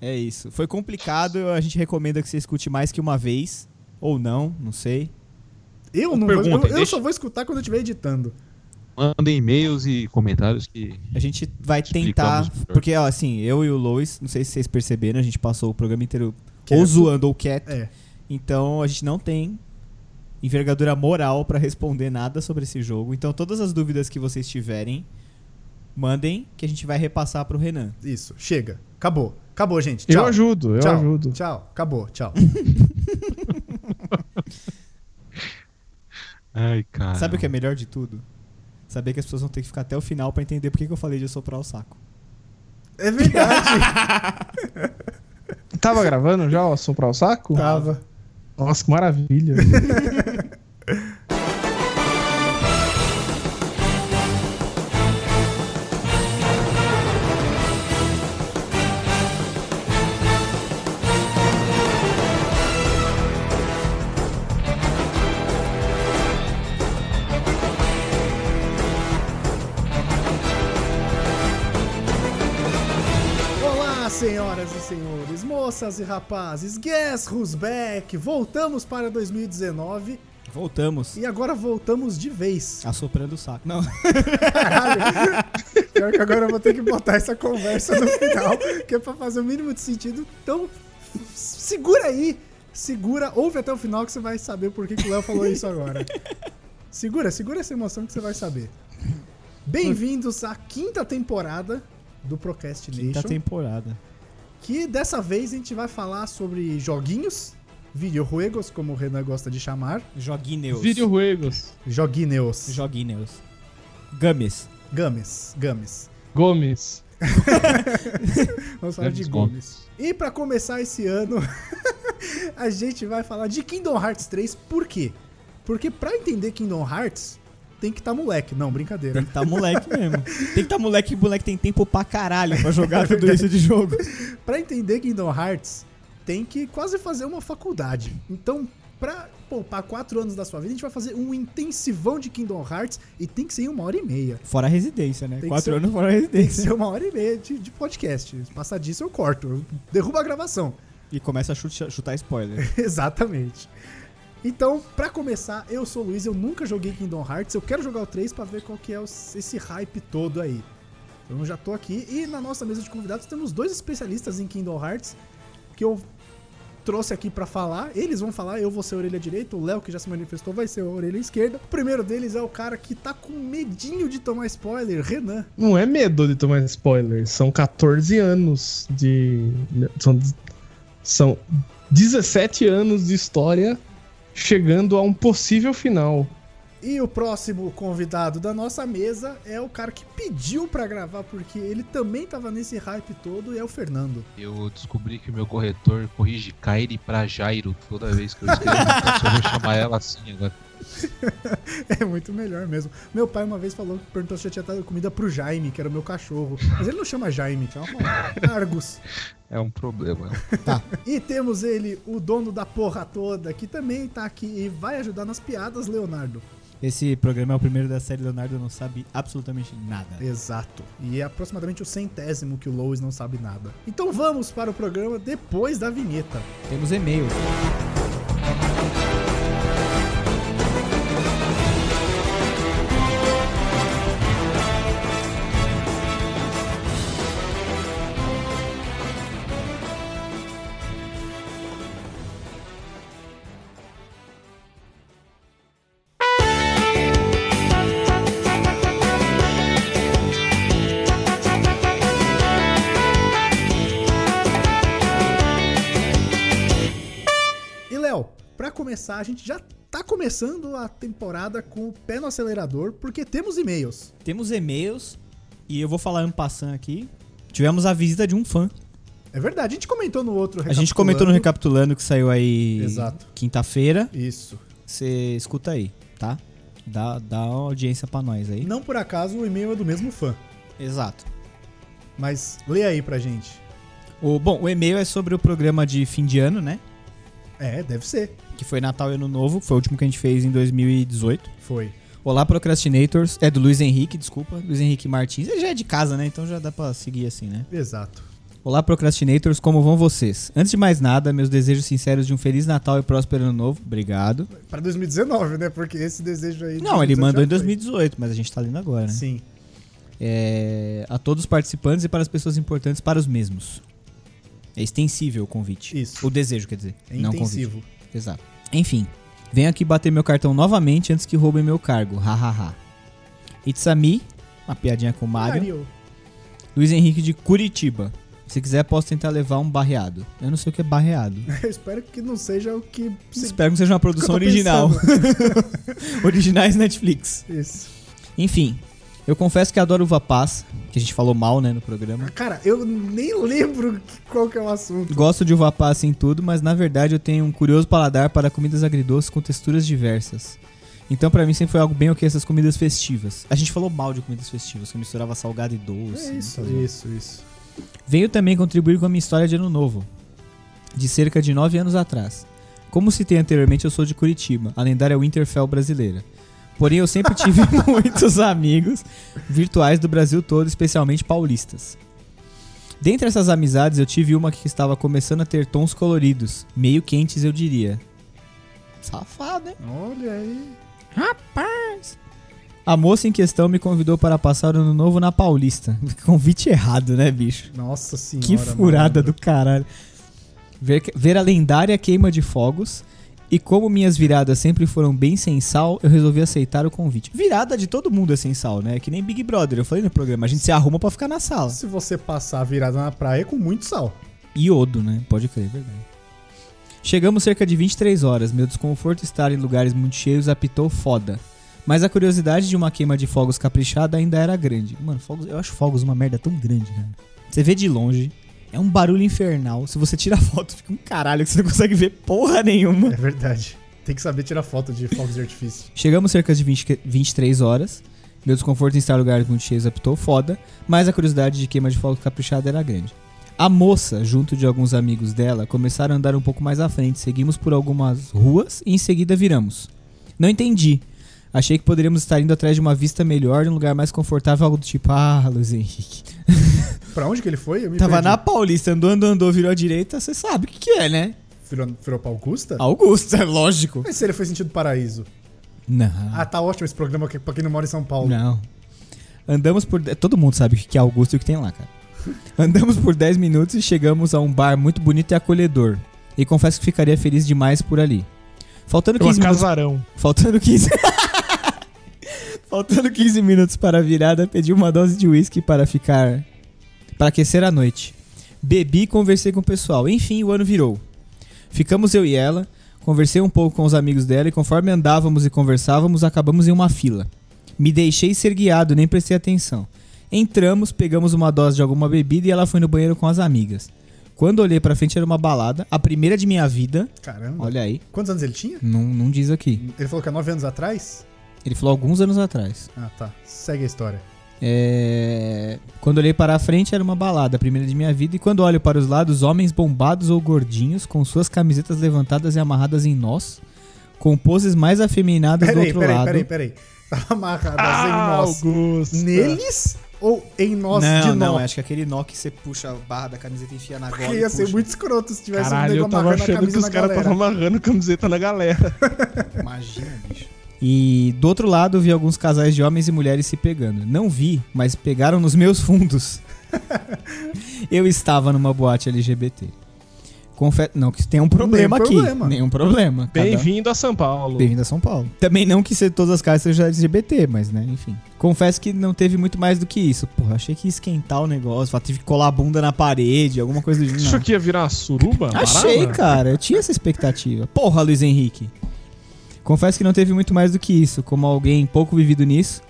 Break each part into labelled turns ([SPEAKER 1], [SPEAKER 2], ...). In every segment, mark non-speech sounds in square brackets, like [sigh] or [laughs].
[SPEAKER 1] É isso. Foi complicado, a gente recomenda que você escute mais que uma vez. Ou não, não sei.
[SPEAKER 2] Eu
[SPEAKER 3] Uma
[SPEAKER 2] não vou,
[SPEAKER 3] pergunta,
[SPEAKER 2] eu- eu,
[SPEAKER 3] deixa-
[SPEAKER 2] só vou escutar quando eu estiver editando.
[SPEAKER 3] Mandem e-mails e comentários que.
[SPEAKER 1] A gente vai
[SPEAKER 3] Explicamos
[SPEAKER 1] tentar.
[SPEAKER 3] melhor.
[SPEAKER 1] Porque, ó, assim, eu e o Lois, não sei se vocês perceberam, a gente passou o programa inteiro ou
[SPEAKER 2] Quieto.
[SPEAKER 1] zoando ou quieto.
[SPEAKER 2] É.
[SPEAKER 1] Então a gente não tem envergadura moral pra responder nada sobre esse jogo. Então todas as dúvidas que vocês tiverem, mandem que a gente vai repassar pro Renan.
[SPEAKER 2] Isso, chega. Acabou. Acabou, gente. Tchau.
[SPEAKER 4] Eu ajudo, eu
[SPEAKER 2] tchau.
[SPEAKER 4] ajudo.
[SPEAKER 2] Tchau. Acabou. Tchau.
[SPEAKER 3] Ai, cara.
[SPEAKER 1] Sabe o que é melhor de tudo? Saber que as pessoas vão ter que ficar até o final pra entender por que que eu falei de assoprar o saco.
[SPEAKER 2] É
[SPEAKER 4] [laughs]
[SPEAKER 2] verdade.
[SPEAKER 4] Tava gravando já, ó, soprar o saco?
[SPEAKER 2] Tava.
[SPEAKER 4] Nossa, que maravilha.
[SPEAKER 2] Olá, senhoras e senhores, moças e rapazes. Guess who's back? Voltamos para 2019
[SPEAKER 1] Voltamos.
[SPEAKER 2] e agora voltamos de vez.
[SPEAKER 1] Assoprando o saco. Não.
[SPEAKER 2] Caralho. [laughs] Pior que agora eu vou ter que botar essa conversa no final, que é pra fazer o mínimo de sentido. Então, segura aí. Segura, ouve até o final que você vai saber por que, que o Léo falou isso agora. Segura, segura essa emoção que você vai saber. Bem-vindos à quinta temporada do Procast
[SPEAKER 1] Quinta
[SPEAKER 2] Nation.
[SPEAKER 1] temporada.
[SPEAKER 2] Que dessa vez a gente vai falar sobre joguinhos, videojuegos, como o Renan gosta de chamar,
[SPEAKER 1] Joguineus.
[SPEAKER 4] Videojuegos.
[SPEAKER 2] joguinhos,
[SPEAKER 1] Joguineus. Games.
[SPEAKER 2] games, games.
[SPEAKER 4] Gomes.
[SPEAKER 2] Vamos falar de games. E pra começar esse ano, [laughs] a gente vai falar de Kingdom Hearts 3. Por quê? Porque pra entender Kingdom Hearts, tem que estar moleque. Não, brincadeira.
[SPEAKER 1] Tem [laughs] que tá moleque mesmo. É Tem que tá moleque e moleque tem tempo pra caralho pra [laughs] jogar tudo isso de jogo.
[SPEAKER 2] Pra entender Kingdom Hearts, tem que quase fazer uma faculdade. Então, pra poupar quatro anos da sua vida, a gente vai fazer um intensivão de Kingdom Hearts e tem que ser em uma hora e meia.
[SPEAKER 1] Fora a residência, né?
[SPEAKER 2] Tem que
[SPEAKER 1] Quatro
[SPEAKER 2] ser-
[SPEAKER 1] anos fora a
[SPEAKER 2] Tem que
[SPEAKER 1] residência.
[SPEAKER 2] ser uma hora e meia de, de podcast. Se Passar disso, eu corto. Eu derrubo a gravação.
[SPEAKER 1] E começa a chuta- chutar spoiler.
[SPEAKER 2] [laughs] Exatamente. Então, pra começar, eu sou o Luiz, eu nunca joguei Kingdom Hearts, eu quero jogar o 3 pra ver qual que é o- esse hype todo aí. Então eu já tô aqui e na nossa mesa de convidados temos dois especialistas em Kingdom Hearts que eu trouxe aqui pra falar. Eles vão falar, eu vou ser a orelha direita, o Léo que já se manifestou vai ser a orelha esquerda. O primeiro deles é o cara que tá com medinho de tomar spoiler, Renan.
[SPEAKER 4] Não é medo de tomar spoiler. São 14 anos de. São, são 17 anos de história chegando a um possível final.
[SPEAKER 2] E o próximo convidado da nossa mesa é o cara que pediu pra gravar, porque ele também tava nesse hype todo, e é o Fernando. [laughs]
[SPEAKER 3] Eu descobri que o meu corretor corrige Kairi pra Jairo toda vez que eu escrevo. então só vou chamar ela assim agora.
[SPEAKER 2] É muito melhor mesmo. Meu pai uma vez falou, perguntou se eu tinha dado comida pro Jaime, que era o meu cachorro. Mas ele não chama Jaime, chama [laughs] Argus.
[SPEAKER 3] É um problema.
[SPEAKER 2] E temos ele, o dono da porra toda, que também tá aqui e vai ajudar nas piadas, Leonardo.
[SPEAKER 1] Esse programa é o primeiro da série Leonardo não sabe absolutamente nada.
[SPEAKER 2] Exato. E é aproximadamente o centésimo que o Lois não sabe nada. Então vamos para o programa depois da vinheta.
[SPEAKER 1] Temos e-mail.
[SPEAKER 2] E Léo, pra começar, a gente já tá começando a temporada com o pé no acelerador, porque temos e-mails.
[SPEAKER 1] Temos e-mails e eu vou falar ano passando aqui. Tivemos a visita de um fã.
[SPEAKER 2] É verdade, a gente comentou no outro
[SPEAKER 1] A gente comentou no
[SPEAKER 2] recapitulando.
[SPEAKER 1] Recapitulando que saiu aí
[SPEAKER 2] Exato.
[SPEAKER 1] quinta-feira.
[SPEAKER 2] Isso.
[SPEAKER 1] Você escuta aí, tá? Dá, dá uma audiência pra nós aí.
[SPEAKER 2] Não por acaso o e-mail é do mesmo fã.
[SPEAKER 1] Exato.
[SPEAKER 2] Mas lê aí pra gente.
[SPEAKER 1] O, bom, o e-mail é sobre o programa de fim de ano, né?
[SPEAKER 2] É, deve ser.
[SPEAKER 1] Que foi Natal e Ano Novo, foi o último que a gente fez em 2018.
[SPEAKER 2] Foi.
[SPEAKER 1] Olá, Procrastinators. É do Luiz Henrique, desculpa. Luiz Henrique Martins. Ele já é de casa, né? Então já dá pra seguir assim, né?
[SPEAKER 2] Exato.
[SPEAKER 1] Olá, procrastinators, como vão vocês? Antes de mais nada, meus desejos sinceros de um Feliz Natal e próspero Ano Novo. Obrigado.
[SPEAKER 2] Pra 2019, né? Porque esse desejo aí. de
[SPEAKER 1] Não, ele
[SPEAKER 2] 2018
[SPEAKER 1] mandou em
[SPEAKER 2] já foi.
[SPEAKER 1] 2018, mas a gente tá lendo agora, né?
[SPEAKER 2] Sim.
[SPEAKER 1] É, a todos os participantes e para as pessoas importantes para os mesmos. É extensível o convite.
[SPEAKER 2] Isso.
[SPEAKER 1] O desejo, quer dizer.
[SPEAKER 2] É
[SPEAKER 1] não o convite.
[SPEAKER 2] intensivo.
[SPEAKER 1] Exato. Enfim, venho aqui bater meu cartão novamente antes que roubem meu cargo. Hahaha. It's a me, uma piadinha com o Mario.
[SPEAKER 2] Mario. [laughs]
[SPEAKER 1] Luiz Henrique de Curitiba. Se quiser, posso tentar levar um barreado. Eu não sei o que é
[SPEAKER 2] [laughs]
[SPEAKER 1] barreado.
[SPEAKER 2] Eu espero que não seja o que. se-
[SPEAKER 1] Espero que seja uma produção
[SPEAKER 2] que eu tô
[SPEAKER 1] original. [laughs] Originais Netflix.
[SPEAKER 2] Isso.
[SPEAKER 1] Enfim, eu confesso que adoro uva paz, que a gente falou mal, né, no programa.
[SPEAKER 2] Ah, Cara, eu nem lembro que- qual que é o assunto.
[SPEAKER 1] Gosto de uva passa em tudo, mas na verdade eu tenho um curioso paladar para comidas agridoces com texturas diversas. Então pra mim sempre foi algo bem o que essas comidas festivas. A gente falou mal de comidas festivas, que misturava salgado e doce.
[SPEAKER 2] É isso,
[SPEAKER 1] né?
[SPEAKER 2] isso, isso.
[SPEAKER 1] Veio também contribuir com a minha história de ano novo, de cerca de 9 anos atrás. Como citei anteriormente, eu sou de Curitiba, a lendária Winterfell brasileira. Porém, eu sempre [laughs] tive muitos amigos virtuais do Brasil todo, especialmente paulistas. Dentre essas amizades, eu tive uma que estava começando a ter tons coloridos, meio quentes, eu diria. Safado, hein?
[SPEAKER 2] Olha aí.
[SPEAKER 1] A moça em questão me convidou para passar o ano novo na Paulista. [laughs] Convite errado, né, bicho?
[SPEAKER 2] Nossa senhora.
[SPEAKER 1] Que furada
[SPEAKER 2] malandro.
[SPEAKER 1] do caralho. Ver, ver a lendária queima de fogos. E como minhas viradas sempre foram bem sem sal, eu resolvi aceitar o convite. Virada de todo mundo é sem sal, né? É Que nem Big Brother. Eu falei no programa, a gente se arruma pra ficar na sala.
[SPEAKER 2] Se você passar virada na praia é com muito sal.
[SPEAKER 1] Iodo, né? Pode crer, é verdade. Chegamos cerca de 23 horas. Meu desconforto estar em lugares muito cheios apitou foda. Mas a curiosidade de uma queima de fogos caprichada ainda era grande. Mano, fogos, eu acho fogos uma merda tão grande, cara. Você vê de longe, é um barulho infernal. Se você tira [laughs] a foto, fica um caralho que você não consegue ver porra nenhuma.
[SPEAKER 2] É verdade. Tem que saber tirar foto de fogos de artifício.
[SPEAKER 1] Chegamos cerca de 20, que- 23 horas. Meu desconforto em estar em lugares muito cheios apitou foda, mas a curiosidade de queima de fogo caprichada era grande. A moça, junto de alguns amigos dela, começaram a andar um pouco mais à frente. Seguimos por algumas ruas e em seguida viramos. Não entendi. Achei que poderíamos estar indo atrás de uma vista melhor, de um lugar mais confortável, algo do tipo, ah, Luiz Henrique.
[SPEAKER 2] Pra onde que ele foi? Eu me
[SPEAKER 1] Tava
[SPEAKER 2] perdi.
[SPEAKER 1] na Paulista, andou, andou, andou, virou à direita, você sabe o que, que é, né?
[SPEAKER 2] Virou, virou pra Augusta?
[SPEAKER 1] Augusto, [laughs] é lógico.
[SPEAKER 2] Mas se ele foi sentido paraíso.
[SPEAKER 1] Não.
[SPEAKER 2] Ah, tá ótimo esse programa aqui pra quem não mora em São Paulo.
[SPEAKER 1] Não. Andamos por. de- Todo mundo sabe o que é Augusto e o que tem lá, cara. [laughs] Andamos por 10 minutos e chegamos a um bar muito bonito e acolhedor. E confesso que ficaria feliz demais por ali. Faltando
[SPEAKER 4] É uma
[SPEAKER 1] 15 minutos.
[SPEAKER 4] casarão.
[SPEAKER 1] Faltando 15. [laughs] Faltando 15 minutos para a virada, pedi uma dose de uísque para ficar. para aquecer a noite. Bebi e conversei com o pessoal. Enfim, o ano virou. Ficamos eu e ela, conversei um pouco com os amigos dela e conforme andávamos e conversávamos, acabamos em uma fila. Me deixei ser guiado, nem prestei atenção. Entramos, pegamos uma dose de alguma bebida e ela foi no banheiro com as amigas. Quando olhei pra frente era uma balada, a primeira de minha vida.
[SPEAKER 2] Caramba.
[SPEAKER 1] Olha aí,
[SPEAKER 2] Quantos anos ele tinha?
[SPEAKER 1] não, não diz aqui.
[SPEAKER 2] Ele falou que há nove anos atrás?
[SPEAKER 1] Ele falou alguns anos atrás.
[SPEAKER 2] Ah, tá. Segue a história.
[SPEAKER 1] É, Quando olhei para a frente era uma balada, a primeira de minha vida, e quando olho para os lados, homens bombados ou gordinhos, com suas camisetas levantadas e amarradas em nós, com poses mais afeminadas do
[SPEAKER 2] Peraí,
[SPEAKER 1] outro
[SPEAKER 2] peraí,
[SPEAKER 1] lado.
[SPEAKER 2] peraí, peraí. Tava amarrado em
[SPEAKER 4] Ah,
[SPEAKER 2] nós.
[SPEAKER 4] Augusto.
[SPEAKER 2] Neles ou em nós de
[SPEAKER 1] não, é
[SPEAKER 2] nós?
[SPEAKER 1] não, acho que aquele nó que você puxa a barra da camiseta e enfia na gola.
[SPEAKER 2] Porque
[SPEAKER 1] e
[SPEAKER 2] ia ser
[SPEAKER 1] puxa.
[SPEAKER 2] muito escroto se tivesse um
[SPEAKER 4] Caralho, eu tava achando que os caras estavam amarrando camiseta na galera.
[SPEAKER 1] Imagina, bicho. E do outro lado vi alguns casais de homens e mulheres se pegando. Não vi, mas pegaram nos meus fundos. Eu estava numa boate LGBT. Confe... Não, que tem um problema
[SPEAKER 2] Nem
[SPEAKER 1] aqui.
[SPEAKER 2] problema.
[SPEAKER 1] Nenhum problema. Cada-
[SPEAKER 4] Bem-vindo a São Paulo.
[SPEAKER 1] Bem-vindo a São Paulo. Também não que ser todas as casas sejam LGBT, mas né, enfim. Confesso que não teve muito mais do que isso. Porra, achei que ia esquentar o negócio. falar, Tive que colar a bunda na parede, alguma coisa do
[SPEAKER 4] Achou
[SPEAKER 1] tipo.
[SPEAKER 4] que ia virar uma suruba?
[SPEAKER 1] Achei,
[SPEAKER 4] Baraba?
[SPEAKER 1] cara. Eu tinha essa expectativa. Porra, Luiz Henrique. Confesso que não teve muito mais do que isso. Como alguém pouco vivido nisso,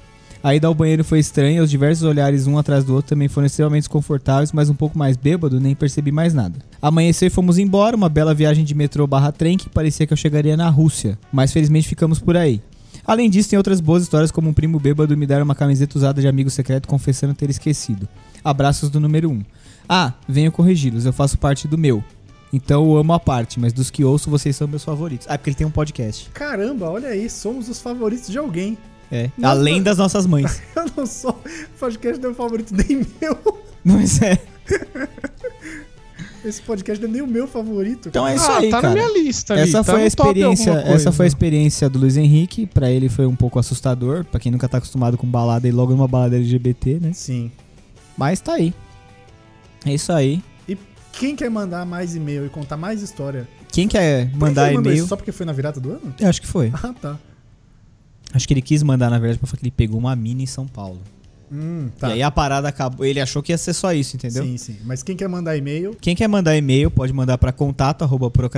[SPEAKER 1] a ida ao banheiro foi estranha. Os diversos olhares um atrás do outro também foram extremamente desconfortáveis, mas um pouco mais bêbado, nem percebi mais nada. Amanheceu e fomos embora. Uma bela viagem de metrô barra trem que parecia que eu chegaria na Rússia. Mas felizmente ficamos por aí. Além disso, tem outras boas histórias, como um primo bêbado me dar uma camiseta usada de amigo secreto confessando ter esquecido. Abraços do número 1. Um. Ah, venho corrigi-los, eu faço parte do meu. Então eu amo a parte, mas dos que ouço, vocês são meus favoritos. Ah, porque ele tem um podcast.
[SPEAKER 2] Caramba, olha aí, somos os favoritos de alguém. [laughs]
[SPEAKER 1] É.
[SPEAKER 2] Não,
[SPEAKER 1] Além das nossas
[SPEAKER 4] [laughs]
[SPEAKER 1] mães.
[SPEAKER 2] um Eu não sou podcast não é o favorito nem meu.
[SPEAKER 1] Mas é.
[SPEAKER 2] Esse podcast não é nem o meu favorito.
[SPEAKER 1] Então
[SPEAKER 2] cara.
[SPEAKER 1] é isso
[SPEAKER 4] ah,
[SPEAKER 1] aí,
[SPEAKER 4] tá
[SPEAKER 1] cara.
[SPEAKER 4] na minha lista ali,
[SPEAKER 1] Essa
[SPEAKER 4] tá
[SPEAKER 1] foi a
[SPEAKER 4] no top alguma
[SPEAKER 1] experiência,
[SPEAKER 4] coisa.
[SPEAKER 1] essa foi a experiência do Luiz Henrique, Pra ele foi um pouco assustador, pra quem nunca tá acostumado com balada e logo numa balada LGBT, né?
[SPEAKER 2] Sim.
[SPEAKER 1] Mas tá aí. É isso aí.
[SPEAKER 2] Quem quer mandar mais e-mail e contar mais história?
[SPEAKER 1] Quem quer
[SPEAKER 2] Por que
[SPEAKER 1] mandar
[SPEAKER 2] ele mandou
[SPEAKER 1] e-mail?
[SPEAKER 2] isso? Só porque foi na virada do ano?
[SPEAKER 1] Eu acho que foi.
[SPEAKER 2] Ah, tá.
[SPEAKER 1] Acho que ele quis mandar, na verdade, pra falar que ele pegou uma mina em São Paulo.
[SPEAKER 2] Hum, tá.
[SPEAKER 1] E aí a parada acabou. Ele achou que ia ser só isso, entendeu?
[SPEAKER 2] Sim, sim. Mas quem quer mandar e-mail?
[SPEAKER 1] Quem quer mandar e-mail pode mandar para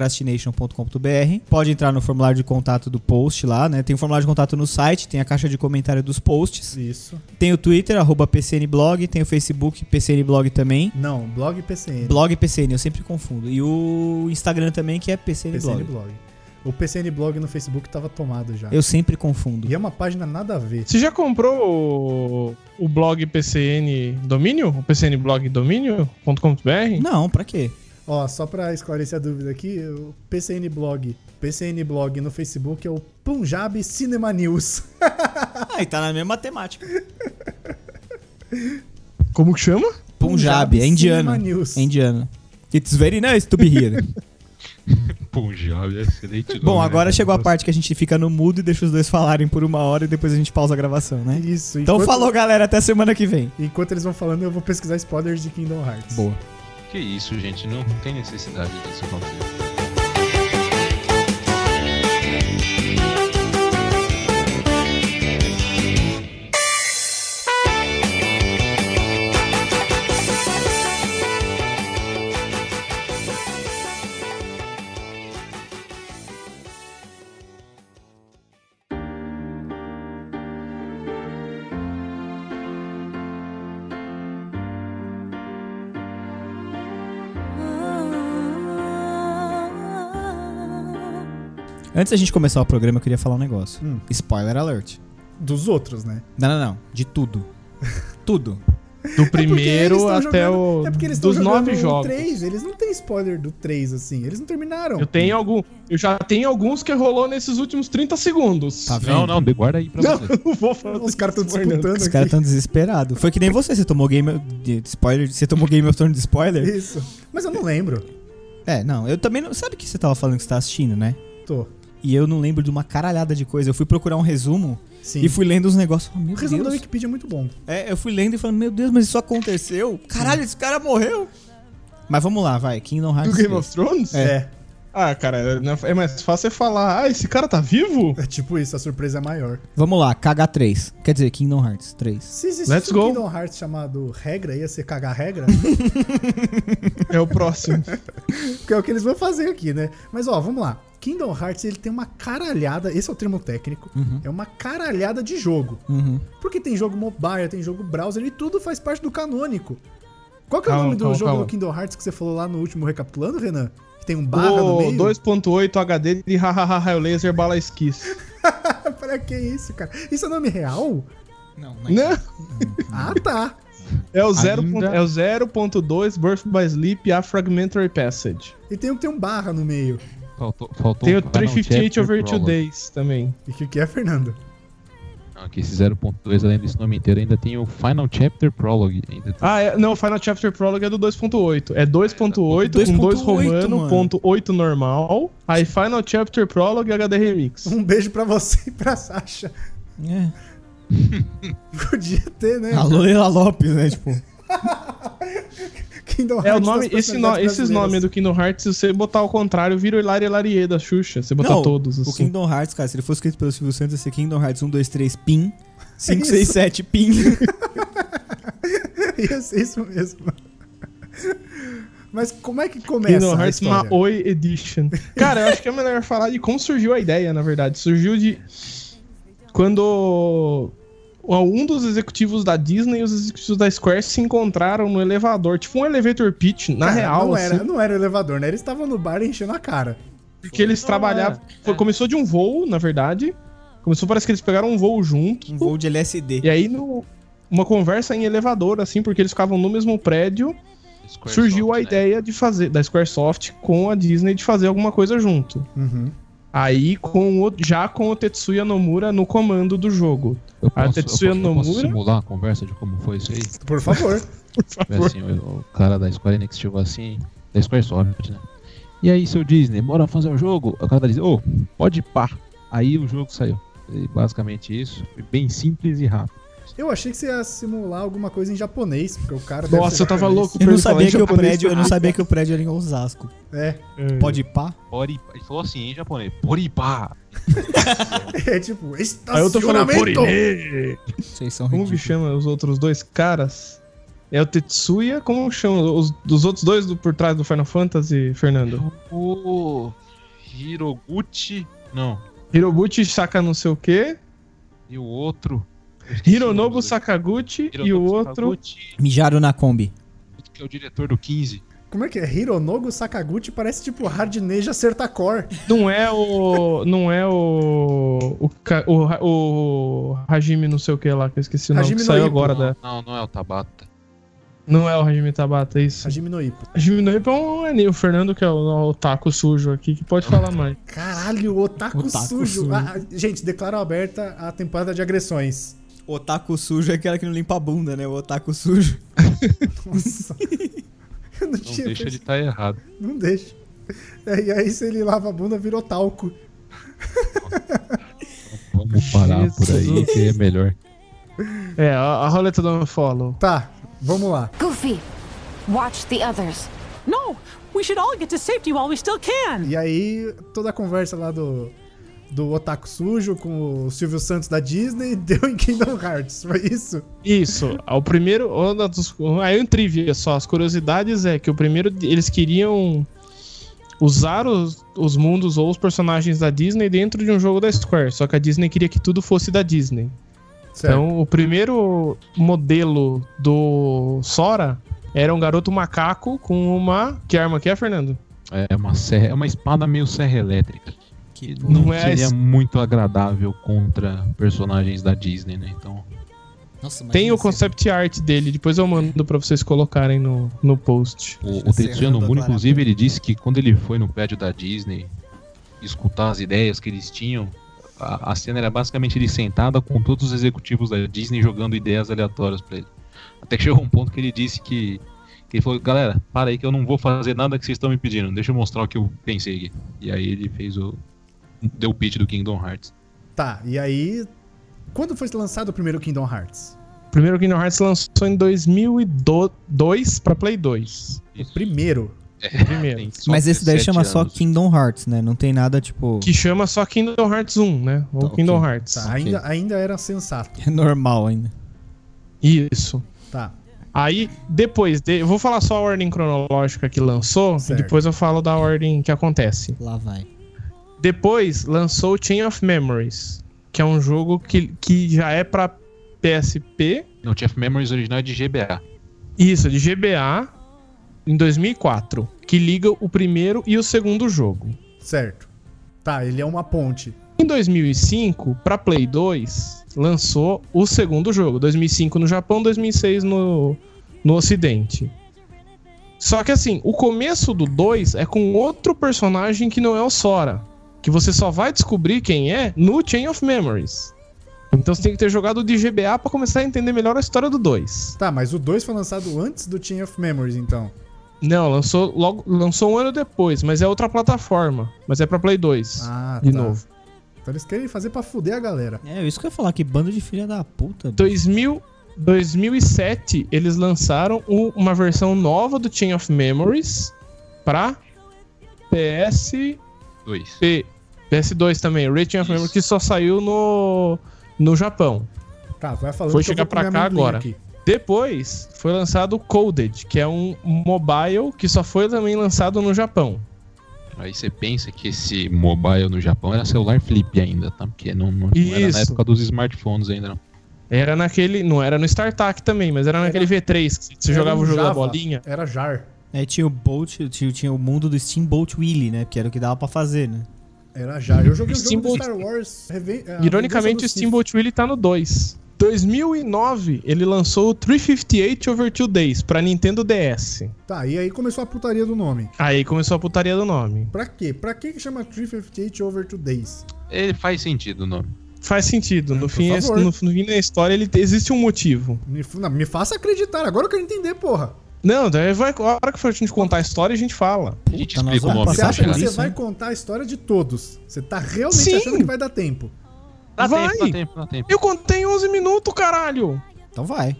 [SPEAKER 1] contato@procrastination.com.br. Pode entrar no formulário de contato do post lá, né? Tem o formulário de contato no site, tem a caixa de comentário dos posts,
[SPEAKER 2] Isso.
[SPEAKER 1] tem o Twitter arroba @pcnblog, tem o Facebook pcnblog também.
[SPEAKER 2] Não, blog PCN.
[SPEAKER 1] Blog PCN, eu sempre confundo. E o Instagram também que é
[SPEAKER 2] PCN
[SPEAKER 1] pcnblog.
[SPEAKER 2] blog. O PCN blog no Facebook tava tomado já.
[SPEAKER 1] Eu sempre confundo.
[SPEAKER 2] E é uma página nada a ver.
[SPEAKER 4] Você já comprou o, o blog PCN Domínio? O PCN Blog Domínio.com.br?
[SPEAKER 1] Não, pra quê?
[SPEAKER 2] Ó, só pra esclarecer a dúvida aqui, o PCN blog, PCN blog no Facebook é o Punjab Cinema
[SPEAKER 1] [laughs]
[SPEAKER 2] News.
[SPEAKER 1] Ah, e tá na mesma temática.
[SPEAKER 4] Como que chama?
[SPEAKER 1] Punjab, é indiano.
[SPEAKER 2] Cinema News.
[SPEAKER 1] É indiano. It's very nice to be here.
[SPEAKER 3] Punjab, é excelente nome,
[SPEAKER 1] Bom,
[SPEAKER 3] né,
[SPEAKER 1] agora
[SPEAKER 3] cara?
[SPEAKER 1] chegou a
[SPEAKER 3] Nossa,
[SPEAKER 1] parte que a gente fica no mudo e deixa os dois falarem por uma hora e depois a gente pausa a gravação, né?
[SPEAKER 2] Isso.
[SPEAKER 1] Então
[SPEAKER 2] enquanto-
[SPEAKER 1] falou, galera. Até semana que vem.
[SPEAKER 2] Enquanto eles vão falando, eu vou pesquisar spoilers de Kingdom Hearts.
[SPEAKER 1] Boa.
[SPEAKER 3] Que isso, gente, não tem necessidade disso acontecer.
[SPEAKER 1] Antes da gente começar o programa, eu queria falar um negócio.
[SPEAKER 2] Hum.
[SPEAKER 1] Spoiler alert.
[SPEAKER 2] Dos outros, né?
[SPEAKER 1] Não, não, não. De tudo. tudo.
[SPEAKER 4] Do
[SPEAKER 2] É porque eles
[SPEAKER 4] primeiro
[SPEAKER 2] tão
[SPEAKER 4] até
[SPEAKER 2] jogando-
[SPEAKER 4] o.
[SPEAKER 2] É porque eles tão
[SPEAKER 4] dos
[SPEAKER 2] jogando
[SPEAKER 4] nove
[SPEAKER 2] o
[SPEAKER 4] jogos.
[SPEAKER 2] três, eles não têm spoiler do 3, assim. Eles não terminaram.
[SPEAKER 4] Eu tenho algum. Eu já tenho alguns que rolou nesses últimos 30 segundos.
[SPEAKER 1] Tá
[SPEAKER 4] [laughs]
[SPEAKER 1] vendo?
[SPEAKER 3] Não, não, de- guarda aí pra
[SPEAKER 4] Não,
[SPEAKER 3] você.
[SPEAKER 4] não vou falar.
[SPEAKER 2] Os caras estão
[SPEAKER 4] spoiler, não.
[SPEAKER 2] disputando
[SPEAKER 1] Os
[SPEAKER 2] aqui.
[SPEAKER 1] caras tão desesperados. tá Foi que nem você, você tomou Game of- de spoiler, você tomou Game of Thrones de spoiler?
[SPEAKER 2] Isso. Mas eu não lembro.
[SPEAKER 1] É, não. Eu também não. Sabe que você tava falando que você tá assistindo, né?
[SPEAKER 2] Tô.
[SPEAKER 1] E eu não lembro de uma caralhada de coisa. Eu fui procurar um resumo
[SPEAKER 2] Sim.
[SPEAKER 1] e fui lendo os negócios. Oh, meu
[SPEAKER 2] O resumo da
[SPEAKER 1] Deus.
[SPEAKER 2] Wikipedia é muito bom.
[SPEAKER 1] É, eu fui lendo e falando, meu Deus, mas isso aconteceu? Caralho, esse cara morreu. Mas vamos lá, vai. Kingdom Hearts.
[SPEAKER 4] Do Game
[SPEAKER 1] 3.
[SPEAKER 4] of Thrones?
[SPEAKER 2] É.
[SPEAKER 4] Ah, cara, não é- é mais fácil você falar, ah, esse cara tá vivo?
[SPEAKER 2] É tipo isso, a surpresa é maior.
[SPEAKER 1] Vamos lá, KH3. Quer dizer, Kingdom Hearts 3.
[SPEAKER 2] Se existisse
[SPEAKER 4] Let's
[SPEAKER 2] um
[SPEAKER 4] go.
[SPEAKER 2] Kingdom Hearts chamado regra, ia ser cagar regra. [laughs]
[SPEAKER 4] É o próximo.
[SPEAKER 2] que é o que eles vão fazer aqui, né? Mas ó, vamos lá. Kingdom Hearts, ele tem uma caralhada, esse é o termo técnico,
[SPEAKER 4] Uhum.
[SPEAKER 2] é uma caralhada de jogo.
[SPEAKER 1] Uhum.
[SPEAKER 2] Porque tem jogo mobile, tem jogo browser e tudo faz parte do canônico. Qual que é o
[SPEAKER 4] Calma,
[SPEAKER 2] nome do
[SPEAKER 4] calma,
[SPEAKER 2] jogo
[SPEAKER 4] calma.
[SPEAKER 2] do Kingdom Hearts que você falou lá no último recapitulando, Renan? Que tem um barra no
[SPEAKER 4] O
[SPEAKER 2] meio?
[SPEAKER 4] 2.8 HD de hahaha raio laser bala esquiz.
[SPEAKER 2] [laughs] Pra que isso, cara? Isso é nome real?
[SPEAKER 1] Não,
[SPEAKER 4] Não,
[SPEAKER 2] Ah, tá.
[SPEAKER 4] é o zero
[SPEAKER 3] Ainda-
[SPEAKER 4] ponto- é o 0.2 Birth by Sleep a Fragmentary Passage.
[SPEAKER 2] E tem um que tem um barra no meio.
[SPEAKER 3] Faltou, faltou
[SPEAKER 4] Tem o
[SPEAKER 3] ah, não, chapter
[SPEAKER 4] 358 Over Two
[SPEAKER 3] prologue.
[SPEAKER 4] Days também.
[SPEAKER 2] E o que, que é, Fernando?
[SPEAKER 3] Não, aqui esse 0.2, além desse nome inteiro, ainda tem o Final Chapter Prologue. Ainda tem-
[SPEAKER 4] Ah, é, não, Final Chapter Prologue é do 2.8. É 2.8 com 2
[SPEAKER 1] 2.8,
[SPEAKER 4] romano,
[SPEAKER 1] mano.
[SPEAKER 4] ponto 8 normal. Aí Final Chapter Prologue HD Remix.
[SPEAKER 2] Um beijo pra você e pra Sasha. [laughs]
[SPEAKER 1] É.
[SPEAKER 2] Podia ter, né?
[SPEAKER 1] Alô, Leila Lopes, né? [laughs] Tipo,
[SPEAKER 2] Kingdom
[SPEAKER 4] É o
[SPEAKER 2] das
[SPEAKER 4] nome, esse no-
[SPEAKER 2] personalidades
[SPEAKER 4] esses nomes
[SPEAKER 2] brasileiras.
[SPEAKER 4] do Kingdom Hearts, se você botar ao contrário, vira o Hilari Hilarie da Xuxa. Você botar
[SPEAKER 1] Não,
[SPEAKER 4] todos,
[SPEAKER 1] o
[SPEAKER 4] assim.
[SPEAKER 1] Kingdom Hearts, cara, se ele fosse escrito pelo Silvio Santos, ia ser Kingdom Hearts 1, 2, 3, [laughs] PIN. 5,
[SPEAKER 2] Isso.
[SPEAKER 1] 6, 7, [laughs] PIN.
[SPEAKER 2] [laughs] Isso, isso mesmo. Mas como é que começa
[SPEAKER 4] Kingdom
[SPEAKER 2] a
[SPEAKER 4] Hearts
[SPEAKER 2] história?
[SPEAKER 4] Maoi Edition. Cara, eu acho que é melhor falar de como surgiu a ideia, na verdade. Surgiu de. Quando um dos executivos da Disney e os executivos da Square se encontraram no elevador, tipo um elevator pitch, na
[SPEAKER 2] Cara,
[SPEAKER 4] real,
[SPEAKER 2] não
[SPEAKER 4] assim,
[SPEAKER 2] era, não era elevador, né? Eles estavam no bar enchendo a cara.
[SPEAKER 4] porque eles
[SPEAKER 3] Não
[SPEAKER 4] trabalhavam.
[SPEAKER 3] era.
[SPEAKER 4] foi- começou de um voo, na verdade. Começou, parece que eles pegaram um voo junto.
[SPEAKER 1] Um voo de LSD.
[SPEAKER 4] E é aí, no- uma conversa em elevador, assim, porque eles ficavam no mesmo prédio.
[SPEAKER 3] Squaresoft,
[SPEAKER 4] surgiu a
[SPEAKER 3] né?
[SPEAKER 4] ideia de fazer, da Squaresoft com a Disney, de fazer alguma coisa junto.
[SPEAKER 2] Uhum.
[SPEAKER 4] Aí com o- já com o Tetsuya Nomura no comando do jogo.
[SPEAKER 3] Eu
[SPEAKER 4] A
[SPEAKER 3] posso,
[SPEAKER 4] Tetsuya
[SPEAKER 3] eu posso, eu posso
[SPEAKER 4] Nomura?
[SPEAKER 3] simular a conversa de como foi isso aí?
[SPEAKER 2] Por favor.
[SPEAKER 4] Por
[SPEAKER 3] É Foi assim, o, o cara da Square Enix chegou assim, Da Squaresoft, né? E aí, seu Disney, bora fazer o jogo? O cara diz, ô, pode pá. Aí o jogo saiu. E basicamente isso. Foi Bem simples e rápido.
[SPEAKER 2] Eu achei que você ia simular alguma coisa em japonês, porque o cara. deve
[SPEAKER 4] Nossa,
[SPEAKER 2] ser
[SPEAKER 4] eu tava
[SPEAKER 2] japonês.
[SPEAKER 4] louco pra
[SPEAKER 1] Eu não
[SPEAKER 4] ele falar em
[SPEAKER 1] sabia que o
[SPEAKER 4] japonês
[SPEAKER 1] prédio, eu não
[SPEAKER 4] também.
[SPEAKER 1] sabia que o prédio era em Osasco.
[SPEAKER 2] É, [laughs]
[SPEAKER 4] É.
[SPEAKER 1] Pode pá?
[SPEAKER 3] Pode, ele falou assim em japonês, poripá.
[SPEAKER 2] é tipo,
[SPEAKER 4] Aí eu tô falando,
[SPEAKER 2] estacionamento!
[SPEAKER 4] Porine!
[SPEAKER 1] Vocês são
[SPEAKER 4] Como que
[SPEAKER 1] ridículos.
[SPEAKER 4] chama os outros dois caras? É o Tetsuya? Como chama os, os outros dois do- por trás do Final Fantasy, Fernando?
[SPEAKER 3] O Hiroguchi, não.
[SPEAKER 4] Hirobuchi Saka não sei o quê.
[SPEAKER 3] E o outro...
[SPEAKER 4] Hironobu Sakaguchi e o
[SPEAKER 3] Hironobu
[SPEAKER 4] outro.
[SPEAKER 3] Sakaguchi,
[SPEAKER 1] Mijaram na Kombi.
[SPEAKER 3] que é o diretor do 15.
[SPEAKER 2] Como é que é? Hironogo Sakaguchi parece tipo Hardneja Sertacor.
[SPEAKER 4] Não é o. Não é o. O, Ka- o, Ra- o Hajime não sei o que lá, que eu esqueci o nome
[SPEAKER 2] Hajime no
[SPEAKER 4] que saiu
[SPEAKER 2] Ippo.
[SPEAKER 4] agora.
[SPEAKER 3] não,
[SPEAKER 4] Da...
[SPEAKER 3] não, não é o Tabata.
[SPEAKER 4] Não é o Hajime Tabata, é isso.
[SPEAKER 2] Hajime no Ippo.
[SPEAKER 4] Hajime no Ippo é um anime. O Fernando, que é o, o taco sujo aqui, que pode falar mais.
[SPEAKER 2] Caralho, otaku,
[SPEAKER 1] Otaku
[SPEAKER 2] sujo.
[SPEAKER 1] sujo.
[SPEAKER 2] Ah, ah, gente, declaro aberta a temporada de agressões.
[SPEAKER 1] O otaku sujo é aquela que não limpa a bunda, né? O otaku sujo.
[SPEAKER 2] Nossa. [laughs] Eu não,
[SPEAKER 3] Não
[SPEAKER 2] tinha
[SPEAKER 3] deixa ele
[SPEAKER 2] perce-
[SPEAKER 3] estar errado.
[SPEAKER 2] Não deixa. É, e aí, se ele lava a bunda, virou talco.
[SPEAKER 3] Vamos parar por aí,
[SPEAKER 4] Jesus.
[SPEAKER 3] que é melhor.
[SPEAKER 4] É, a, a roleta do follow.
[SPEAKER 2] Tá, vamos lá.
[SPEAKER 5] Goofy, watch the others.
[SPEAKER 6] No, we should all get to safety while we still can.
[SPEAKER 2] E aí, toda a conversa lá do, do Otaku Sujo com o Silvio Santos da Disney [laughs] deu em Kingdom Hearts, foi isso?
[SPEAKER 4] Isso, é o primeiro. uma das- Aí um trivia só. As curiosidades é que o primeiro eles queriam usar os, os mundos ou os personagens da Disney dentro de um jogo da Square. Só que a Disney queria que tudo fosse da Disney. Então o primeiro modelo do Sora era um garoto macaco com uma. Que arma que é, Fernando?
[SPEAKER 3] É uma, serra, é uma espada meio serra elétrica.
[SPEAKER 1] Que
[SPEAKER 3] Que não,
[SPEAKER 4] Não é
[SPEAKER 3] seria
[SPEAKER 4] es-
[SPEAKER 3] muito agradável contra personagens da Disney, né? Então,
[SPEAKER 1] Nossa, é imagina
[SPEAKER 4] Tem o
[SPEAKER 1] você-
[SPEAKER 4] concept art dele, depois eu mando pra vocês colocarem no, no post.
[SPEAKER 3] o, o Tetsuya
[SPEAKER 1] Serrando
[SPEAKER 3] Nomura,
[SPEAKER 1] agora.
[SPEAKER 3] inclusive, ele disse que quando ele foi no prédio da Disney escutar as ideias que eles tinham, a, a cena era basicamente ele sentada com todos os executivos da Disney jogando ideias aleatórias pra ele. Até que chegou um ponto que ele disse que, que ele falou, galera, para aí que eu não vou fazer nada que vocês estão me pedindo, deixa eu mostrar o que eu pensei aqui. E aí ele fez o... deu o pitch do Kingdom Hearts.
[SPEAKER 2] Tá, e aí. Quando foi lançado o primeiro Kingdom Hearts?
[SPEAKER 4] O primeiro Kingdom Hearts lançou em 2002 pra Play 2.
[SPEAKER 3] Isso.
[SPEAKER 2] Primeiro.
[SPEAKER 4] Primeiro.
[SPEAKER 3] Tem só
[SPEAKER 1] Mas esse daí
[SPEAKER 3] 17
[SPEAKER 1] chama só
[SPEAKER 3] anos.
[SPEAKER 1] Kingdom Hearts, né? Não tem nada tipo.
[SPEAKER 4] Que chama só Kingdom Hearts 1, né? Ou
[SPEAKER 1] Tá, ok.
[SPEAKER 4] Kingdom Hearts.
[SPEAKER 2] Tá, ainda, ainda era sensato.
[SPEAKER 1] É [laughs] normal ainda.
[SPEAKER 4] Isso.
[SPEAKER 2] Tá.
[SPEAKER 4] Aí, depois, de... eu vou falar só a ordem cronológica que lançou,
[SPEAKER 2] Certo.
[SPEAKER 4] e depois eu falo da ordem que acontece.
[SPEAKER 1] Lá vai.
[SPEAKER 4] Depois lançou Chain of Memories, que é um jogo que, que já é pra PSP.
[SPEAKER 3] Não, Chief Memories original é de GBA.
[SPEAKER 4] Isso, de GBA, em 2004, que liga o primeiro e o segundo jogo.
[SPEAKER 2] Certo. Tá, ele é uma ponte.
[SPEAKER 4] Em 2005, pra Play 2, lançou o segundo jogo. 2005 no Japão, 2006 no, no Ocidente. Só que assim, o começo do 2 é com outro personagem que não é o Sora. Que você só vai descobrir quem é no Chain of Memories. Então você tem que ter jogado de GBA pra começar a entender melhor a história do 2.
[SPEAKER 2] Tá, mas o 2 foi lançado antes do Chain of Memories, então.
[SPEAKER 4] Não, lançou logo lançou um ano depois, mas é outra plataforma. Mas é pra Play 2.
[SPEAKER 2] Ah,
[SPEAKER 4] de
[SPEAKER 2] tá.
[SPEAKER 4] novo.
[SPEAKER 2] Então eles querem fazer pra fuder a galera.
[SPEAKER 1] É, isso que eu ia falar, que bando de filha da puta.
[SPEAKER 4] 2000, 2007 eles lançaram o- uma versão nova do Chain of Memories pra PSP,
[SPEAKER 3] Dois.
[SPEAKER 4] PS2 também, o Ray Chain of
[SPEAKER 3] Isso.
[SPEAKER 4] Memories que só saiu no no Japão.
[SPEAKER 2] Tá, vai falando
[SPEAKER 4] Foi
[SPEAKER 2] que eu
[SPEAKER 4] chegar
[SPEAKER 2] vou
[SPEAKER 4] pra
[SPEAKER 2] comer
[SPEAKER 4] cá
[SPEAKER 2] amendoim
[SPEAKER 4] agora.
[SPEAKER 2] aqui.
[SPEAKER 4] Depois foi lançado o Coded, que é um mobile que só foi também lançado no Japão.
[SPEAKER 3] Aí você pensa que esse mobile no Japão era celular flip ainda, tá? Porque não, não, não era
[SPEAKER 4] Isso.
[SPEAKER 3] na época dos smartphones ainda, não.
[SPEAKER 4] Era naquele, não era no StarTAC também, mas era naquele V3 que você
[SPEAKER 2] Era
[SPEAKER 4] jogava
[SPEAKER 2] um
[SPEAKER 4] o jogo da
[SPEAKER 2] Java,
[SPEAKER 4] bolinha.
[SPEAKER 2] Era Jar.
[SPEAKER 1] É, tinha o Bolt, tinha, tinha o mundo do Steamboat Willie, né? Que era o que dava pra fazer, né?
[SPEAKER 2] Era Jar. Eu joguei o jogo do
[SPEAKER 4] Steamboat-
[SPEAKER 2] Star Wars. Reven- é, a
[SPEAKER 4] Ironicamente, o
[SPEAKER 2] Vingança do Sith.
[SPEAKER 4] Steamboat Willie tá no 2. 2009, ele lançou o 358 Over 2 Days pra Nintendo DS.
[SPEAKER 2] Tá, e aí começou a putaria do nome.
[SPEAKER 4] Aí começou a putaria do nome.
[SPEAKER 2] Pra quê? Pra que que chama 358 Over Two Days?
[SPEAKER 3] Ele faz sentido o nome.
[SPEAKER 4] Faz sentido, no,
[SPEAKER 2] Por
[SPEAKER 4] fim,
[SPEAKER 2] favor.
[SPEAKER 4] no, no fim da história ele existe um motivo.
[SPEAKER 2] Me, f- não, me faça acreditar, agora eu quero entender, porra.
[SPEAKER 4] Não, daí vai, a hora que for a gente contar a história, a gente fala.
[SPEAKER 3] A gente
[SPEAKER 1] Puta, nós
[SPEAKER 3] explica o
[SPEAKER 1] vamos
[SPEAKER 3] nome
[SPEAKER 1] passar
[SPEAKER 2] Você
[SPEAKER 3] pra
[SPEAKER 2] acha que
[SPEAKER 1] por
[SPEAKER 3] geral.
[SPEAKER 2] você
[SPEAKER 1] isso,
[SPEAKER 2] vai
[SPEAKER 1] hein?
[SPEAKER 2] contar a história de todos. Você tá realmente
[SPEAKER 4] Sim.
[SPEAKER 2] achando que vai dar tempo.
[SPEAKER 3] Dá
[SPEAKER 4] Vai.
[SPEAKER 3] tempo, dá tempo, dá tempo.
[SPEAKER 4] Eu contei 11 minutos, caralho!
[SPEAKER 1] Então vai.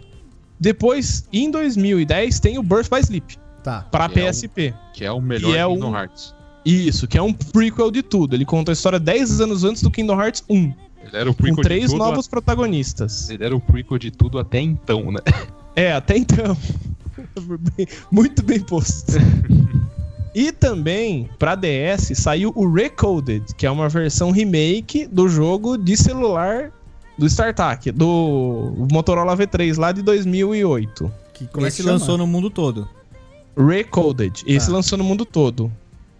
[SPEAKER 4] Depois, em 2010, tem o Birth by Sleep
[SPEAKER 2] Tá.
[SPEAKER 4] pra
[SPEAKER 3] Que é o-
[SPEAKER 4] PSP.
[SPEAKER 3] Que é o melhor
[SPEAKER 4] E é
[SPEAKER 3] Kingdom
[SPEAKER 4] um-
[SPEAKER 3] Hearts.
[SPEAKER 4] Isso, que é um prequel de tudo. Ele conta a história 10 anos antes do Kingdom Hearts 1,
[SPEAKER 3] Ele era o
[SPEAKER 4] com
[SPEAKER 3] prequel de
[SPEAKER 4] três
[SPEAKER 3] tudo.
[SPEAKER 4] novos protagonistas.
[SPEAKER 3] Ele era o prequel de tudo até então, né? [laughs]
[SPEAKER 4] É, até então. [laughs] Bem- Muito bem posto. e também, pra DS, saiu o Recoded, que é uma versão remake do jogo de celular do StarTAC, do Motorola V3 lá de 2008.
[SPEAKER 2] Que, como é que
[SPEAKER 1] Esse
[SPEAKER 2] chama?
[SPEAKER 1] lançou no mundo todo.
[SPEAKER 4] Recoded. Esse
[SPEAKER 2] Tá.
[SPEAKER 4] lançou no mundo todo.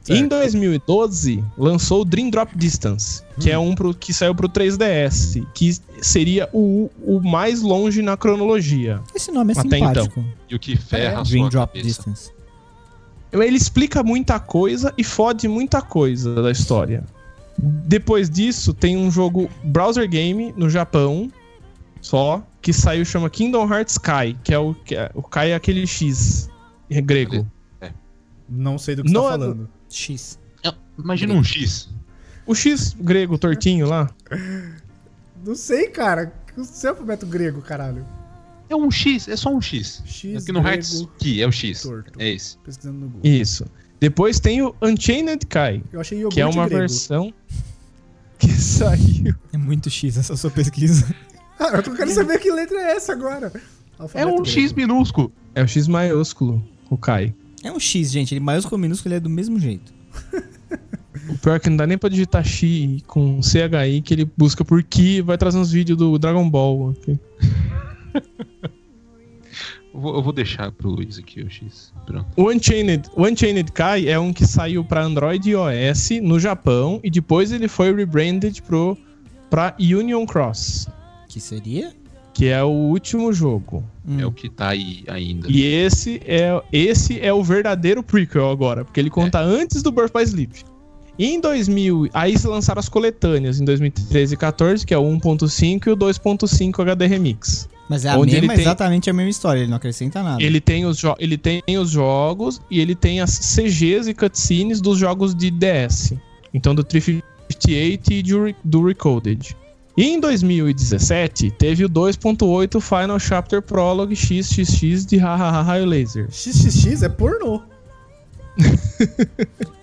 [SPEAKER 2] Certo.
[SPEAKER 4] Em 2012, lançou o Dream Drop Distance, que é um pro, que saiu pro 3DS, que seria o, o mais longe na cronologia.
[SPEAKER 1] Esse nome é
[SPEAKER 4] Até então.
[SPEAKER 1] simpático.
[SPEAKER 3] E o que ferra a
[SPEAKER 1] Dream
[SPEAKER 3] sua
[SPEAKER 1] Drop
[SPEAKER 3] cabeça.
[SPEAKER 1] Distance.
[SPEAKER 4] Ele explica muita coisa e fode muita coisa da história. Depois disso, tem um jogo browser game no Japão, só, que saiu, chama Kingdom Hearts Kai, que é o, que é- o Kai é aquele X é grego.
[SPEAKER 2] Não sei do que você tá
[SPEAKER 4] Não é-
[SPEAKER 2] falando.
[SPEAKER 1] X.
[SPEAKER 3] Imagina um X.
[SPEAKER 4] O X grego, tortinho lá.
[SPEAKER 2] Não sei, cara. O seu alfabeto grego, caralho.
[SPEAKER 3] É um X, é só um X.
[SPEAKER 2] X,
[SPEAKER 3] Aqui no
[SPEAKER 2] grego,
[SPEAKER 3] Hearts, que é o X.
[SPEAKER 2] torto.
[SPEAKER 3] É esse.
[SPEAKER 2] pesquisando no Google.
[SPEAKER 4] Isso. Depois tem o Unchained Kai,
[SPEAKER 2] Eu achei iogurte
[SPEAKER 4] que é uma
[SPEAKER 2] grego.
[SPEAKER 4] versão que [laughs] saiu.
[SPEAKER 1] É muito X essa sua pesquisa.
[SPEAKER 2] Ah, eu quero saber que letra é essa agora.
[SPEAKER 3] É
[SPEAKER 2] Alfabeto
[SPEAKER 3] um
[SPEAKER 2] grego.
[SPEAKER 3] X minúsculo.
[SPEAKER 4] É o X maiúsculo, o Kai.
[SPEAKER 1] [laughs] É um X, gente. Ele maiúsculo ou minúsculo, ele é do mesmo jeito.
[SPEAKER 4] O pior é que não dá nem pra digitar Xi com CHI, que ele busca por Ki e vai trazer uns vídeos do Dragon Ball. ok?
[SPEAKER 3] Eu vou, eu vou deixar pro Luiz aqui o X. Pronto.
[SPEAKER 4] O Unchained, o Unchained Kai é um que saiu pra Android e iOS no Japão e depois ele foi rebranded pro, pra Union Cross,
[SPEAKER 1] Que seria?
[SPEAKER 4] que é o último jogo.
[SPEAKER 1] Hum.
[SPEAKER 3] É o que tá aí ainda.
[SPEAKER 4] E esse é, esse é o verdadeiro prequel agora, porque ele conta antes do Birth by Sleep. Em 2000, aí se lançaram as coletâneas em 2013 e 14, que é o 1.5 e o 2.5 HD Remix.
[SPEAKER 1] Mas é a
[SPEAKER 4] Onde ele
[SPEAKER 1] mesma,
[SPEAKER 4] tem-
[SPEAKER 1] exatamente a mesma história. Ele não acrescenta nada.
[SPEAKER 4] Ele tem, os jo- ele tem os jogos e ele tem as CGs e cutscenes dos jogos de DS. Então do 358 e do, Re- do Recoded. E em 2017 teve o 2.8 Final Chapter Prologue XXX de Hahaha Laser.
[SPEAKER 2] XXX é pornô.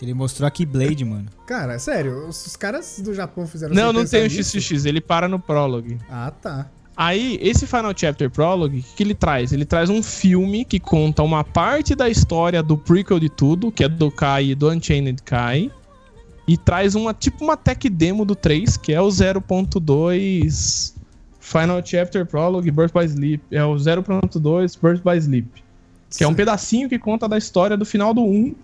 [SPEAKER 1] Ele mostrou a Keyblade, mano.
[SPEAKER 2] Cara, é sério, os, os caras do Japão fizeram
[SPEAKER 4] Não,
[SPEAKER 2] você
[SPEAKER 4] não
[SPEAKER 2] pensar
[SPEAKER 4] tem o
[SPEAKER 2] nisso?
[SPEAKER 4] XXX, ele para no Prologue.
[SPEAKER 2] Ah, tá.
[SPEAKER 4] Aí, esse Final Chapter Prologue, o que que ele traz? Ele traz um filme que conta uma parte da história do prequel de tudo, que é do Kai e do Unchained Kai. E traz uma tipo uma tech demo do 3, que é o 0.2 Final Chapter Prologue Birth by Sleep. É o 0.2 Birth by Sleep. Que é um pedacinho que conta da história do final do 1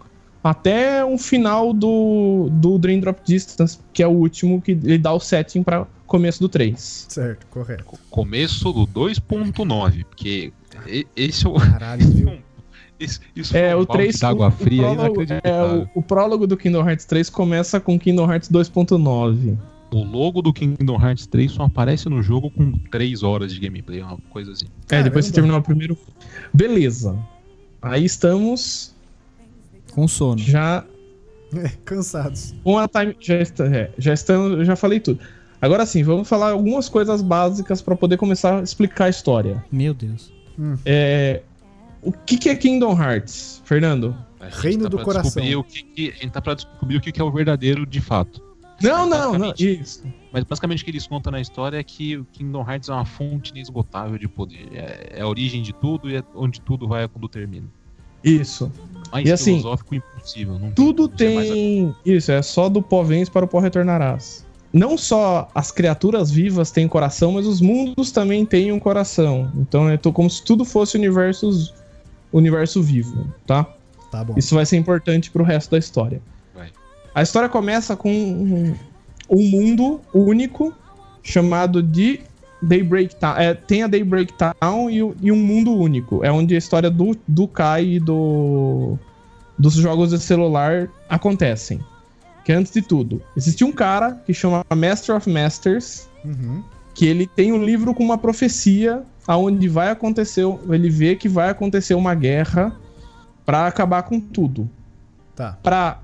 [SPEAKER 4] até o final do, do Dream Drop Distance, que é o último que ele dá o setting para começo do 3.
[SPEAKER 2] Certo, correto.
[SPEAKER 3] Co- Começo do 2.9, porque e- esse é o. [laughs]
[SPEAKER 2] Caralho, viu?
[SPEAKER 3] Esse, isso
[SPEAKER 4] É,
[SPEAKER 3] um
[SPEAKER 4] o
[SPEAKER 3] balde
[SPEAKER 4] 3.
[SPEAKER 3] d'água fria
[SPEAKER 4] o prólogo, é,
[SPEAKER 3] inacreditável.
[SPEAKER 4] o, o prólogo do Kingdom Hearts 3 começa com Kingdom Hearts 2.9.
[SPEAKER 3] o... logo do Kingdom Hearts 3 só aparece no jogo com 3 horas de gameplay, uma coisa assim.
[SPEAKER 4] É, depois
[SPEAKER 2] Caramba.
[SPEAKER 4] você terminar o primeiro. Beleza. Aí estamos
[SPEAKER 1] Com sono.
[SPEAKER 4] já
[SPEAKER 2] [laughs] É, cansados.
[SPEAKER 4] com a time. Já, está, é, já estamos. Já falei tudo. Agora sim, vamos falar algumas coisas básicas para poder começar a explicar a história.
[SPEAKER 1] Meu Deus.
[SPEAKER 4] É, o que, que é Kingdom Hearts, Fernando?
[SPEAKER 3] A gente tá
[SPEAKER 2] Reino do
[SPEAKER 3] pra
[SPEAKER 2] coração.
[SPEAKER 3] descobrir O que que- a gente tá pra descobrir o que que é o verdadeiro de fato.
[SPEAKER 4] Não, não, não.
[SPEAKER 3] Basicamente.
[SPEAKER 4] Isso.
[SPEAKER 3] Mas basicamente o que eles contam na história é que o Kingdom Hearts é uma fonte inesgotável de poder. É, é a origem de tudo e é onde tudo vai é quando termina.
[SPEAKER 4] Isso.
[SPEAKER 3] Mais
[SPEAKER 4] E assim,
[SPEAKER 3] filosófico impossível. Não
[SPEAKER 4] Tudo
[SPEAKER 3] como ser mais a-
[SPEAKER 4] tem. Isso, é só do pó vens para o pó retornarás. Não só as criaturas vivas têm coração, mas os mundos também têm um coração. Então é to- como se tudo fosse universos, universo vivo, tá?
[SPEAKER 2] Tá bom.
[SPEAKER 4] Isso vai ser importante pro resto da história.
[SPEAKER 3] Vai.
[SPEAKER 4] A história começa com um, um mundo único chamado de Daybreak Town. É, tem a Daybreak Town e, o- e um mundo único. É onde a história do, do Kai e do, dos jogos de celular acontecem. Que é antes de tudo, existia um cara que chama Master of Masters,
[SPEAKER 2] Uhum.
[SPEAKER 4] que ele tem um livro com uma profecia aonde vai acontecer, ele vê que vai acontecer uma guerra Pra acabar com tudo.
[SPEAKER 2] Tá.
[SPEAKER 4] Pra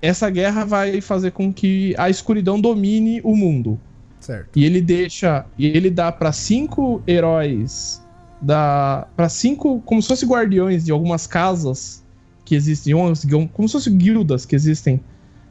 [SPEAKER 4] essa guerra vai fazer com que a escuridão domine o mundo.
[SPEAKER 2] Certo.
[SPEAKER 4] E ele deixa, e ele dá pra cinco heróis da para cinco como se fossem guardiões de algumas casas que existem, umas- como se fossem guildas que existem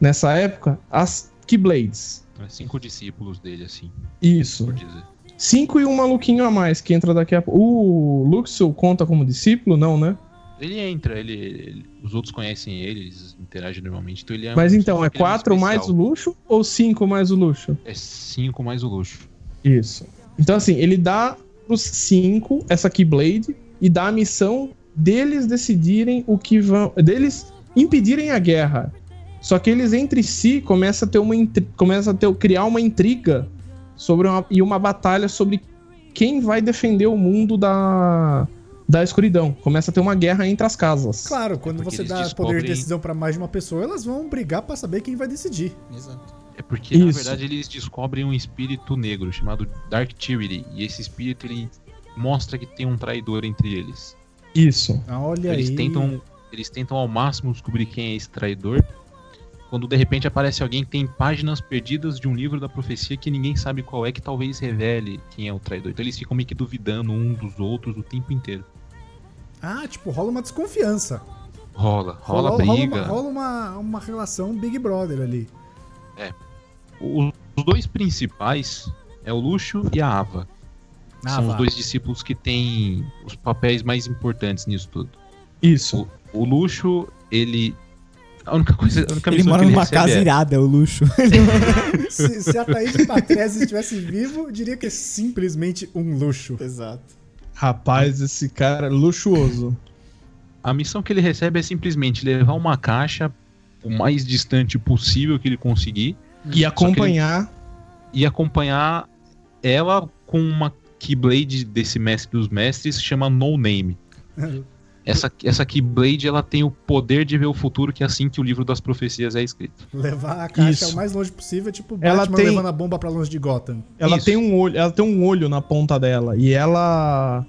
[SPEAKER 4] nessa época, as Keyblades.
[SPEAKER 3] É Cinco discípulos dele, assim,
[SPEAKER 4] Isso.
[SPEAKER 3] por dizer.
[SPEAKER 4] Cinco e um maluquinho a mais que entra daqui a pouco. O Luxo conta como discípulo, não, né?
[SPEAKER 3] Ele entra, ele, ele- os outros conhecem ele, eles interagem normalmente. Então ele é
[SPEAKER 4] Mas
[SPEAKER 3] um-
[SPEAKER 4] então, é
[SPEAKER 3] ele um
[SPEAKER 4] quatro mais o
[SPEAKER 3] especial.
[SPEAKER 4] luxo ou cinco mais o luxo?
[SPEAKER 3] É cinco mais o luxo.
[SPEAKER 4] Isso. Então, assim, ele dá pros cinco essa Keyblade e dá a missão deles decidirem o que vão. deles impedirem a guerra. Só que eles entre si começam a ter uma intri- começa a ter, criar uma intriga sobre uma, e uma batalha sobre quem vai defender o mundo da, da escuridão. Começa a ter uma guerra entre as casas.
[SPEAKER 2] Claro, quando
[SPEAKER 3] porque
[SPEAKER 2] você
[SPEAKER 3] eles
[SPEAKER 2] dá poder
[SPEAKER 3] descobrem-
[SPEAKER 2] de decisão pra mais de uma pessoa, elas vão brigar pra saber quem vai decidir.
[SPEAKER 1] Exato.
[SPEAKER 3] É porque, na
[SPEAKER 4] Isso.
[SPEAKER 3] verdade, eles descobrem um espírito negro chamado Dark Tyranny. E esse espírito, ele mostra que tem um traidor entre eles.
[SPEAKER 4] Isso.
[SPEAKER 2] Ah, Olha
[SPEAKER 3] Então, eles
[SPEAKER 2] aí.
[SPEAKER 3] tentam eles tentam ao máximo descobrir quem é esse traidor. Quando de repente aparece alguém que tem páginas perdidas de um livro da profecia que ninguém sabe qual é, que talvez revele quem é o traidor. Então eles ficam meio que duvidando um dos outros o tempo inteiro.
[SPEAKER 2] Ah, tipo, rola uma desconfiança.
[SPEAKER 3] Rola, rola,
[SPEAKER 2] uma-
[SPEAKER 3] briga.
[SPEAKER 2] Rola uma, uma relação Big Brother ali.
[SPEAKER 3] O- Os dois principais é o Luxo e a Ava. São
[SPEAKER 2] vá.
[SPEAKER 3] os dois discípulos que têm os papéis mais importantes nisso tudo.
[SPEAKER 4] Isso.
[SPEAKER 3] O Luxo, ele. A única coisa. A única
[SPEAKER 1] Ele
[SPEAKER 3] missão
[SPEAKER 1] mora
[SPEAKER 3] que
[SPEAKER 1] numa
[SPEAKER 3] recebe
[SPEAKER 1] casa
[SPEAKER 3] é-
[SPEAKER 1] irada, o
[SPEAKER 4] [laughs]
[SPEAKER 1] luxo.
[SPEAKER 2] Se, se a Thaís de Patrese estivesse vivo, eu diria que é simplesmente um luxo.
[SPEAKER 1] Exato.
[SPEAKER 4] Rapaz, esse cara é luxuoso.
[SPEAKER 3] A missão que ele recebe é simplesmente levar uma caixa o mais distante possível que ele conseguir
[SPEAKER 4] E acompanhar.
[SPEAKER 3] e acompanhar ela com uma Keyblade desse mestre dos mestres que chama No Name. Essa, essa Keyblade ela tem o poder de ver o futuro, que é assim que o livro das profecias é escrito.
[SPEAKER 2] Levar a caixa
[SPEAKER 4] Isso.
[SPEAKER 2] o mais longe possível, tipo
[SPEAKER 4] Ela
[SPEAKER 2] Batman
[SPEAKER 4] tem-
[SPEAKER 2] levando a bomba pra longe de Gotham.
[SPEAKER 4] Ela
[SPEAKER 3] Isso.
[SPEAKER 4] tem um olho, ela tem um olho na ponta dela e ela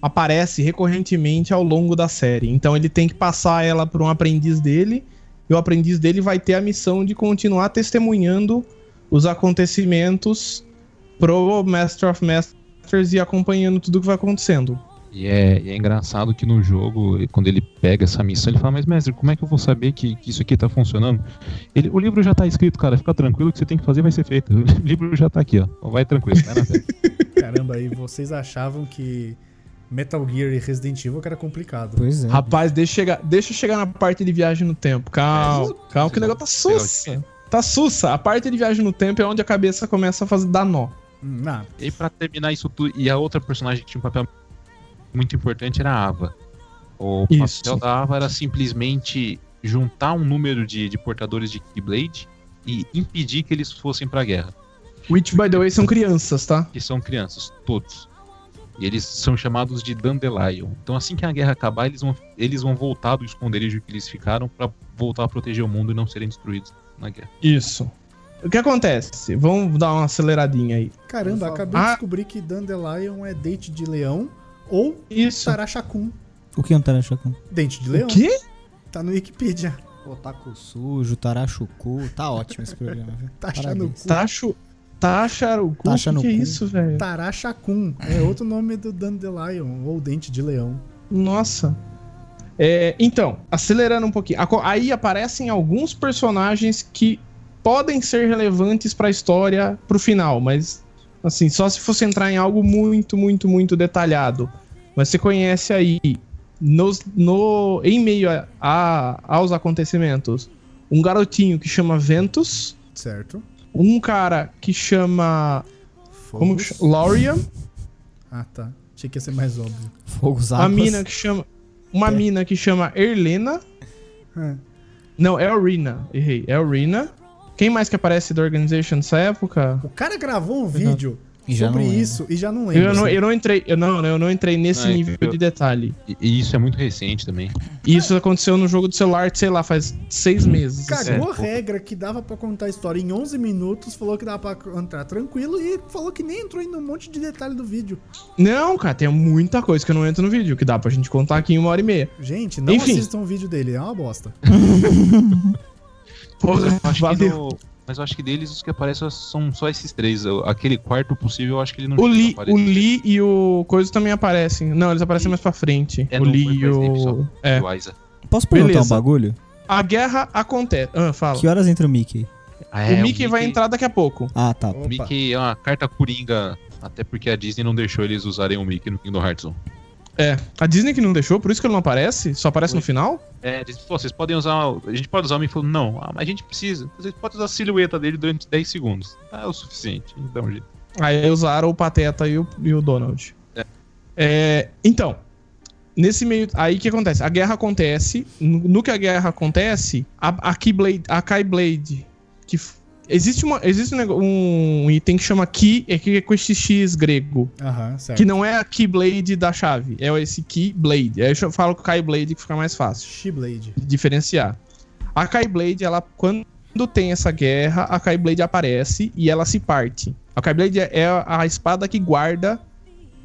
[SPEAKER 4] aparece recorrentemente ao longo da série. Então ele tem que passar ela para um aprendiz dele e o aprendiz dele vai ter a missão de continuar testemunhando os acontecimentos pro Master of Masters e acompanhando tudo que vai acontecendo.
[SPEAKER 3] E é, e é engraçado que no jogo, quando ele pega essa missão, ele fala, mas mestre, como é que eu vou saber que, que isso aqui tá funcionando? Ele, o livro já tá escrito, cara, fica tranquilo, o que você tem que fazer vai ser feito. [laughs] O livro já tá aqui, ó. Vai tranquilo, vai na fé.
[SPEAKER 2] Caramba, aí vocês achavam que Metal Gear e Resident Evil que era complicado.
[SPEAKER 1] Pois é.
[SPEAKER 4] Rapaz, deixa chegar, deixa eu chegar na parte de viagem no tempo. Calma, calma que o negócio tá sussa. Tá sussa. A parte de viagem no tempo é onde a cabeça começa a fazer dar nó.
[SPEAKER 2] Hum, Ah,
[SPEAKER 3] E pra terminar isso tudo, e a outra personagem que tinha um papel muito importante era a Ava. O
[SPEAKER 4] Isso.
[SPEAKER 3] papel da Ava era simplesmente juntar um número de, de portadores de Keyblade e impedir que eles fossem pra guerra,
[SPEAKER 4] Which, by the way, são crianças, tá?
[SPEAKER 3] que são crianças, todos. E eles são chamados de Dandelion. Então assim que a guerra acabar, eles vão, eles vão voltar do esconderijo que eles ficaram pra voltar a proteger o mundo e não serem destruídos na guerra.
[SPEAKER 4] Isso. O que acontece? Vamos dar uma aceleradinha aí.
[SPEAKER 2] caramba,
[SPEAKER 1] Por favor.
[SPEAKER 2] acabei de
[SPEAKER 4] Ah.
[SPEAKER 2] descobrir que Dandelion é dente de leão ou
[SPEAKER 4] Isso.
[SPEAKER 2] Tá Sarachacum,
[SPEAKER 1] O que é um tarachucu?
[SPEAKER 2] dente de leão.
[SPEAKER 4] quê?
[SPEAKER 2] Tá no Wikipedia. [laughs]
[SPEAKER 1] Otaku sujo, tarachucu. Tá ótimo esse programa,
[SPEAKER 4] [laughs]
[SPEAKER 1] viu?
[SPEAKER 2] Tá achando
[SPEAKER 1] Parabéns.
[SPEAKER 2] cu.
[SPEAKER 4] Tacho. Tacharucu?
[SPEAKER 1] Taxa no
[SPEAKER 4] que é
[SPEAKER 1] cu.
[SPEAKER 4] isso, velho?
[SPEAKER 2] Tarachacum é outro nome do Dandelion, ou dente de leão.
[SPEAKER 4] Nossa. É, então, acelerando um pouquinho. Aco- Aí aparecem alguns personagens que podem ser relevantes pra história pro final, mas assim, só se fosse entrar em algo muito, muito, muito detalhado. Mas você conhece aí nos- no em meio a- a- aos acontecimentos, um garotinho que chama Ventus,
[SPEAKER 2] Certo?
[SPEAKER 4] um cara que chama como que
[SPEAKER 2] Fogos.
[SPEAKER 4] chama? Laurian,
[SPEAKER 2] Ah, tá. Achei que ia ser mais óbvio.
[SPEAKER 1] Fogos
[SPEAKER 4] a
[SPEAKER 1] águas.
[SPEAKER 4] mina que chama uma mina que chama Erlena
[SPEAKER 2] Ah,
[SPEAKER 4] Não, é o Rina. Errei. É o Rina. Quem mais que aparece da Organization nessa época?
[SPEAKER 2] O cara gravou um vídeo
[SPEAKER 1] E já
[SPEAKER 2] sobre
[SPEAKER 1] não lembro.
[SPEAKER 2] isso e já não lembro.
[SPEAKER 4] Eu não,
[SPEAKER 2] assim.
[SPEAKER 4] eu não entrei, eu não, eu não entrei nesse
[SPEAKER 3] Ah,
[SPEAKER 4] nível
[SPEAKER 3] entendeu.
[SPEAKER 4] de detalhe.
[SPEAKER 3] E, e isso é muito recente também.
[SPEAKER 4] E isso aconteceu no jogo do celular, sei lá, faz seis meses. assim.
[SPEAKER 2] Cagou a regra que dava pra contar a história em 11 minutos, falou que dava pra contar tranquilo e falou que nem entrou em um monte de detalhe do vídeo.
[SPEAKER 4] Não, cara, tem muita coisa que eu não entro no vídeo, que dá pra gente contar aqui em uma hora e meia.
[SPEAKER 2] Gente, não
[SPEAKER 4] Enfim.
[SPEAKER 2] assistam o vídeo dele, é uma bosta.
[SPEAKER 4] Porra,
[SPEAKER 3] Eu acho que
[SPEAKER 4] valeu.
[SPEAKER 3] no- mas eu acho que deles os que aparecem são só esses três. Eu- Aquele quarto possível eu acho que ele não
[SPEAKER 4] O Lee,
[SPEAKER 3] aparece.
[SPEAKER 4] o Lee e o Coisa também aparecem. Não, eles aparecem mais pra frente.
[SPEAKER 3] É
[SPEAKER 4] o
[SPEAKER 3] no
[SPEAKER 4] Lee e
[SPEAKER 3] Resident Evil
[SPEAKER 4] o. É.
[SPEAKER 3] O Isa.
[SPEAKER 1] Posso perguntar
[SPEAKER 4] Beleza.
[SPEAKER 1] um bagulho?
[SPEAKER 4] A guerra acontece. Ah, fala.
[SPEAKER 1] Que horas entra o Mickey?
[SPEAKER 3] Ah,
[SPEAKER 4] o
[SPEAKER 3] é,
[SPEAKER 4] Mickey vai entrar daqui a pouco.
[SPEAKER 1] Ah, tá.
[SPEAKER 3] O Mickey é uma carta coringa, até porque a Disney não deixou eles usarem o Mickey no Kingdom Hearts 1.
[SPEAKER 4] É. A Disney que não deixou, por isso que ele não aparece? Só aparece no final?
[SPEAKER 3] É, eles pô, vocês podem usar. A gente pode usar o Mickey. Falou, Não, ah, mas a gente precisa. Vocês podem usar a silhueta dele durante 10 segundos. Ah, é o suficiente. Então, gente.
[SPEAKER 4] Aí usaram o Pateta e o, e o Donald. É, então, nesse meio. Aí o que acontece? A guerra acontece. No, no que a guerra acontece, a, a Keyblade. A Keyblade. Que, f- existe uma, existe um, nego- um item que chama Key, é que é com esse X grego.
[SPEAKER 2] Aham, certo.
[SPEAKER 4] Que não é a Keyblade da chave, é esse Keyblade. Aí eu chamo- falo Keyblade que fica mais fácil
[SPEAKER 2] She-Blade.
[SPEAKER 4] de diferenciar. A Keyblade, ela quando tem essa guerra, a Keyblade aparece e ela se parte. A Keyblade é a espada que guarda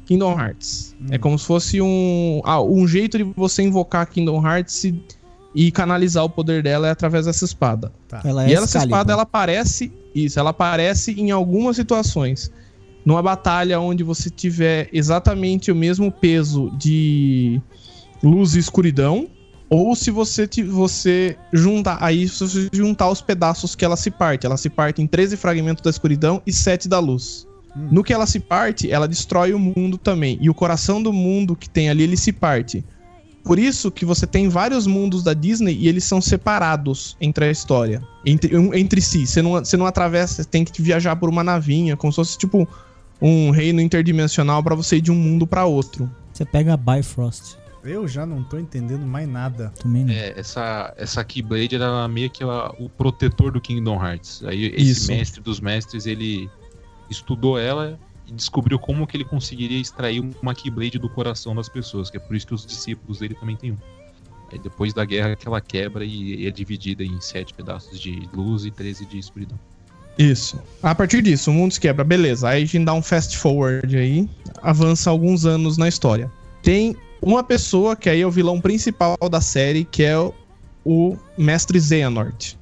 [SPEAKER 4] Kingdom Hearts. É como se fosse um ah, um jeito de você invocar Kingdom Hearts e, e canalizar o poder dela é através dessa espada.
[SPEAKER 1] Ela é
[SPEAKER 4] E ela, essa
[SPEAKER 1] Excalibur.
[SPEAKER 4] espada, ela aparece. Isso, ela aparece em algumas situações. Numa batalha onde você tiver exatamente o mesmo peso de luz e escuridão. Ou se você, ti- você juntar. Aí se você juntar os pedaços que ela se parte. Ela se parte em 13 fragmentos da escuridão e 7 da luz. No que ela se parte, ela destrói o mundo também. E o coração do mundo que tem ali, ele se parte. Por isso que você tem vários mundos da Disney e eles são separados entre a história. Entre, um- entre si. Você não, você não atravessa, você tem que viajar por uma navinha, como se fosse tipo um reino interdimensional pra você ir de um mundo pra outro.
[SPEAKER 1] Você pega a Bifrost.
[SPEAKER 2] Eu já não tô entendendo mais nada.
[SPEAKER 4] Uhum.
[SPEAKER 1] Também né? não.
[SPEAKER 3] É, essa, essa Keyblade era meio que a- o protetor do Kingdom Hearts. Aí esse
[SPEAKER 4] Isso.
[SPEAKER 3] mestre dos mestres, ele estudou ela e descobriu como que ele conseguiria extrair uma Keyblade do coração das pessoas, que é por isso que os discípulos dele também tem um. Aí depois da guerra que ela quebra e é dividida em sete pedaços de luz e 13 de escuridão.
[SPEAKER 4] Isso. A partir disso, o mundo se quebra, beleza. Aí a gente dá um fast forward aí, avança alguns anos na história. Tem uma pessoa que aí é o vilão principal da série, que é o, o Mestre Xehanort.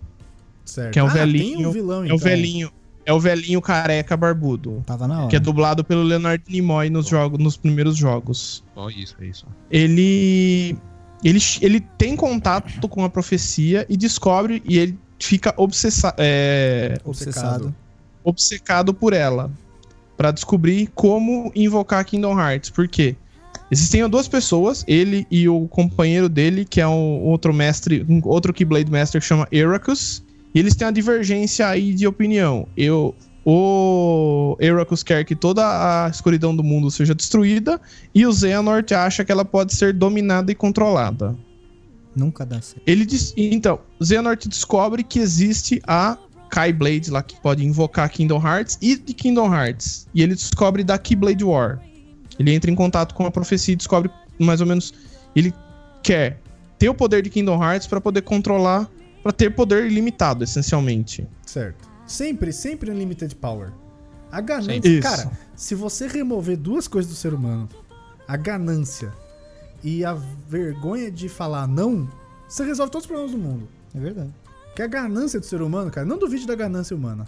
[SPEAKER 2] Certo.
[SPEAKER 4] Que é o
[SPEAKER 2] Tem
[SPEAKER 4] velhinho-
[SPEAKER 2] um vilão,
[SPEAKER 4] É o
[SPEAKER 2] então.
[SPEAKER 4] velhinho. É o velhinho careca barbudo.
[SPEAKER 1] Tava na hora.
[SPEAKER 4] Que é dublado pelo Leonard Nimoy nos, jogos, nos primeiros jogos.
[SPEAKER 3] Só isso, é isso.
[SPEAKER 4] Ele, ele. Ele tem contato com a profecia e descobre e ele fica obsessa, é,
[SPEAKER 1] Obsessado.
[SPEAKER 4] obcecado por ela. Pra descobrir como invocar Kingdom Hearts. Por quê? Existem duas pessoas, ele e o companheiro dele, que é um outro mestre, um outro Keyblade Master que chama Eracus. E eles têm uma divergência aí de opinião. Eu, o Eracus quer que toda a escuridão do mundo seja destruída, e o Xehanort acha que ela pode ser dominada e controlada.
[SPEAKER 1] Nunca dá certo.
[SPEAKER 4] Ele diz, então, Xehanort descobre que existe a Keyblade lá que pode invocar Kingdom Hearts e de Kingdom Hearts. E ele descobre da Keyblade War. Ele entra em contato com a profecia e descobre mais ou menos ele quer ter o poder de Kingdom Hearts pra poder controlar, pra ter poder ilimitado, essencialmente.
[SPEAKER 2] Certo. Sempre, sempre Unlimited Power. A ganância.
[SPEAKER 3] Sempre.
[SPEAKER 4] Isso.
[SPEAKER 2] Cara, se você remover duas coisas do ser humano, a ganância e a vergonha de falar não, você resolve todos os problemas do mundo.
[SPEAKER 1] É verdade.
[SPEAKER 2] Que a ganância do ser humano, cara, não duvide da ganância humana.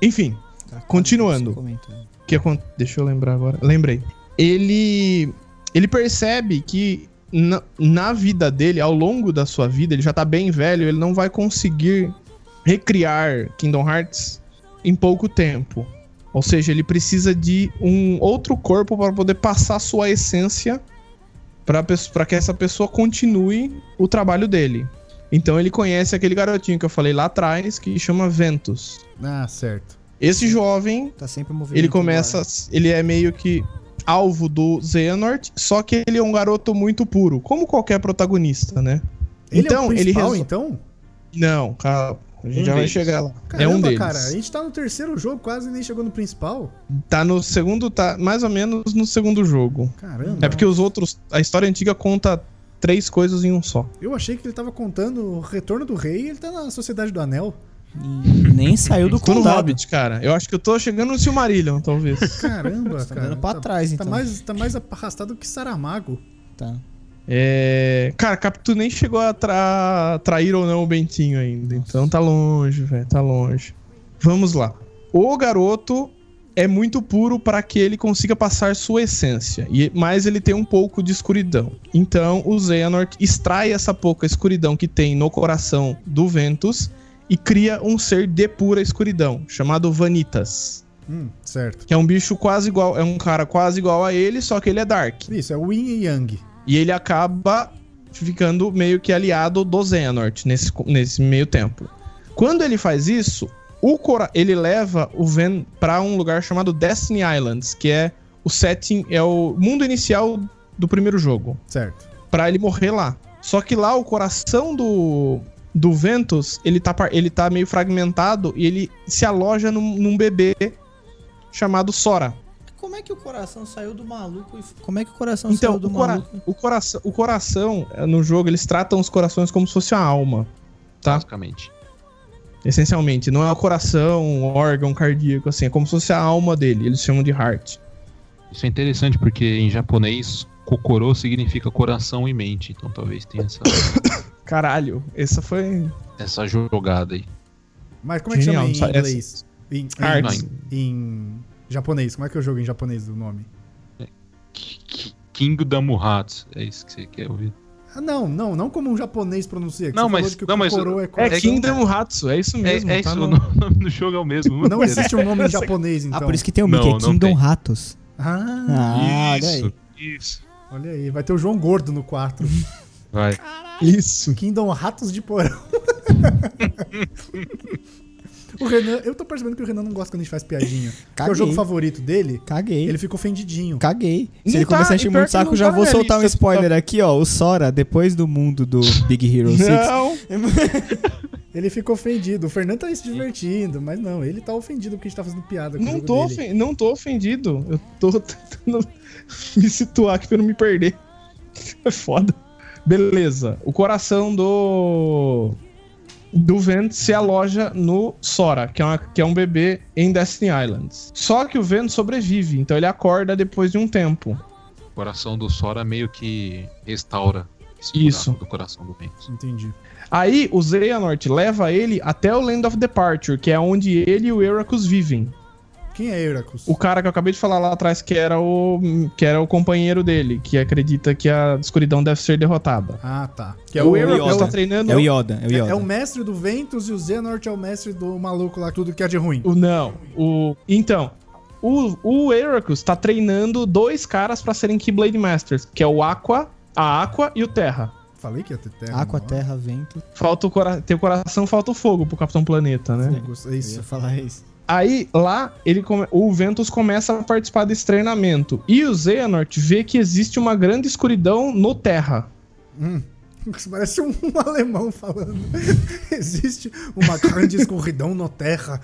[SPEAKER 4] Enfim,
[SPEAKER 1] Tá,
[SPEAKER 4] Continuando.
[SPEAKER 1] tá comentando.
[SPEAKER 4] que acon- Deixa eu lembrar agora. Lembrei. Ele. Ele percebe que na, na vida dele, ao longo da sua vida, ele já tá bem velho, ele não vai conseguir recriar Kingdom Hearts em pouco tempo. Ou seja, ele precisa de um outro corpo para poder passar sua essência para que essa pessoa continue o trabalho dele. Então ele conhece aquele garotinho que eu falei lá atrás, que chama Ventus.
[SPEAKER 2] Ah, certo.
[SPEAKER 4] Esse jovem
[SPEAKER 1] Tá sempre movido.
[SPEAKER 4] ele começa. Ele é meio que alvo do Xehanort, só que ele é um garoto muito puro, como qualquer protagonista, né?
[SPEAKER 2] Ele
[SPEAKER 4] então,
[SPEAKER 2] é o
[SPEAKER 4] ele
[SPEAKER 2] principal,
[SPEAKER 4] resol-
[SPEAKER 2] então?
[SPEAKER 4] Não, ca- A gente
[SPEAKER 3] Um
[SPEAKER 4] já vai
[SPEAKER 3] deles.
[SPEAKER 4] chegar lá.
[SPEAKER 2] Caramba,
[SPEAKER 4] é um deles.
[SPEAKER 2] cara, a gente tá no terceiro jogo, quase nem chegou no principal.
[SPEAKER 4] Tá no segundo, tá mais ou menos no segundo jogo.
[SPEAKER 2] Caramba.
[SPEAKER 4] É porque os outros. A história antiga conta três coisas em um só.
[SPEAKER 2] Eu achei que ele tava contando o retorno do rei e ele tá na Sociedade do Anel.
[SPEAKER 1] E [laughs] nem saiu do
[SPEAKER 4] Tô no
[SPEAKER 1] contado.
[SPEAKER 4] Hobbit, cara. Eu acho que eu tô chegando no Silmarillion, talvez.
[SPEAKER 2] Caramba,
[SPEAKER 1] tá
[SPEAKER 2] cara.
[SPEAKER 1] andando pra
[SPEAKER 2] tá,
[SPEAKER 1] trás,
[SPEAKER 2] tá
[SPEAKER 1] então.
[SPEAKER 2] mais, tá mais arrastado que Saramago.
[SPEAKER 1] Tá.
[SPEAKER 4] é. Cara, Capitu nem chegou a tra- trair ou não o Bentinho ainda. Então tá longe, velho. Tá longe. Vamos lá. O garoto é muito puro para que ele consiga passar sua essência, e mas ele tem um pouco de escuridão. Então o Xehanort extrai essa pouca escuridão que tem no coração do Ventus e cria um ser de pura escuridão, chamado Vanitas,
[SPEAKER 2] Hum, certo.
[SPEAKER 4] que é um bicho quase igual, é um cara quase igual a ele, só que ele é dark.
[SPEAKER 2] Isso, é o Yin e Yang.
[SPEAKER 4] E ele acaba ficando meio que aliado do Xehanort nesse, nesse meio tempo. Quando ele faz isso, o cora- ele leva o Ven pra um lugar chamado Destiny Islands, que é o setting, é o mundo inicial do primeiro jogo,
[SPEAKER 2] Certo.
[SPEAKER 4] Pra ele morrer lá. Só que lá o coração do do Ventus, ele tá, par- ele tá meio fragmentado e ele se aloja num, num bebê chamado Sora.
[SPEAKER 7] Como é que o coração saiu do maluco? e- Como é que o coração
[SPEAKER 4] Então,
[SPEAKER 7] saiu do
[SPEAKER 4] o, cora-
[SPEAKER 7] maluco?
[SPEAKER 4] o coração, o coração, eh, no jogo, eles tratam os corações como se fosse a alma, Tá.
[SPEAKER 3] basicamente.
[SPEAKER 4] essencialmente. Não é o coração, um órgão cardíaco, assim, é como se fosse a alma dele. Eles chamam de heart.
[SPEAKER 3] Isso é interessante porque em japonês, kokoro significa coração e mente. Então talvez tenha essa,
[SPEAKER 4] Caralho, essa foi.
[SPEAKER 3] essa jogada aí.
[SPEAKER 2] Mas como é que
[SPEAKER 4] Genial,
[SPEAKER 2] chama em
[SPEAKER 4] sabe, essa-
[SPEAKER 2] inglês? Em, em-
[SPEAKER 4] Art.
[SPEAKER 2] em, em japonês. Como é que eu jogo em japonês o nome?
[SPEAKER 3] Ki- ki- Kingdom Hearts. É isso que você quer ouvir.
[SPEAKER 2] Ah, não, não, não como um japonês pronuncia. que
[SPEAKER 3] Não,
[SPEAKER 2] você falou
[SPEAKER 3] mas-
[SPEAKER 2] de que o
[SPEAKER 3] não, mas-
[SPEAKER 2] Kokoro
[SPEAKER 3] É
[SPEAKER 4] É
[SPEAKER 2] coração.
[SPEAKER 4] Kingdom Hatsu, é isso
[SPEAKER 3] É,
[SPEAKER 4] mesmo.
[SPEAKER 3] é
[SPEAKER 4] tá
[SPEAKER 3] isso,
[SPEAKER 4] no-
[SPEAKER 3] o [laughs] nome do jogo é o mesmo.
[SPEAKER 2] Não existe um
[SPEAKER 3] [laughs]
[SPEAKER 2] nome em japonês, então.
[SPEAKER 1] Ah, por isso que tem o
[SPEAKER 3] Não,
[SPEAKER 1] Mickey, é
[SPEAKER 3] não
[SPEAKER 1] Kingdom
[SPEAKER 3] tem.
[SPEAKER 1] Ratos.
[SPEAKER 2] Ah,
[SPEAKER 1] Ah, olha aí.
[SPEAKER 3] isso, isso.
[SPEAKER 2] olha aí. Vai ter o João Gordo no 4.
[SPEAKER 1] [laughs]
[SPEAKER 3] Vai.
[SPEAKER 4] Isso.
[SPEAKER 2] Kingdom Ratos de
[SPEAKER 3] [laughs]
[SPEAKER 2] Porão. o Renan, eu tô percebendo que o Renan não gosta quando a gente faz piadinha. Que é o
[SPEAKER 1] Caguei.
[SPEAKER 2] jogo favorito dele.
[SPEAKER 1] Caguei.
[SPEAKER 2] Ele fica ofendidinho.
[SPEAKER 1] Caguei.
[SPEAKER 4] Não
[SPEAKER 1] Se ele
[SPEAKER 4] tá,
[SPEAKER 1] começar a
[SPEAKER 4] e
[SPEAKER 1] encher
[SPEAKER 4] pior
[SPEAKER 1] muito
[SPEAKER 4] que
[SPEAKER 1] saco,
[SPEAKER 4] não
[SPEAKER 1] já
[SPEAKER 4] tá
[SPEAKER 1] vou
[SPEAKER 4] na
[SPEAKER 1] soltar um
[SPEAKER 4] lista.
[SPEAKER 1] spoiler aqui, ó. O Sora, depois do mundo do Big Hero é 6,
[SPEAKER 4] Não,
[SPEAKER 2] Ele fica ofendido. O Fernando tá se divertindo, mas não, ele tá ofendido porque a gente tá fazendo piada com o
[SPEAKER 4] não
[SPEAKER 2] jogo
[SPEAKER 4] tô,
[SPEAKER 2] dele.
[SPEAKER 4] ofen- não tô ofendido. Eu tô [laughs] tentando me situar aqui pra não me perder. É foda. Beleza. O coração do. Do Vento se aloja no Sora, que é, uma- que é um bebê em Destiny Islands. Só que o Vento sobrevive, então ele acorda depois de um tempo.
[SPEAKER 3] O coração do Sora meio que restaura esse
[SPEAKER 4] Isso.
[SPEAKER 3] buraco do coração do Ventus.
[SPEAKER 2] Entendi.
[SPEAKER 4] Aí o Xehanort leva ele até o Land of Departure, que é onde ele e o Eracus vivem.
[SPEAKER 2] Quem é Euracus?
[SPEAKER 4] O cara que eu acabei de falar lá atrás que era o que era o companheiro dele, que acredita que a escuridão deve ser derrotada.
[SPEAKER 2] Ah, tá.
[SPEAKER 4] Que é o,
[SPEAKER 1] O
[SPEAKER 4] Eracus
[SPEAKER 1] Yoda.
[SPEAKER 4] tá treinando
[SPEAKER 1] É o Yoda, é o
[SPEAKER 2] É,
[SPEAKER 1] Yoda.
[SPEAKER 2] é o
[SPEAKER 4] um
[SPEAKER 2] mestre do Ventus e o Xehanort é o mestre do maluco lá, tudo que é de ruim.
[SPEAKER 4] O- não, o então, o o Eracus tá treinando dois caras pra serem Keyblade Masters, que é o Aqua, a Aqua e o Terra.
[SPEAKER 2] Falei que ia ter terra.
[SPEAKER 1] Água,
[SPEAKER 2] não.
[SPEAKER 1] terra, vento.
[SPEAKER 4] Falta o cora teu coração, falta o fogo pro Capitão Planeta, né?
[SPEAKER 2] É
[SPEAKER 1] Eu
[SPEAKER 2] isso.
[SPEAKER 1] ia falar isso.
[SPEAKER 4] Aí lá ele come- o Ventus começa a participar desse treinamento e o Xehanort vê que existe uma grande escuridão no Terra.
[SPEAKER 2] Isso [laughs] parece um, alemão falando. [laughs] Existe uma grande escorridão na terra.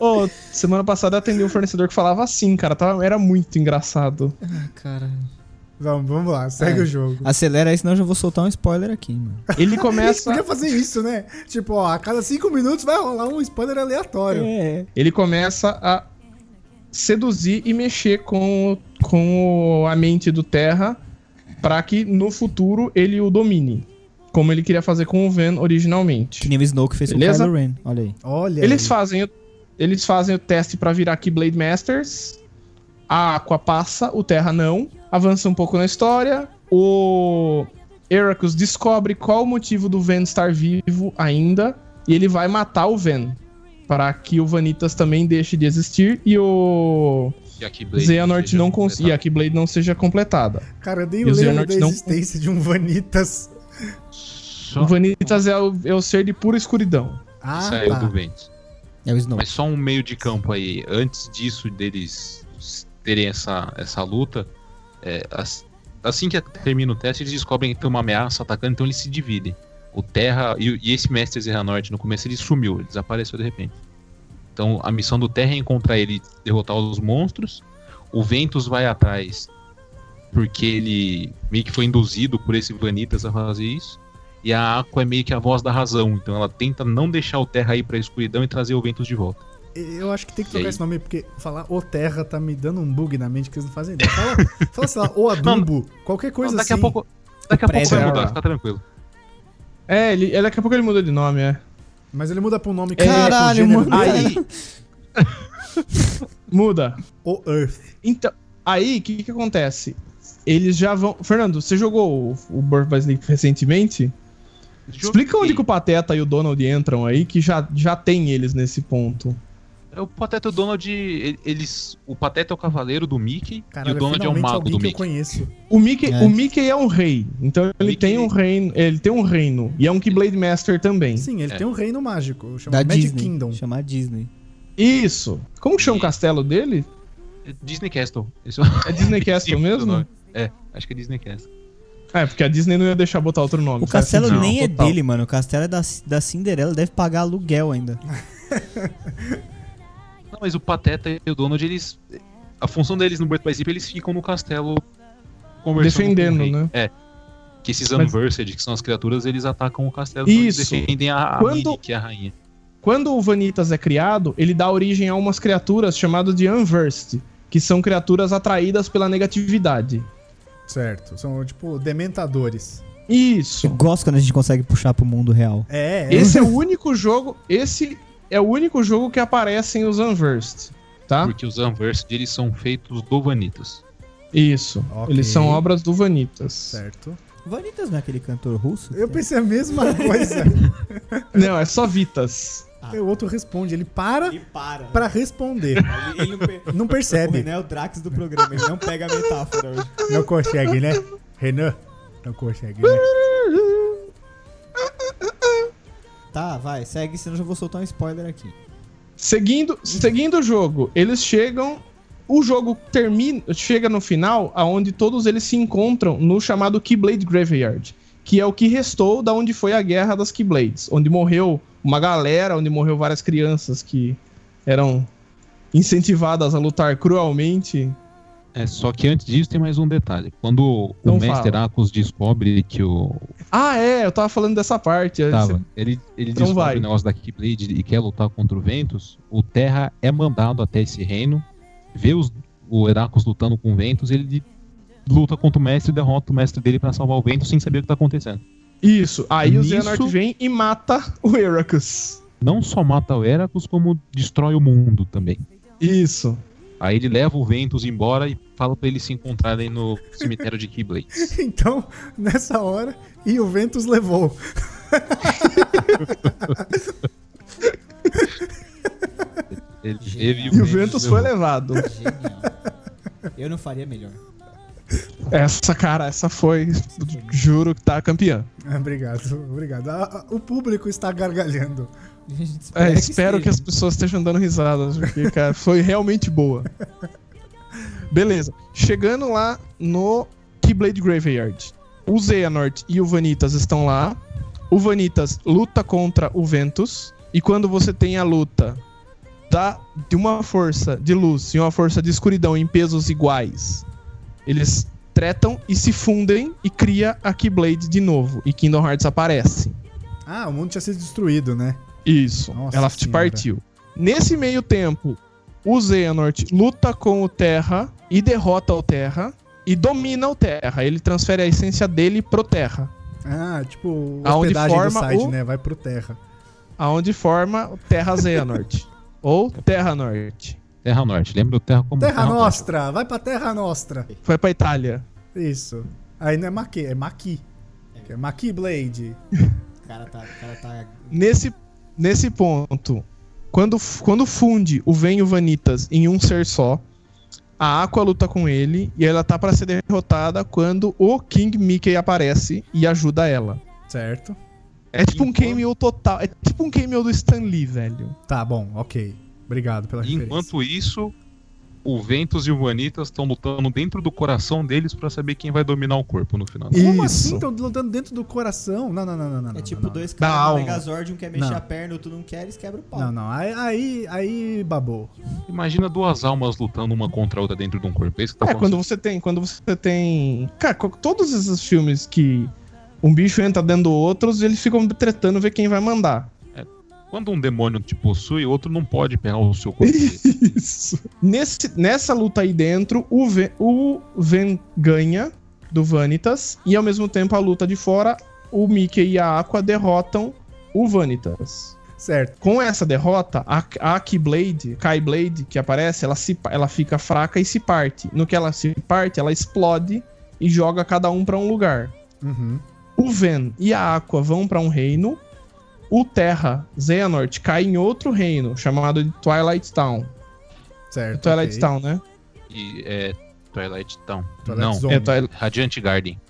[SPEAKER 4] Ô, semana passada eu atendi um fornecedor que falava assim, cara, tava- era muito engraçado.
[SPEAKER 1] Cara.
[SPEAKER 2] Vamos, vamos lá, segue
[SPEAKER 1] É.
[SPEAKER 2] o jogo.
[SPEAKER 1] Acelera aí, senão eu já vou soltar um spoiler aqui, mano.
[SPEAKER 4] Ele
[SPEAKER 2] A gente podia
[SPEAKER 4] começa,
[SPEAKER 2] fazer isso, né? Tipo, ó, a cada cinco minutos vai rolar um spoiler aleatório.
[SPEAKER 1] É.
[SPEAKER 4] ele começa a seduzir e mexer com, o- com o- a mente do Terra pra que no futuro ele o domine, como ele queria fazer com o Ven originalmente.
[SPEAKER 1] Que nem o Snoke fez
[SPEAKER 4] Beleza?
[SPEAKER 1] com o Kylo Ren. Olha aí.
[SPEAKER 2] Olha.
[SPEAKER 4] Eles
[SPEAKER 2] aí.
[SPEAKER 4] fazem, o- eles fazem o teste pra virar Keyblade Masters. A Aqua passa, o Terra não. Avança um pouco na história. O Eracus descobre qual o motivo do Ven estar vivo ainda. E ele vai matar o Ven. Para que o Vanitas também deixe de existir e o
[SPEAKER 3] E a Keyblade
[SPEAKER 4] Xehanort
[SPEAKER 3] seja
[SPEAKER 4] não consiga. E a
[SPEAKER 3] completada.
[SPEAKER 4] Keyblade não seja completada.
[SPEAKER 2] Cara, eu nem
[SPEAKER 4] E o
[SPEAKER 2] lembro
[SPEAKER 4] Xehanort
[SPEAKER 2] da
[SPEAKER 4] não-
[SPEAKER 2] existência de um Vanitas.
[SPEAKER 3] Só
[SPEAKER 4] O Vanitas é o, é o ser de pura escuridão.
[SPEAKER 2] Ah,
[SPEAKER 3] saiu
[SPEAKER 2] tá.
[SPEAKER 3] do Ventus.
[SPEAKER 1] É o Snoke.
[SPEAKER 3] Mas só um meio de campo aí. Antes disso, deles terem essa, essa luta, é, as- assim que termina o teste, eles descobrem que tem uma ameaça atacando, então eles se dividem. O O Terra e, e esse mestre Zerra Norte, no começo ele sumiu, ele desapareceu de repente. Então a missão do Terra é encontrar ele, derrotar os monstros. O Ventus vai atrás, porque ele meio que foi induzido por esse Vanitas a fazer isso. E a Aqua é meio que a voz da razão, então ela tenta não deixar o Terra ir pra escuridão e trazer o Ventus de volta.
[SPEAKER 2] Eu acho que tem que
[SPEAKER 3] E
[SPEAKER 2] trocar
[SPEAKER 3] aí?
[SPEAKER 2] esse nome aí, porque falar o terra tá me dando um bug na mente que eles não fazem ideia. Fala, fala sei lá, o adubo, qualquer coisa
[SPEAKER 3] daqui a
[SPEAKER 2] assim.
[SPEAKER 3] pouco, daqui a pouco vai
[SPEAKER 4] Prédio.
[SPEAKER 3] mudar, fica tranquilo.
[SPEAKER 4] É, ele, ele- daqui a pouco ele muda de nome, é.
[SPEAKER 2] Mas ele muda pra um nome que
[SPEAKER 7] Caralho,
[SPEAKER 2] é com
[SPEAKER 7] mano.
[SPEAKER 2] gênero.
[SPEAKER 4] Aí. muda.
[SPEAKER 2] O Earth.
[SPEAKER 4] Então, aí, o que que acontece? Eles já vão... Fernando, você jogou o, o Birth by Sleep recentemente? Explica onde que o Pateta e o Donald entram aí, que já, já tem eles nesse ponto.
[SPEAKER 3] É, O Pateta e o Donald, e- eles. O Pateta é o cavaleiro do Mickey e
[SPEAKER 2] Caralho,
[SPEAKER 3] o Donald é o
[SPEAKER 2] finalmente
[SPEAKER 3] mago
[SPEAKER 2] alguém
[SPEAKER 3] do
[SPEAKER 2] que eu
[SPEAKER 3] Mickey.
[SPEAKER 2] conheço.
[SPEAKER 4] O Mickey é,
[SPEAKER 1] É.
[SPEAKER 4] o Mickey é um rei, então ele
[SPEAKER 3] Mickey-
[SPEAKER 4] tem um reino, ele tem um reino e é um Keyblade Master também.
[SPEAKER 2] Sim, ele
[SPEAKER 3] É.
[SPEAKER 2] tem um reino mágico, chama
[SPEAKER 1] Da
[SPEAKER 2] Magic
[SPEAKER 1] Disney.
[SPEAKER 2] Kingdom.
[SPEAKER 1] Chamar Disney.
[SPEAKER 4] Isso. Como que chama o
[SPEAKER 3] E-
[SPEAKER 4] castelo dele?
[SPEAKER 3] É Disney Castle. Esse [laughs]
[SPEAKER 4] É Disney
[SPEAKER 3] é
[SPEAKER 4] Castle
[SPEAKER 3] o
[SPEAKER 4] mesmo?
[SPEAKER 3] nome. É, acho que é Disney Castle.
[SPEAKER 4] Ah, É, porque a Disney não ia deixar botar outro nome.
[SPEAKER 1] O
[SPEAKER 4] certo?
[SPEAKER 1] castelo
[SPEAKER 3] Não,
[SPEAKER 1] nem
[SPEAKER 3] total.
[SPEAKER 1] é dele, mano. O castelo é da, da Cinderela, deve pagar aluguel ainda.
[SPEAKER 3] Não, mas o Pateta e o Donald, eles. A função deles no Birth by Sleep, eles ficam no castelo conversando.
[SPEAKER 4] Defendendo,
[SPEAKER 3] com o rei.
[SPEAKER 4] né?
[SPEAKER 3] É. Que esses
[SPEAKER 4] Mas-
[SPEAKER 3] Unversed, que são as criaturas, eles atacam o castelo quando eles
[SPEAKER 4] Isso.
[SPEAKER 3] defendem a, a
[SPEAKER 4] Quando-
[SPEAKER 3] Minnie, que é a rainha.
[SPEAKER 4] Quando o Vanitas é criado, ele dá origem a umas criaturas chamadas de Unversed, que são criaturas atraídas pela negatividade.
[SPEAKER 2] Certo, são tipo dementadores.
[SPEAKER 1] Eu
[SPEAKER 4] Isso.
[SPEAKER 1] gosto quando a gente consegue puxar pro mundo real.
[SPEAKER 2] É, é.
[SPEAKER 4] Esse é o único jogo, esse é o único jogo que aparecem os Unversed, tá?
[SPEAKER 3] Porque os Unversed, eles são feitos do Vanitas.
[SPEAKER 4] Isso.
[SPEAKER 2] Ok.
[SPEAKER 4] Eles são obras do Vanitas.
[SPEAKER 2] Certo.
[SPEAKER 1] Vanitas não é aquele cantor russo?
[SPEAKER 2] Eu pensei a mesma coisa.
[SPEAKER 4] Não, é só Vitas.
[SPEAKER 2] o outro responde, ele para
[SPEAKER 1] Ele para.
[SPEAKER 2] pra responder.
[SPEAKER 1] Ele, ele não pe-
[SPEAKER 2] Não percebe.
[SPEAKER 1] é o Drax do programa, ele não pega a metáfora. hoje.
[SPEAKER 2] Não consegue, né? Renan? Não consegue, né?
[SPEAKER 1] Tá, vai, segue, senão eu já vou soltar um spoiler aqui.
[SPEAKER 4] Seguindo, seguindo o jogo, eles chegam. O jogo termina, chega no final, aonde todos eles se encontram no chamado Keyblade Graveyard, que é o que restou da onde foi a guerra das Keyblades, onde morreu uma galera, onde morreu várias crianças que eram incentivadas a lutar cruelmente.
[SPEAKER 3] É, só que antes disso tem mais um detalhe. Quando
[SPEAKER 4] Então
[SPEAKER 3] o Mestre
[SPEAKER 4] fala.
[SPEAKER 3] Akos descobre que o,
[SPEAKER 4] Ah, é, eu tava falando dessa parte.
[SPEAKER 3] Tava. Ele, ele
[SPEAKER 4] Então
[SPEAKER 3] descobre
[SPEAKER 4] vai.
[SPEAKER 3] o negócio da Keyblade e quer lutar contra o Ventus. O Terra é mandado até esse reino, vê os, o Heracles lutando com o Ventus, ele luta contra o mestre e derrota o mestre dele pra salvar o Ventus sem saber o que tá acontecendo.
[SPEAKER 4] Isso. Aí
[SPEAKER 3] Nisso-
[SPEAKER 4] o Xehanort vem e mata o Heracus.
[SPEAKER 3] Não só mata o Heracles, como destrói o mundo também.
[SPEAKER 4] Isso.
[SPEAKER 3] Aí ele leva o Ventus embora e fala pra eles se encontrarem no cemitério de
[SPEAKER 4] [laughs]
[SPEAKER 3] Keyblades.
[SPEAKER 2] Então, nessa hora, e o Ventus levou.
[SPEAKER 3] Ele, ele
[SPEAKER 4] E o Ventus foi levado.
[SPEAKER 1] Genial. Eu não faria melhor. [laughs]
[SPEAKER 4] Essa, cara, essa foi. Juro que tá campeã.
[SPEAKER 2] Ah, Obrigado, obrigado. Ah, ah, O público está gargalhando.
[SPEAKER 1] A gente
[SPEAKER 4] É,
[SPEAKER 1] espera
[SPEAKER 4] espero que as
[SPEAKER 1] esteja.
[SPEAKER 4] pessoas estejam dando risadas, porque, cara, foi realmente [laughs] boa. Beleza. Chegando lá no Keyblade Graveyard. O Xehanort e o Vanitas estão lá. O Vanitas luta contra o Ventus. E quando você tem a luta da, de uma força de luz e uma força de escuridão em pesos iguais, eles tretam e se fundem e cria a Keyblade de novo. E Kingdom Hearts aparece.
[SPEAKER 2] Ah, o mundo tinha sido destruído, né?
[SPEAKER 4] Isso,
[SPEAKER 2] Nossa
[SPEAKER 4] ela te
[SPEAKER 2] senhora.
[SPEAKER 4] partiu. Nesse meio tempo, o Xehanort luta com o Terra e derrota o Terra e domina o Terra. Ele transfere a essência dele pro Terra,
[SPEAKER 2] Ah, tipo,
[SPEAKER 4] Aonde
[SPEAKER 2] hospedagem do
[SPEAKER 4] forma
[SPEAKER 2] site,
[SPEAKER 4] o-
[SPEAKER 2] né? Vai pro terra.
[SPEAKER 4] aonde forma o Terra Xehanort
[SPEAKER 2] [laughs]
[SPEAKER 4] ou Terra Norte.
[SPEAKER 3] Terra Norte, lembra do Terra como
[SPEAKER 2] Terra
[SPEAKER 3] Norte.
[SPEAKER 2] Nostra! Vai pra Terra Nostra!
[SPEAKER 4] Foi pra Itália.
[SPEAKER 2] Isso. Aí não é Maqui, é Maqui. Que É Maqui Blade.
[SPEAKER 1] O cara tá. O cara tá...
[SPEAKER 4] Nesse, nesse ponto, quando, f- quando funde o Ven e o Vanitas em um ser só, a Aqua luta com ele e ela tá pra ser derrotada quando o King Mickey aparece e ajuda ela.
[SPEAKER 2] Certo.
[SPEAKER 4] É tipo um
[SPEAKER 3] Enquanto-
[SPEAKER 4] cameo total. É tipo um cameo do Stan Lee, velho.
[SPEAKER 2] Tá bom, ok. Obrigado pela
[SPEAKER 3] E
[SPEAKER 2] referência.
[SPEAKER 3] enquanto isso, o Ventus e o Vanitas estão lutando dentro do coração deles pra saber quem vai dominar o corpo no final.
[SPEAKER 2] Como
[SPEAKER 4] Isso.
[SPEAKER 2] assim estão lutando dentro do coração? Não, não, não, não, não.
[SPEAKER 7] É
[SPEAKER 2] não,
[SPEAKER 7] tipo
[SPEAKER 2] não,
[SPEAKER 7] dois
[SPEAKER 4] Da
[SPEAKER 7] caras, um
[SPEAKER 4] alma.
[SPEAKER 7] Megazord, um quer mexer
[SPEAKER 2] Não.
[SPEAKER 7] a perna, outro não quer, eles quebram o pau.
[SPEAKER 2] Não, não. Aí, aí, aí babou.
[SPEAKER 3] Imagina duas almas lutando uma contra a outra dentro de um corpo. É isso que tá
[SPEAKER 4] É, quando
[SPEAKER 3] acontecendo.
[SPEAKER 4] você tem. Quando você tem. Cara, co- todos esses filmes que um bicho entra dentro do outro, eles ficam tretando ver quem vai mandar.
[SPEAKER 3] Quando um demônio te possui, outro não pode pegar o seu corpo.
[SPEAKER 4] [laughs] Isso. Nesse, nessa luta aí dentro, o Ven, o Ven ganha do Vanitas. E ao mesmo tempo, a luta de fora, o Mickey e a Aqua derrotam o Vanitas.
[SPEAKER 2] Certo.
[SPEAKER 4] Com essa derrota, a, a Keyblade, Kai Blade, que aparece, ela, se, pa- ela fica fraca e se parte. No que ela se parte, ela explode e joga cada um pra um lugar.
[SPEAKER 2] Uhum.
[SPEAKER 4] O Ven e a Aqua vão pra um reino. O Terra, Xehanort, cai em outro reino, chamado de Twilight Town. É
[SPEAKER 2] Certo.
[SPEAKER 3] Então é
[SPEAKER 4] Twilight
[SPEAKER 2] ok.
[SPEAKER 4] Town, né?
[SPEAKER 3] E é. Twilight Town.
[SPEAKER 2] Twilight
[SPEAKER 3] não,
[SPEAKER 2] Zone.
[SPEAKER 4] É, Twilight-
[SPEAKER 3] Radiant Garden.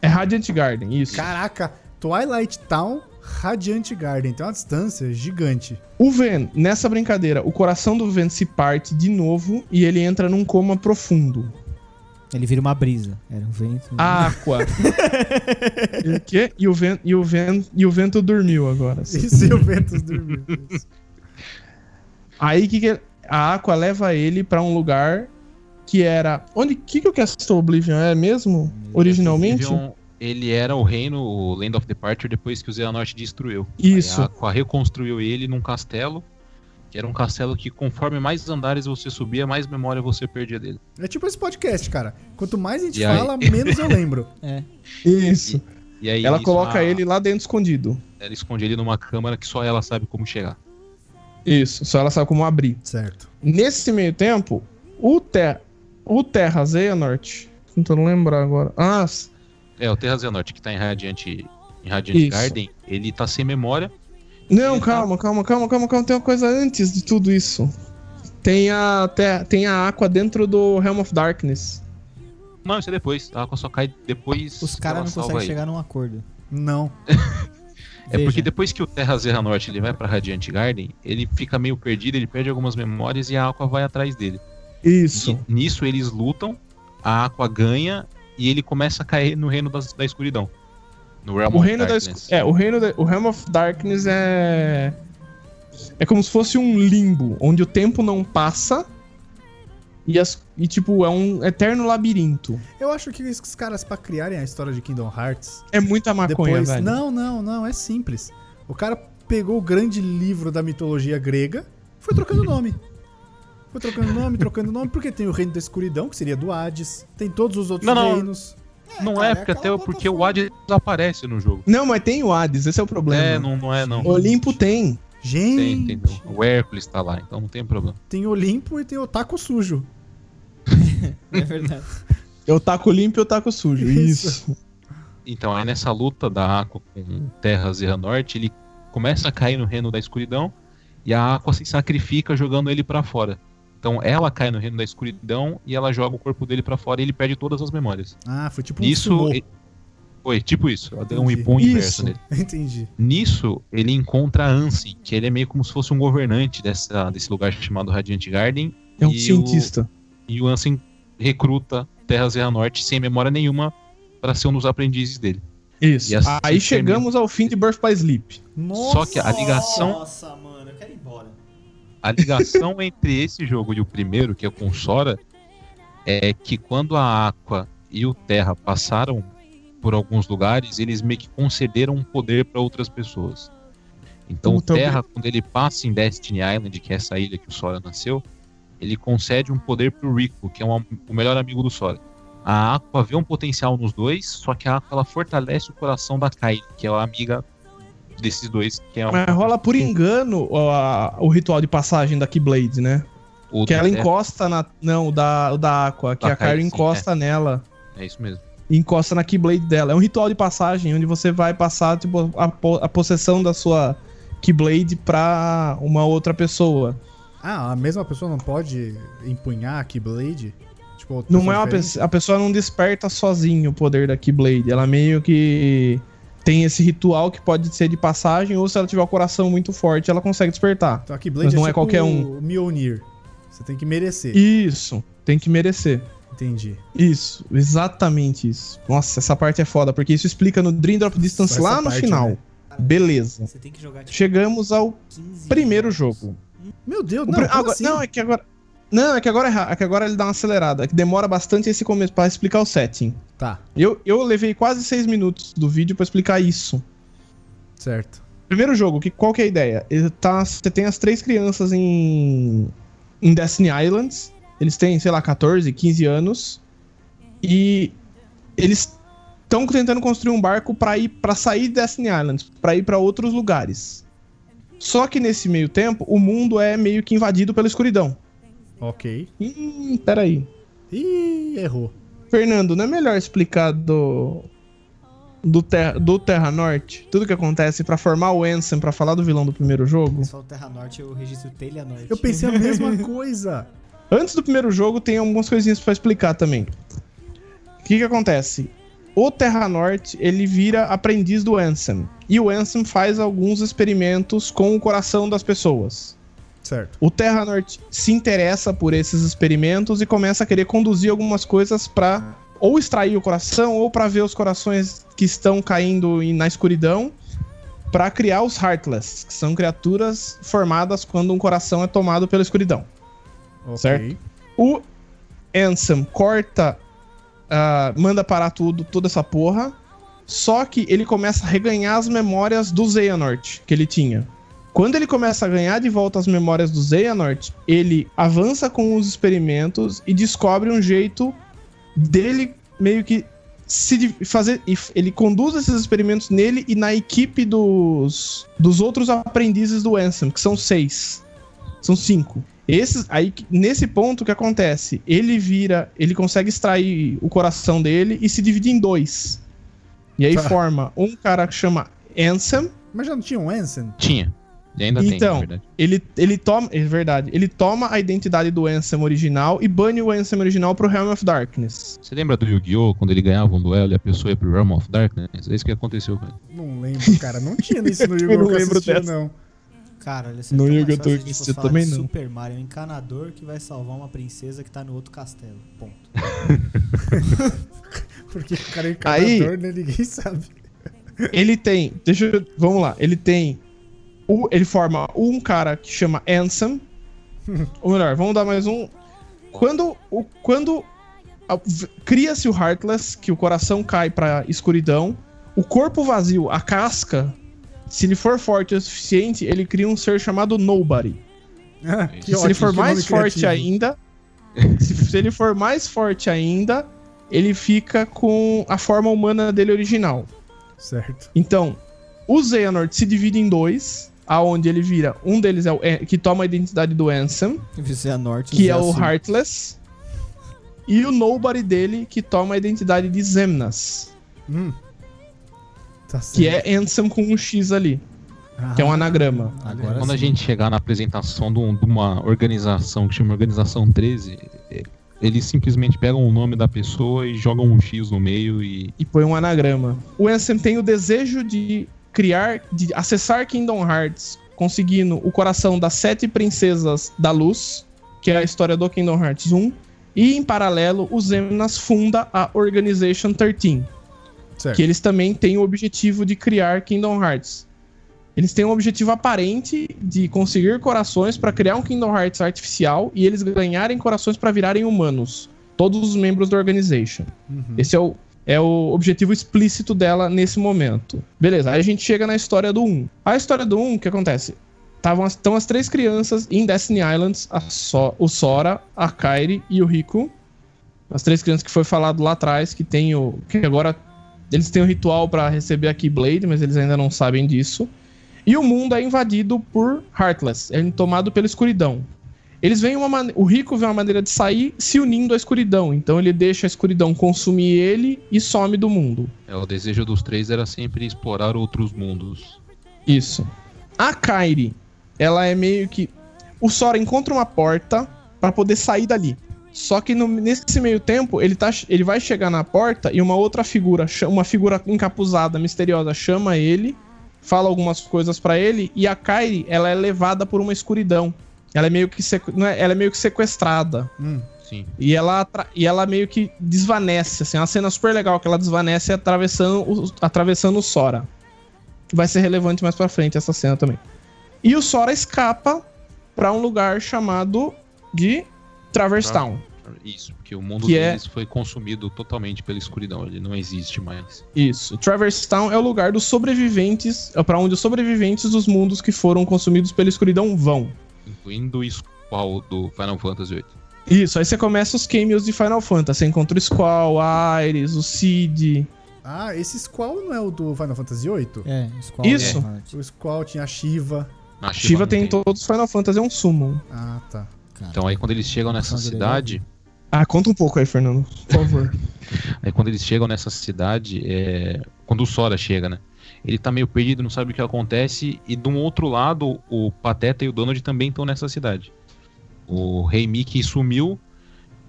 [SPEAKER 4] é Radiant Garden, isso.
[SPEAKER 2] Caraca, Twilight Town, Radiant Garden. Tem uma distância gigante. [laughs]
[SPEAKER 4] O Ven, nessa brincadeira, o coração do Ven se parte de novo e ele entra num coma profundo.
[SPEAKER 1] Ele vira uma brisa. Era um vento.
[SPEAKER 3] Ah,
[SPEAKER 4] A Aqua. e, o quê? E, o Ven, e, o Ven, e o vento dormiu agora. assim.
[SPEAKER 2] E se o Ventus dormiu? Isso.
[SPEAKER 4] Aí que, que a Aqua leva ele pra um lugar que era. Onde que, que o Castle Oblivion é mesmo? Originalmente?
[SPEAKER 3] Vivian, é um- Ele era o reino, o Land of Departure, depois que o Xehanort destruiu.
[SPEAKER 4] Isso.
[SPEAKER 3] Aí A Aqua reconstruiu ele num castelo, que era um castelo que conforme mais andares você subia, mais memória você perdia dele.
[SPEAKER 2] É tipo esse podcast, cara. Quanto mais a gente
[SPEAKER 3] E aí? [laughs]
[SPEAKER 2] fala, menos eu lembro.
[SPEAKER 4] Isso.
[SPEAKER 3] E aí
[SPEAKER 4] Ela
[SPEAKER 3] isso, Ah.
[SPEAKER 4] coloca
[SPEAKER 3] a-
[SPEAKER 4] ele lá dentro escondido.
[SPEAKER 3] Ela esconde ele numa câmara que só ela sabe como chegar.
[SPEAKER 4] Isso. Só ela sabe como abrir.
[SPEAKER 2] Certo.
[SPEAKER 4] Nesse meio tempo, o, Ter o Terra Xehanort. Tentando lembrar agora. Ah, s-
[SPEAKER 3] É, o Terra Xehanort, que tá em Radiant, em Radiant
[SPEAKER 4] Isso.
[SPEAKER 3] Garden, ele tá sem memória.
[SPEAKER 4] não,
[SPEAKER 3] Ele tá-
[SPEAKER 4] calma, calma, calma, calma, calma. Tem uma coisa antes de tudo isso. Tem a, Te- tem a Aqua dentro do Realm of Darkness.
[SPEAKER 3] Não, isso é depois. A Aqua só cai depois.
[SPEAKER 1] Os
[SPEAKER 3] que
[SPEAKER 1] caras
[SPEAKER 3] ela
[SPEAKER 1] não
[SPEAKER 3] salva
[SPEAKER 1] conseguem
[SPEAKER 3] ele.
[SPEAKER 1] chegar num acordo.
[SPEAKER 2] Não.
[SPEAKER 3] É
[SPEAKER 1] Veja. [laughs]
[SPEAKER 3] porque depois que o Terra Zerra Norte ele vai pra Radiant Garden, ele fica meio perdido, ele perde algumas memórias e a Aqua vai atrás dele.
[SPEAKER 4] Isso.
[SPEAKER 3] E nisso eles lutam, a Aqua ganha e ele começa a cair no reino das- da escuridão. No Realm
[SPEAKER 4] O
[SPEAKER 3] of
[SPEAKER 4] reino da
[SPEAKER 3] Darkness.
[SPEAKER 4] escu- é, o reino da, o Realm of Darkness é é como se fosse um limbo, onde o tempo não passa e, as, e tipo é um eterno labirinto.
[SPEAKER 2] Eu acho que esses caras, pra criarem a história de Kingdom Hearts,
[SPEAKER 4] É muita maconha,
[SPEAKER 2] depois.
[SPEAKER 4] velho.
[SPEAKER 2] Não, não, não. É simples. O cara pegou o grande livro da mitologia grega foi trocando nome. Foi trocando nome, trocando nome, porque tem o Reino da Escuridão, que seria do Hades. Tem todos os outros
[SPEAKER 3] Não, não.
[SPEAKER 2] reinos.
[SPEAKER 3] Não
[SPEAKER 7] cara,
[SPEAKER 3] é,
[SPEAKER 7] é
[SPEAKER 3] porque até
[SPEAKER 7] aquela
[SPEAKER 3] porque o
[SPEAKER 7] plataforma.
[SPEAKER 3] Hades desaparece no jogo.
[SPEAKER 4] Não, mas tem o Hades, esse é o problema.
[SPEAKER 3] É, não, não é não.
[SPEAKER 4] Olimpo tem.
[SPEAKER 3] Tem,
[SPEAKER 2] Gente,
[SPEAKER 3] tem,
[SPEAKER 2] tem,
[SPEAKER 3] não. O Hércules tá lá, então não tem problema.
[SPEAKER 2] Olimpo e tem o Taco Sujo.
[SPEAKER 1] É verdade.
[SPEAKER 4] Eu taco limpo e eu taco sujo.
[SPEAKER 2] Isso.
[SPEAKER 4] Isso.
[SPEAKER 3] Então, aí nessa luta da Aqua com Terra Zerra Norte, ele começa a cair no reino da escuridão e a Aqua se sacrifica jogando ele pra fora. Então, ela cai no reino da escuridão e ela joga o corpo dele pra fora e ele perde todas as memórias.
[SPEAKER 2] Ah, foi tipo um
[SPEAKER 3] Isso
[SPEAKER 2] sumô.
[SPEAKER 3] e- foi tipo isso, ela deu um
[SPEAKER 2] Entendi.
[SPEAKER 3] ipum
[SPEAKER 4] Isso.
[SPEAKER 3] inverso nele.
[SPEAKER 2] [laughs] Entendi.
[SPEAKER 3] Nisso, ele encontra a Ansi, que ele é meio como se fosse um governante dessa, desse lugar chamado Radiant Garden,
[SPEAKER 4] É um
[SPEAKER 3] E o-
[SPEAKER 4] cientista.
[SPEAKER 3] e o Ansem recruta Terra Zerra Norte sem memória nenhuma pra ser um dos aprendizes dele.
[SPEAKER 4] Isso.
[SPEAKER 3] E assim
[SPEAKER 4] Aí
[SPEAKER 3] termina.
[SPEAKER 4] chegamos ao fim de Birth by Sleep.
[SPEAKER 3] Só que a ligação
[SPEAKER 7] Nossa, mano, eu quero ir embora.
[SPEAKER 3] A ligação [laughs] entre esse jogo e o primeiro, que é com Sora, é que quando a Aqua e o Terra passaram por alguns lugares, eles meio que concederam um poder para outras pessoas. Então
[SPEAKER 4] Puta,
[SPEAKER 3] o Terra, quando ele passa em Destiny Island, que é essa ilha que o Sora nasceu, ele concede um poder pro Rico, que é um am- o melhor amigo do Sora. A Aqua vê um potencial nos dois, só que a Aqua ela fortalece o coração da Kairi, que é a amiga desses dois, que é um-
[SPEAKER 4] Mas rola por engano ó, a- o ritual de passagem da Keyblade, né?
[SPEAKER 3] o
[SPEAKER 4] Que
[SPEAKER 3] do
[SPEAKER 4] ela
[SPEAKER 3] Terra.
[SPEAKER 4] encosta na. Não, o da, o da Aqua. Que
[SPEAKER 3] Da
[SPEAKER 4] a Kyrie
[SPEAKER 3] Kyrie, sim,
[SPEAKER 4] encosta nela.
[SPEAKER 3] É isso mesmo.
[SPEAKER 4] e Encosta na Keyblade dela. É um ritual de passagem onde você vai passar tipo, a, po- a possessão da sua Keyblade pra uma outra pessoa.
[SPEAKER 2] Ah, a mesma pessoa não pode empunhar a Keyblade? Tipo, outra
[SPEAKER 4] Não é uma
[SPEAKER 2] diferente?
[SPEAKER 4] pe- a pessoa não desperta sozinha o poder da Keyblade. Ela meio que tem esse ritual que pode ser de passagem ou se ela tiver o coração muito forte, ela consegue despertar.
[SPEAKER 2] Então a Keyblade
[SPEAKER 4] Mas não é
[SPEAKER 2] tipo
[SPEAKER 4] qualquer um.
[SPEAKER 2] o Mjolnir. Você tem que merecer.
[SPEAKER 4] Isso, tem que merecer.
[SPEAKER 2] Entendi.
[SPEAKER 4] Isso, exatamente isso. Nossa, essa parte é foda, porque isso explica no Dream Drop Distance
[SPEAKER 2] Só essa
[SPEAKER 4] lá no
[SPEAKER 2] parte,
[SPEAKER 4] final.
[SPEAKER 2] né?
[SPEAKER 4] Beleza.
[SPEAKER 7] Você tem que jogar tipo
[SPEAKER 4] Chegamos ao
[SPEAKER 7] 15
[SPEAKER 4] primeiro
[SPEAKER 7] jogos.
[SPEAKER 4] jogo.
[SPEAKER 2] Meu Deus,
[SPEAKER 4] O
[SPEAKER 2] não,
[SPEAKER 4] pri-
[SPEAKER 2] como
[SPEAKER 4] agora-
[SPEAKER 2] assim?
[SPEAKER 4] Não, é que agora. Não, é que agora é ra- é que agora ele dá uma acelerada, é que demora bastante esse começo pra explicar o setting.
[SPEAKER 2] Tá,
[SPEAKER 4] Eu, eu levei quase seis minutos do vídeo pra explicar isso.
[SPEAKER 2] certo.
[SPEAKER 4] Primeiro jogo, que, qual que é a ideia? Ele tá- você tem as três crianças em, em Destiny Islands. Eles têm, sei lá, 14, 15 anos. E eles estão tentando construir um barco pra ir para sair de Destiny Islands, pra ir pra outros lugares. Só que nesse meio tempo, o mundo é meio que invadido pela escuridão.
[SPEAKER 2] Ok.
[SPEAKER 4] Hum, peraí.
[SPEAKER 2] Ih, errou.
[SPEAKER 4] Fernando, não é melhor explicar do do Terra, do Terra Norte, tudo que acontece pra formar o Ansem, pra falar do vilão do primeiro jogo?
[SPEAKER 7] Você fala Terra Norte, eu registro Telha Norte.
[SPEAKER 2] Eu pensei a
[SPEAKER 4] [laughs]
[SPEAKER 2] mesma coisa.
[SPEAKER 4] Antes do primeiro jogo, tem algumas coisinhas pra explicar também. O que que acontece? O Terra Norte, ele vira aprendiz do Ansem. E o Ansem faz alguns experimentos com o coração das pessoas.
[SPEAKER 2] Certo.
[SPEAKER 4] O Terra Norte se interessa por esses experimentos e começa a querer conduzir algumas coisas pra ou extrair o coração ou pra ver os corações que estão caindo em- na escuridão pra criar os Heartless, que são criaturas formadas quando um coração é tomado pela escuridão.
[SPEAKER 2] Ok.
[SPEAKER 4] Certo. O Ansem corta, ah, manda parar tudo, toda essa porra. Só que ele começa a reganhar as memórias do Xehanort que ele tinha. Quando ele começa a ganhar de volta as memórias do Xehanort, ele avança com os experimentos e descobre um jeito dele meio que se di- fazer. e f- Ele conduz esses experimentos nele e na equipe dos, dos outros aprendizes do Ansem, que são seis. São cinco. Esses, aí, que- nesse ponto, o que acontece? Ele vira. Ele consegue extrair o coração dele e se divide em dois. E aí
[SPEAKER 2] Tá.
[SPEAKER 4] forma um cara que chama Ansem.
[SPEAKER 2] Mas já não tinha um Ansem?
[SPEAKER 3] Tinha. E ainda tem,
[SPEAKER 4] Então.
[SPEAKER 3] na verdade.
[SPEAKER 4] Ele, ele toma. É verdade. Ele toma a identidade do Ansem original e bane o Ansem original pro Realm of Darkness.
[SPEAKER 3] Você lembra do Yu-Gi-Oh! quando ele ganhava um duelo e a pessoa ia pro Realm of Darkness? É isso que aconteceu, cara.
[SPEAKER 2] Não lembro, cara. Não tinha
[SPEAKER 4] [laughs]
[SPEAKER 2] isso no Yu-Gi-Oh!
[SPEAKER 4] não
[SPEAKER 2] que eu
[SPEAKER 4] lembro
[SPEAKER 2] assistia,
[SPEAKER 4] dessa.
[SPEAKER 2] não.
[SPEAKER 7] Cara, olha,
[SPEAKER 4] No
[SPEAKER 7] tão mais
[SPEAKER 4] Yu-Gi-Oh!
[SPEAKER 7] fácil se a gente
[SPEAKER 4] Twisted
[SPEAKER 7] fosse falar de
[SPEAKER 4] também não.
[SPEAKER 7] Super Mario, um encanador que vai salvar uma princesa que tá no outro castelo. Ponto.
[SPEAKER 2] Porque o cara é
[SPEAKER 4] Aí-
[SPEAKER 2] encanador, né? Ninguém sabe. [laughs]
[SPEAKER 4] Ele tem. Deixa eu. Vamos lá. Ele tem. o- ele forma um cara que chama
[SPEAKER 2] [laughs]
[SPEAKER 4] Ansem. Ou melhor, vamos dar mais um. Quando. O, quando a- v- cria-se o Heartless, que o coração cai pra escuridão. O corpo vazio, a casca, se ele for forte o suficiente, ele cria um ser chamado Nobody.
[SPEAKER 2] Ah,
[SPEAKER 3] E
[SPEAKER 2] que
[SPEAKER 4] se ele
[SPEAKER 2] ótimo,
[SPEAKER 4] for
[SPEAKER 2] que
[SPEAKER 4] mais
[SPEAKER 2] nome
[SPEAKER 4] forte
[SPEAKER 2] criativo. [laughs]
[SPEAKER 4] ainda. se, se ele for mais forte ainda, ele fica com a forma humana dele original.
[SPEAKER 2] Certo.
[SPEAKER 4] Então, o Xehanort se divide em dois, aonde ele vira. Um deles é o An- que toma a identidade do Ansem,
[SPEAKER 1] [laughs] Você é a norte.
[SPEAKER 4] que é o Heartless. E o Nobody dele, que toma a identidade de Zemnas,
[SPEAKER 2] Hum. Tá certo.
[SPEAKER 4] que é Ansem com um X ali, que é um anagrama.
[SPEAKER 1] Agora
[SPEAKER 3] Quando a
[SPEAKER 1] sim.
[SPEAKER 3] gente chegar na apresentação de, um- de uma organização que chama Organização 13, é, eles simplesmente pegam o nome da pessoa e jogam um X no meio e.
[SPEAKER 4] E põe um anagrama. O Ansem tem o desejo de criar, de acessar Kingdom Hearts, conseguindo o coração das sete princesas da luz, que é a história do Kingdom Hearts 1. E em paralelo, o Zemnas funda a Organization 13.
[SPEAKER 2] Certo.
[SPEAKER 4] que eles também têm o objetivo de criar Kingdom Hearts. Eles têm um objetivo aparente de conseguir corações para criar um Kingdom Hearts artificial e eles ganharem corações para virarem humanos, todos os membros da organization.
[SPEAKER 2] Uhum.
[SPEAKER 4] Esse é o, é o objetivo explícito dela nesse momento. Beleza, aí a gente chega na história do 1. A história do 1, o que acontece? Estavam as, tão as três crianças em Destiny Islands, a So- o Sora, a Kairi e o Rico. As três crianças que foi falado lá atrás, que tem o. que agora eles têm um ritual para receber a Keyblade, mas eles ainda não sabem disso. E o mundo é invadido por Heartless, é tomado pela escuridão. Eles veem uma mane- o rico vê uma maneira de sair se unindo à escuridão, então ele deixa a escuridão consumir ele e some do mundo.
[SPEAKER 3] É, o desejo dos três era sempre explorar outros mundos.
[SPEAKER 4] Isso. A Kairi, ela é meio que. O Sora encontra uma porta pra poder sair dali. Só que no- nesse meio tempo, ele, tá, ele vai chegar na porta e uma outra figura, cha- uma figura encapuzada, misteriosa, chama ele, fala algumas coisas pra ele, e a Kairi, ela é levada por uma escuridão. Ela é meio que, sequ- não é- ela é meio que sequestrada.
[SPEAKER 3] Sim.
[SPEAKER 4] E ela, atra- e ela meio que desvanece, assim, uma cena super legal que ela desvanece atravessando o, atravessando o Sora. Vai ser relevante mais pra frente essa cena também. E o Sora escapa pra um lugar chamado de Traverse
[SPEAKER 3] Tra-
[SPEAKER 4] Town.
[SPEAKER 3] Isso, porque o mundo
[SPEAKER 4] Que é-
[SPEAKER 3] deles foi consumido totalmente pela escuridão, ele não existe mais.
[SPEAKER 4] Isso. Traverse Town é o lugar dos sobreviventes, é pra onde os sobreviventes dos mundos que foram consumidos pela escuridão vão.
[SPEAKER 3] Incluindo o Squall do Final Fantasy VIII.
[SPEAKER 4] Isso, aí você começa os cameos de Final Fantasy. Você encontra o Squall, a Ares, o Cid.
[SPEAKER 2] Ah, esse Squall não é o do Final Fantasy VIII?
[SPEAKER 1] É, Squall e
[SPEAKER 4] Isso.
[SPEAKER 1] Ironheart.
[SPEAKER 2] O Squall tinha a Shiva.
[SPEAKER 3] A
[SPEAKER 4] Shiva
[SPEAKER 3] não
[SPEAKER 4] tem em todos os Final Fantasy, é um summon.
[SPEAKER 2] Ah, tá.
[SPEAKER 3] Então aí quando eles chegam nessa
[SPEAKER 1] Nossa,
[SPEAKER 3] cidade,
[SPEAKER 4] Ah, conta um pouco aí, Fernando, por favor.
[SPEAKER 3] Aí quando eles chegam nessa cidade, é, quando o Sora chega, né? Ele tá meio perdido, não sabe o que acontece. E de um outro lado, o Pateta e o Donald também estão nessa cidade. O Rei Mickey sumiu.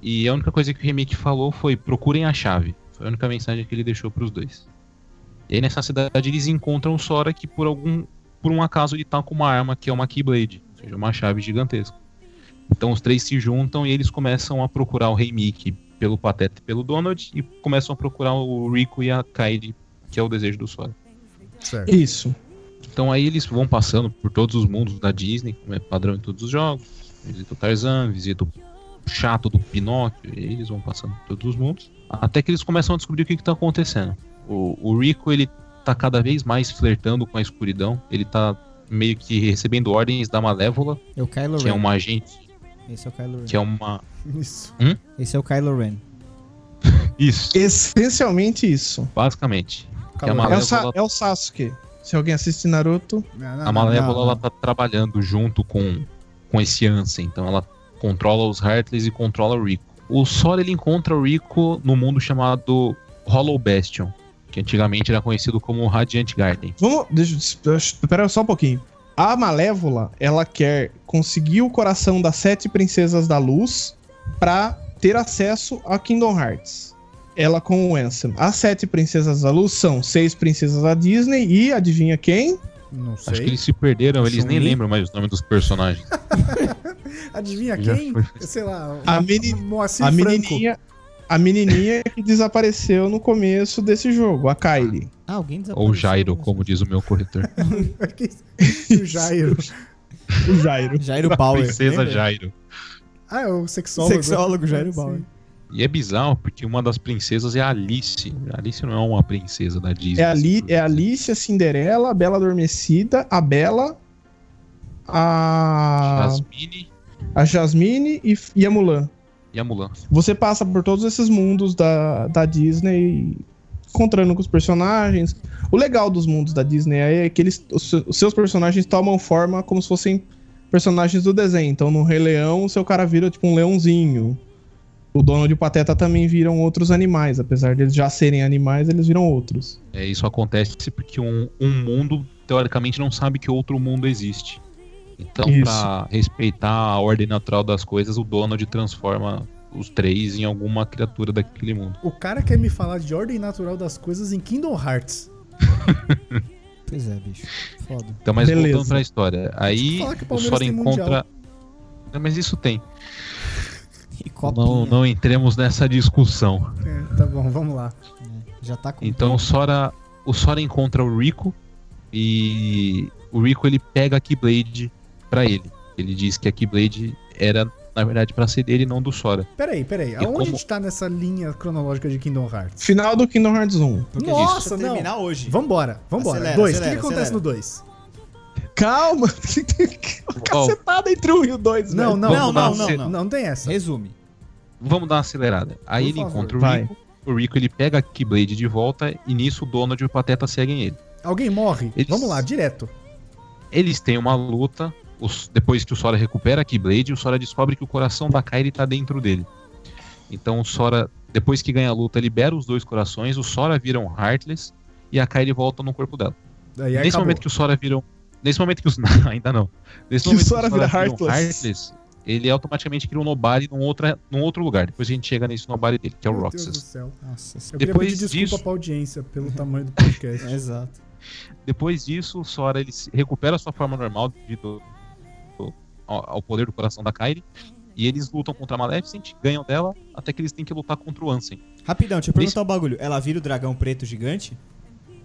[SPEAKER 3] E a única coisa que o Rei Mickey falou foi: procurem a chave. Foi a única mensagem que ele deixou pros dois. E aí nessa cidade eles encontram o Sora que por algum. Por um acaso ele tá com uma arma que é uma Keyblade, ou seja, uma chave gigantesca. Então os três se juntam e eles começam a procurar o Rei Mickey pelo Pateta e pelo Donald e começam a procurar o Rico e a Kairi, que é o desejo do Sora.
[SPEAKER 2] Certo.
[SPEAKER 4] [laughs] Isso.
[SPEAKER 3] Então aí eles vão passando por todos os mundos da Disney, como é padrão em todos os jogos. Visita o Tarzan, visita o chato do Pinóquio, e eles vão passando por todos os mundos. Até que eles começam a descobrir o que, que tá acontecendo. O, o Rico, ele tá cada vez mais flertando com a escuridão. Ele tá meio que recebendo ordens da Malévola,
[SPEAKER 1] É o Kylo
[SPEAKER 3] que é
[SPEAKER 1] Ren.
[SPEAKER 3] uma agente,
[SPEAKER 1] Esse é o Kylo Ren.
[SPEAKER 3] que é uma...
[SPEAKER 2] Isso.
[SPEAKER 1] Esse é o Kylo Ren.
[SPEAKER 3] Isso,
[SPEAKER 4] Essencialmente isso.
[SPEAKER 3] basicamente. Que a
[SPEAKER 2] Calma aí.
[SPEAKER 4] É o,
[SPEAKER 3] Malévola
[SPEAKER 4] Sa- é o Sasuke. Se alguém assiste Naruto.
[SPEAKER 2] Não, não,
[SPEAKER 3] A
[SPEAKER 2] não,
[SPEAKER 3] Malévola
[SPEAKER 2] não,
[SPEAKER 3] ela tá trabalhando junto com, com esse Ansem, então ela controla os Heartless e controla o Rico. O Sora ele encontra o Rico no mundo chamado Hollow Bastion, que antigamente era conhecido como Radiant Garden.
[SPEAKER 4] Vamos. Deixa eu. des- Pera só um pouquinho. A Malévola, ela quer conseguir o coração das sete princesas da luz pra ter acesso a Kingdom Hearts. Ela com o Ansem. As sete princesas da luz são seis princesas da Disney e adivinha quem?
[SPEAKER 2] não. Não
[SPEAKER 3] Acho que
[SPEAKER 2] sei.
[SPEAKER 3] eles se perderam, eles nem
[SPEAKER 4] Chun-Li?
[SPEAKER 3] lembram mais o nome dos personagens.
[SPEAKER 2] Adivinha
[SPEAKER 3] Já
[SPEAKER 2] quem? Sei lá.
[SPEAKER 4] A
[SPEAKER 2] Mo-
[SPEAKER 4] meni-
[SPEAKER 2] Moacir
[SPEAKER 4] A
[SPEAKER 2] Franco.
[SPEAKER 4] menininha, a menininha [laughs] que desapareceu no começo desse jogo, a Kylie.
[SPEAKER 1] Ah, alguém desapareceu.
[SPEAKER 3] Ou Jairo,
[SPEAKER 7] né?
[SPEAKER 3] como diz o meu corretor.
[SPEAKER 2] [laughs] o
[SPEAKER 3] [laughs]
[SPEAKER 2] Jairo.
[SPEAKER 4] O
[SPEAKER 7] Ah,
[SPEAKER 4] Jairo.
[SPEAKER 1] Jairo Bauer.
[SPEAKER 3] Princesa
[SPEAKER 1] lembra?
[SPEAKER 3] Jairo.
[SPEAKER 2] Ah, é o sexólogo. Ah,
[SPEAKER 1] Sexólogo Jairo Bauer.
[SPEAKER 2] Sim.
[SPEAKER 3] E é bizarro, porque uma das princesas é a Alice. A Alice não é uma princesa da Disney.
[SPEAKER 4] É a, Li,
[SPEAKER 3] assim,
[SPEAKER 4] é a Alice, a Cinderela, a Bela Adormecida, a Bela, a,
[SPEAKER 3] Jasmine
[SPEAKER 4] a Jasmine e, e a Mulan.
[SPEAKER 3] e a Mulan.
[SPEAKER 4] Você passa por todos esses mundos da, da Disney, encontrando com os personagens. O legal dos mundos da Disney é que eles, os, se- os seus personagens tomam forma como se fossem personagens do desenho. Então, no Rei Leão, o seu cara vira tipo um leãozinho. O Donald e o Pateta também viram outros animais. Apesar deles já serem animais, eles viram outros.
[SPEAKER 3] É, isso acontece porque um, um mundo, teoricamente, não sabe que outro mundo existe. Então,
[SPEAKER 4] Isso.
[SPEAKER 3] pra respeitar a ordem natural das coisas, o Donald transforma os três em alguma criatura daquele mundo.
[SPEAKER 2] O cara quer me falar de ordem natural das coisas em Kingdom Hearts.
[SPEAKER 1] Pois é, bicho. Foda.
[SPEAKER 3] Então, mas
[SPEAKER 4] Beleza.
[SPEAKER 3] voltando pra história. Aí
[SPEAKER 2] Fala que o
[SPEAKER 3] o
[SPEAKER 2] Palmeiras
[SPEAKER 3] Sora
[SPEAKER 2] tem
[SPEAKER 3] encontra. Não, mas isso tem.
[SPEAKER 1] E copinha.
[SPEAKER 3] Não, não entremos nessa discussão.
[SPEAKER 2] É, tá bom, vamos lá.
[SPEAKER 1] né? Já tá com...
[SPEAKER 3] Então o Sora, o Sora encontra o Rico e o Rico ele pega a Keyblade pra ele. Ele diz que a Keyblade era na verdade pra ser dele, e não do Sora.
[SPEAKER 2] Peraí, peraí. Aonde
[SPEAKER 3] como-
[SPEAKER 2] a gente tá nessa linha cronológica de Kingdom Hearts?
[SPEAKER 4] Final do Kingdom Hearts 1.
[SPEAKER 7] Porque
[SPEAKER 3] é
[SPEAKER 7] a gente
[SPEAKER 2] Nossa,
[SPEAKER 7] precisa
[SPEAKER 2] não.
[SPEAKER 7] terminar hoje.
[SPEAKER 2] Vambora, vambora.
[SPEAKER 7] Acelera,
[SPEAKER 2] Dois. O que,
[SPEAKER 7] acelera,
[SPEAKER 2] que acontece
[SPEAKER 7] acelera.
[SPEAKER 2] no dois?
[SPEAKER 4] Calma! [laughs] Cacetada entre um e o dois,
[SPEAKER 2] Não,
[SPEAKER 4] velho.
[SPEAKER 2] não,
[SPEAKER 3] Vamos
[SPEAKER 2] não,
[SPEAKER 3] dar
[SPEAKER 2] não,
[SPEAKER 3] uma
[SPEAKER 2] não,
[SPEAKER 3] ce-
[SPEAKER 2] não. Não tem essa.
[SPEAKER 1] Resume.
[SPEAKER 3] Vamos dar uma acelerada. Aí
[SPEAKER 2] Por
[SPEAKER 3] ele
[SPEAKER 2] favor.
[SPEAKER 3] encontra o
[SPEAKER 4] Vai.
[SPEAKER 3] Rico. O Rico ele pega a Keyblade de volta e nisso o Donald e o Pateta seguem ele.
[SPEAKER 2] Alguém morre?
[SPEAKER 3] Eles-
[SPEAKER 2] Vamos lá, direto.
[SPEAKER 3] Eles têm uma luta. os- depois que o Sora recupera a Keyblade, o Sora descobre que o coração da Kairi tá dentro dele. Então o Sora, depois que ganha a luta, libera os dois corações. O Sora vira um Heartless e a Kairi volta no corpo dela.
[SPEAKER 2] Aí
[SPEAKER 3] Nesse
[SPEAKER 2] acabou.
[SPEAKER 3] momento que o Sora vira um... Nesse momento que os... [laughs] Não, ainda não. Nesse
[SPEAKER 4] Que o
[SPEAKER 3] momento
[SPEAKER 4] Sora vira Heartless.
[SPEAKER 3] um ele automaticamente cria um Nobari num, outra, num outro lugar. Depois a gente chega nesse Nobari dele, que é o
[SPEAKER 2] Meu Deus do
[SPEAKER 3] Roxas.
[SPEAKER 2] céu.
[SPEAKER 1] Nossa, esse-
[SPEAKER 2] Eu queria
[SPEAKER 3] Depois
[SPEAKER 2] pedir desculpa
[SPEAKER 3] disso-
[SPEAKER 2] pra audiência pelo tamanho do
[SPEAKER 3] [laughs]
[SPEAKER 2] podcast.
[SPEAKER 1] Exato.
[SPEAKER 3] Depois disso, o Sora ele se recupera a sua forma normal devido ao- ao ao poder do coração da Kairi. E eles lutam contra a Maleficent, ganham dela, até que eles têm que lutar contra o Ansem.
[SPEAKER 7] Rapidão, deixa eu perguntar um bagulho. Ela vira o dragão preto gigante?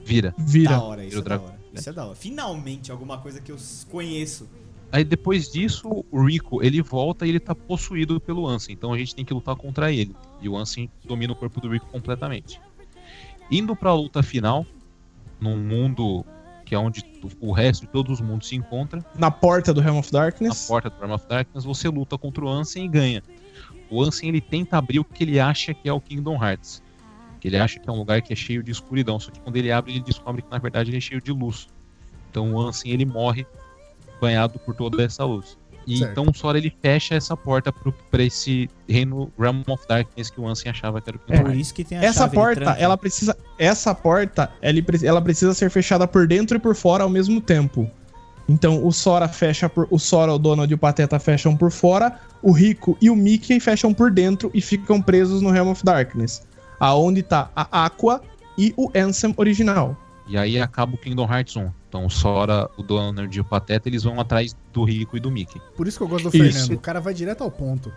[SPEAKER 3] Vira.
[SPEAKER 4] Vira.
[SPEAKER 7] Da hora, isso
[SPEAKER 3] Vira o
[SPEAKER 7] é da
[SPEAKER 3] dragão.
[SPEAKER 7] hora. Isso é da hora. Finalmente, alguma coisa que eu s- conheço.
[SPEAKER 3] Aí depois disso, o Rico, ele volta e ele tá possuído pelo Ansem. Então a gente tem que lutar contra ele. E o Ansem domina o corpo do Rico completamente. Indo pra luta final, num mundo que é onde t- o resto de todos os mundos se encontra,
[SPEAKER 4] Na porta do Realm of
[SPEAKER 3] na
[SPEAKER 4] Darkness.
[SPEAKER 3] porta do Realm of Darkness, você luta contra o Ansem e ganha. O Ansem, ele tenta abrir o que ele acha que é o Kingdom Hearts. Que ele acha que é um lugar que é cheio de escuridão. Só que quando ele abre, ele descobre que na verdade ele é cheio de luz. Então o Ansem, ele morre banhado por toda essa luz. E
[SPEAKER 2] Certo.
[SPEAKER 3] então o Sora, ele fecha essa porta pro, pra esse reino Realm of Darkness que o Ansem achava que era o Kingdom
[SPEAKER 1] É.
[SPEAKER 7] Por
[SPEAKER 3] Hearts.
[SPEAKER 7] isso que tem a
[SPEAKER 4] Essa
[SPEAKER 7] chave, ele
[SPEAKER 4] porta,
[SPEAKER 7] tranca.
[SPEAKER 4] ela precisa. Essa porta, ele pre- ela precisa ser fechada por dentro e por fora ao mesmo tempo. Então o Sora fecha por. O Sora, o Donald e o Pateta fecham por fora, o Rico e o Mickey fecham por dentro e ficam presos no Realm of Darkness. Aonde tá a Aqua e o Ansem original.
[SPEAKER 3] E aí acaba o Kingdom Hearts 1. Então o Sora, o Donald e o Pateta, eles vão atrás do Rico e do Mickey.
[SPEAKER 2] Por isso que eu gosto do
[SPEAKER 4] Isso.
[SPEAKER 2] Fernando. O cara vai direto ao ponto.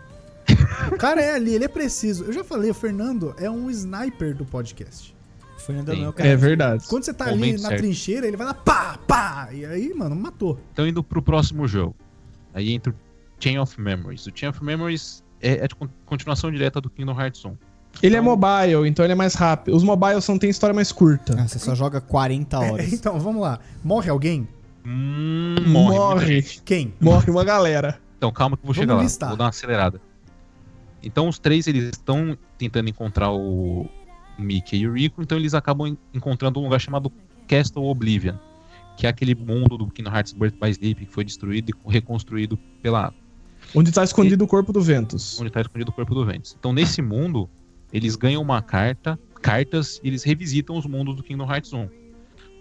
[SPEAKER 2] O cara é ali, ele é preciso. Eu já falei, o Fernando é um sniper do podcast.
[SPEAKER 7] Fernando
[SPEAKER 3] Sim.
[SPEAKER 7] não é o cara.
[SPEAKER 4] É verdade.
[SPEAKER 2] Quando você tá ali
[SPEAKER 3] Momento
[SPEAKER 2] na
[SPEAKER 3] certo.
[SPEAKER 2] trincheira, ele vai lá pá, pá. E aí, mano, matou.
[SPEAKER 3] Então indo pro próximo jogo. Aí entra o Chain of Memories. O Chain of Memories é, é de con- continuação direta do Kingdom Hearts 1.
[SPEAKER 4] Ele é mobile, então ele é mais rápido. Os mobiles não têm história mais curta.
[SPEAKER 7] Ah, você só joga 40
[SPEAKER 3] É
[SPEAKER 2] [laughs]
[SPEAKER 7] horas.
[SPEAKER 2] Então, vamos lá. Morre alguém?
[SPEAKER 3] Hum, morre. muita gente.
[SPEAKER 2] Quem?
[SPEAKER 4] Morre uma galera.
[SPEAKER 3] Então calma que eu vou
[SPEAKER 2] Vamos
[SPEAKER 3] chegar lá.
[SPEAKER 2] listar.
[SPEAKER 3] Vou dar uma acelerada. Então os três eles estão tentando encontrar o Mickey e o Rico, então eles acabam en- encontrando um lugar chamado Castle Oblivion, que é aquele mundo do Kingdom Hearts Birth by Sleep que foi destruído e reconstruído pela
[SPEAKER 4] Onde tá escondido o corpo do Ventus.
[SPEAKER 3] onde está escondido o corpo do Ventus. Então, nesse mundo, eles ganham uma carta, cartas, e eles revisitam os mundos do Kingdom Hearts 1.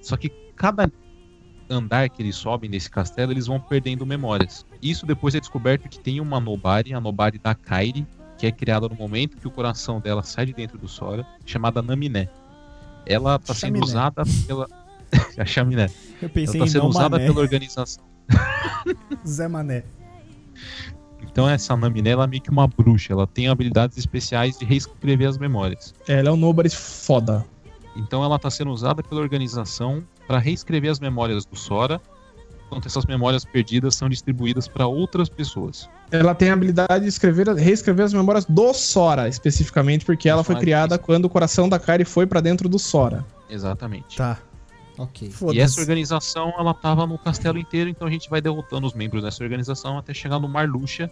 [SPEAKER 3] Só que cada andar que eles sobem desse castelo, eles vão perdendo memórias. Isso depois é descoberto que tem uma Nobari, a Nobari da Kairi, que é criada no momento que o coração dela sai de dentro do Sora, chamada Naminé. Ela está sendo
[SPEAKER 2] Chaminé.
[SPEAKER 3] usada
[SPEAKER 7] [laughs]
[SPEAKER 3] pela. a Chaminé.
[SPEAKER 7] Eu
[SPEAKER 3] Ela
[SPEAKER 7] pensei
[SPEAKER 3] está
[SPEAKER 7] em
[SPEAKER 3] sendo
[SPEAKER 7] não
[SPEAKER 3] usada
[SPEAKER 7] mané.
[SPEAKER 3] pela organização.
[SPEAKER 2] Zé Mané.
[SPEAKER 3] Então essa Naminé, ela é meio que uma bruxa. Ela tem habilidades especiais de reescrever as memórias.
[SPEAKER 4] Ela é um nobre foda.
[SPEAKER 3] Então ela está sendo usada pela organização para reescrever as memórias do Sora, enquanto essas memórias perdidas são distribuídas para outras pessoas.
[SPEAKER 4] Ela tem a habilidade de escrever, reescrever as memórias do Sora, especificamente, porque ela foi
[SPEAKER 3] Sora,
[SPEAKER 4] criada
[SPEAKER 3] isso.
[SPEAKER 4] quando o coração da Kairi foi pra dentro do Sora.
[SPEAKER 3] Exatamente.
[SPEAKER 2] Tá.
[SPEAKER 7] Ok.
[SPEAKER 2] Foda-se.
[SPEAKER 3] E essa organização, ela tava no castelo inteiro, então a gente vai derrotando os membros dessa organização até chegar no Marluxa,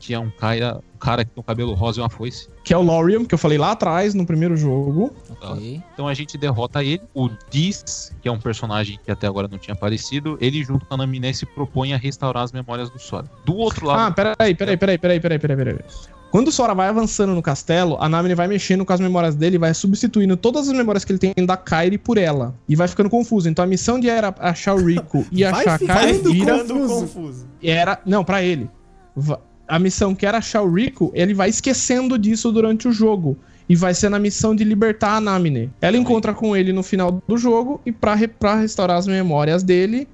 [SPEAKER 3] que é um cara, um cara que tem um cabelo rosa e uma foice.
[SPEAKER 4] Que é o Lorium, que eu falei lá atrás no primeiro jogo.
[SPEAKER 7] Ok.
[SPEAKER 3] Então a gente derrota ele. O Diz, que é um personagem que até agora não tinha aparecido, ele junto com a Naminé se propõe a restaurar as memórias do Sora. Do outro
[SPEAKER 4] Ah,
[SPEAKER 3] lado,
[SPEAKER 4] peraí, peraí, peraí, peraí, peraí, peraí, peraí. Quando o Sora vai avançando no castelo, a Namine vai mexendo com as memórias dele, vai substituindo todas as memórias que ele tem da Kairi por ela. E vai ficando confuso. Então a missão de era achar o Rico e
[SPEAKER 2] Vai
[SPEAKER 4] achar a
[SPEAKER 2] ficando
[SPEAKER 4] Kairi vira-
[SPEAKER 7] Ficando
[SPEAKER 2] confuso.
[SPEAKER 7] é confuso.
[SPEAKER 4] era. Não, pra ele. Va- A missão que era achar o Rico, ele vai esquecendo disso durante o jogo. E vai ser na missão de libertar a Namine. Ela encontra com ele no final do jogo e pra, re- pra restaurar as memórias dele,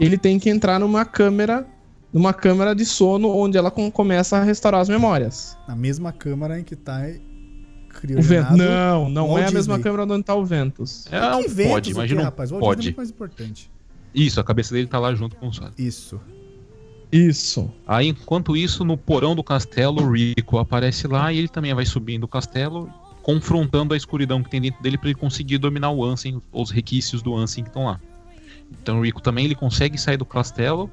[SPEAKER 4] ele tem que entrar numa câmera. Numa câmera de sono onde ela com- começa a restaurar as memórias.
[SPEAKER 2] Na mesma câmara em que tá
[SPEAKER 4] O Ventus.
[SPEAKER 2] criogenado.
[SPEAKER 4] Não, não
[SPEAKER 2] Walt
[SPEAKER 4] é a mesma
[SPEAKER 2] Disney.
[SPEAKER 4] câmera onde tá o Ventus.
[SPEAKER 3] é um
[SPEAKER 2] Que Ventus
[SPEAKER 3] pod,
[SPEAKER 2] o quê,
[SPEAKER 3] imagina um
[SPEAKER 2] rapaz? O Walt Disney é
[SPEAKER 3] pod.
[SPEAKER 2] muito mais importante.
[SPEAKER 3] Isso, a cabeça dele tá lá junto com o Sora.
[SPEAKER 2] Isso.
[SPEAKER 4] Isso.
[SPEAKER 3] Aí, enquanto isso, no porão do castelo, o Rico aparece lá e ele também vai subindo o castelo, confrontando a escuridão que tem dentro dele pra ele conseguir dominar o Ansem, os requisitos do Ansem que estão lá. Então, o Rico também ele consegue sair do castelo,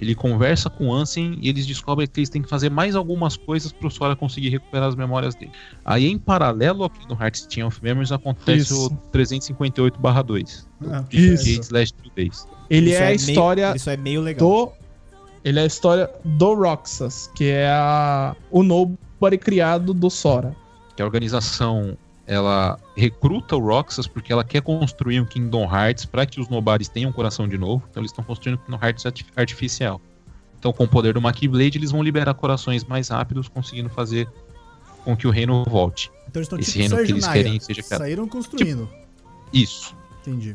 [SPEAKER 3] ele conversa com o Ansem e eles descobrem que eles têm que fazer mais algumas coisas pro Sora conseguir recuperar as memórias dele. Aí, em paralelo ao Kingdom Hearts Chain of Memories, acontece
[SPEAKER 4] Isso.
[SPEAKER 3] o 358/2.
[SPEAKER 2] Ah,
[SPEAKER 4] Isso.
[SPEAKER 3] Slash 2 Days.
[SPEAKER 4] Ele
[SPEAKER 7] Isso
[SPEAKER 4] é a
[SPEAKER 7] meio-
[SPEAKER 4] história
[SPEAKER 7] Isso é meio legal.
[SPEAKER 4] do. Ele é a história do Roxas, que é a, o Nobody criado do Sora.
[SPEAKER 3] que a organização ela recruta o Roxas porque ela quer construir um Kingdom Hearts para que os Nobares tenham um coração de novo. Então eles estão construindo um Kingdom Hearts arti- artificial. Então com o poder do Maquiblade eles vão liberar corações mais rápidos, conseguindo fazer com que o reino volte.
[SPEAKER 2] Então eles estão
[SPEAKER 3] Esse
[SPEAKER 2] tipo
[SPEAKER 3] reino que
[SPEAKER 2] Sérgio
[SPEAKER 3] eles
[SPEAKER 2] Naia.
[SPEAKER 3] querem seja criado.
[SPEAKER 2] Saíram construindo.
[SPEAKER 3] Isso.
[SPEAKER 2] Entendi.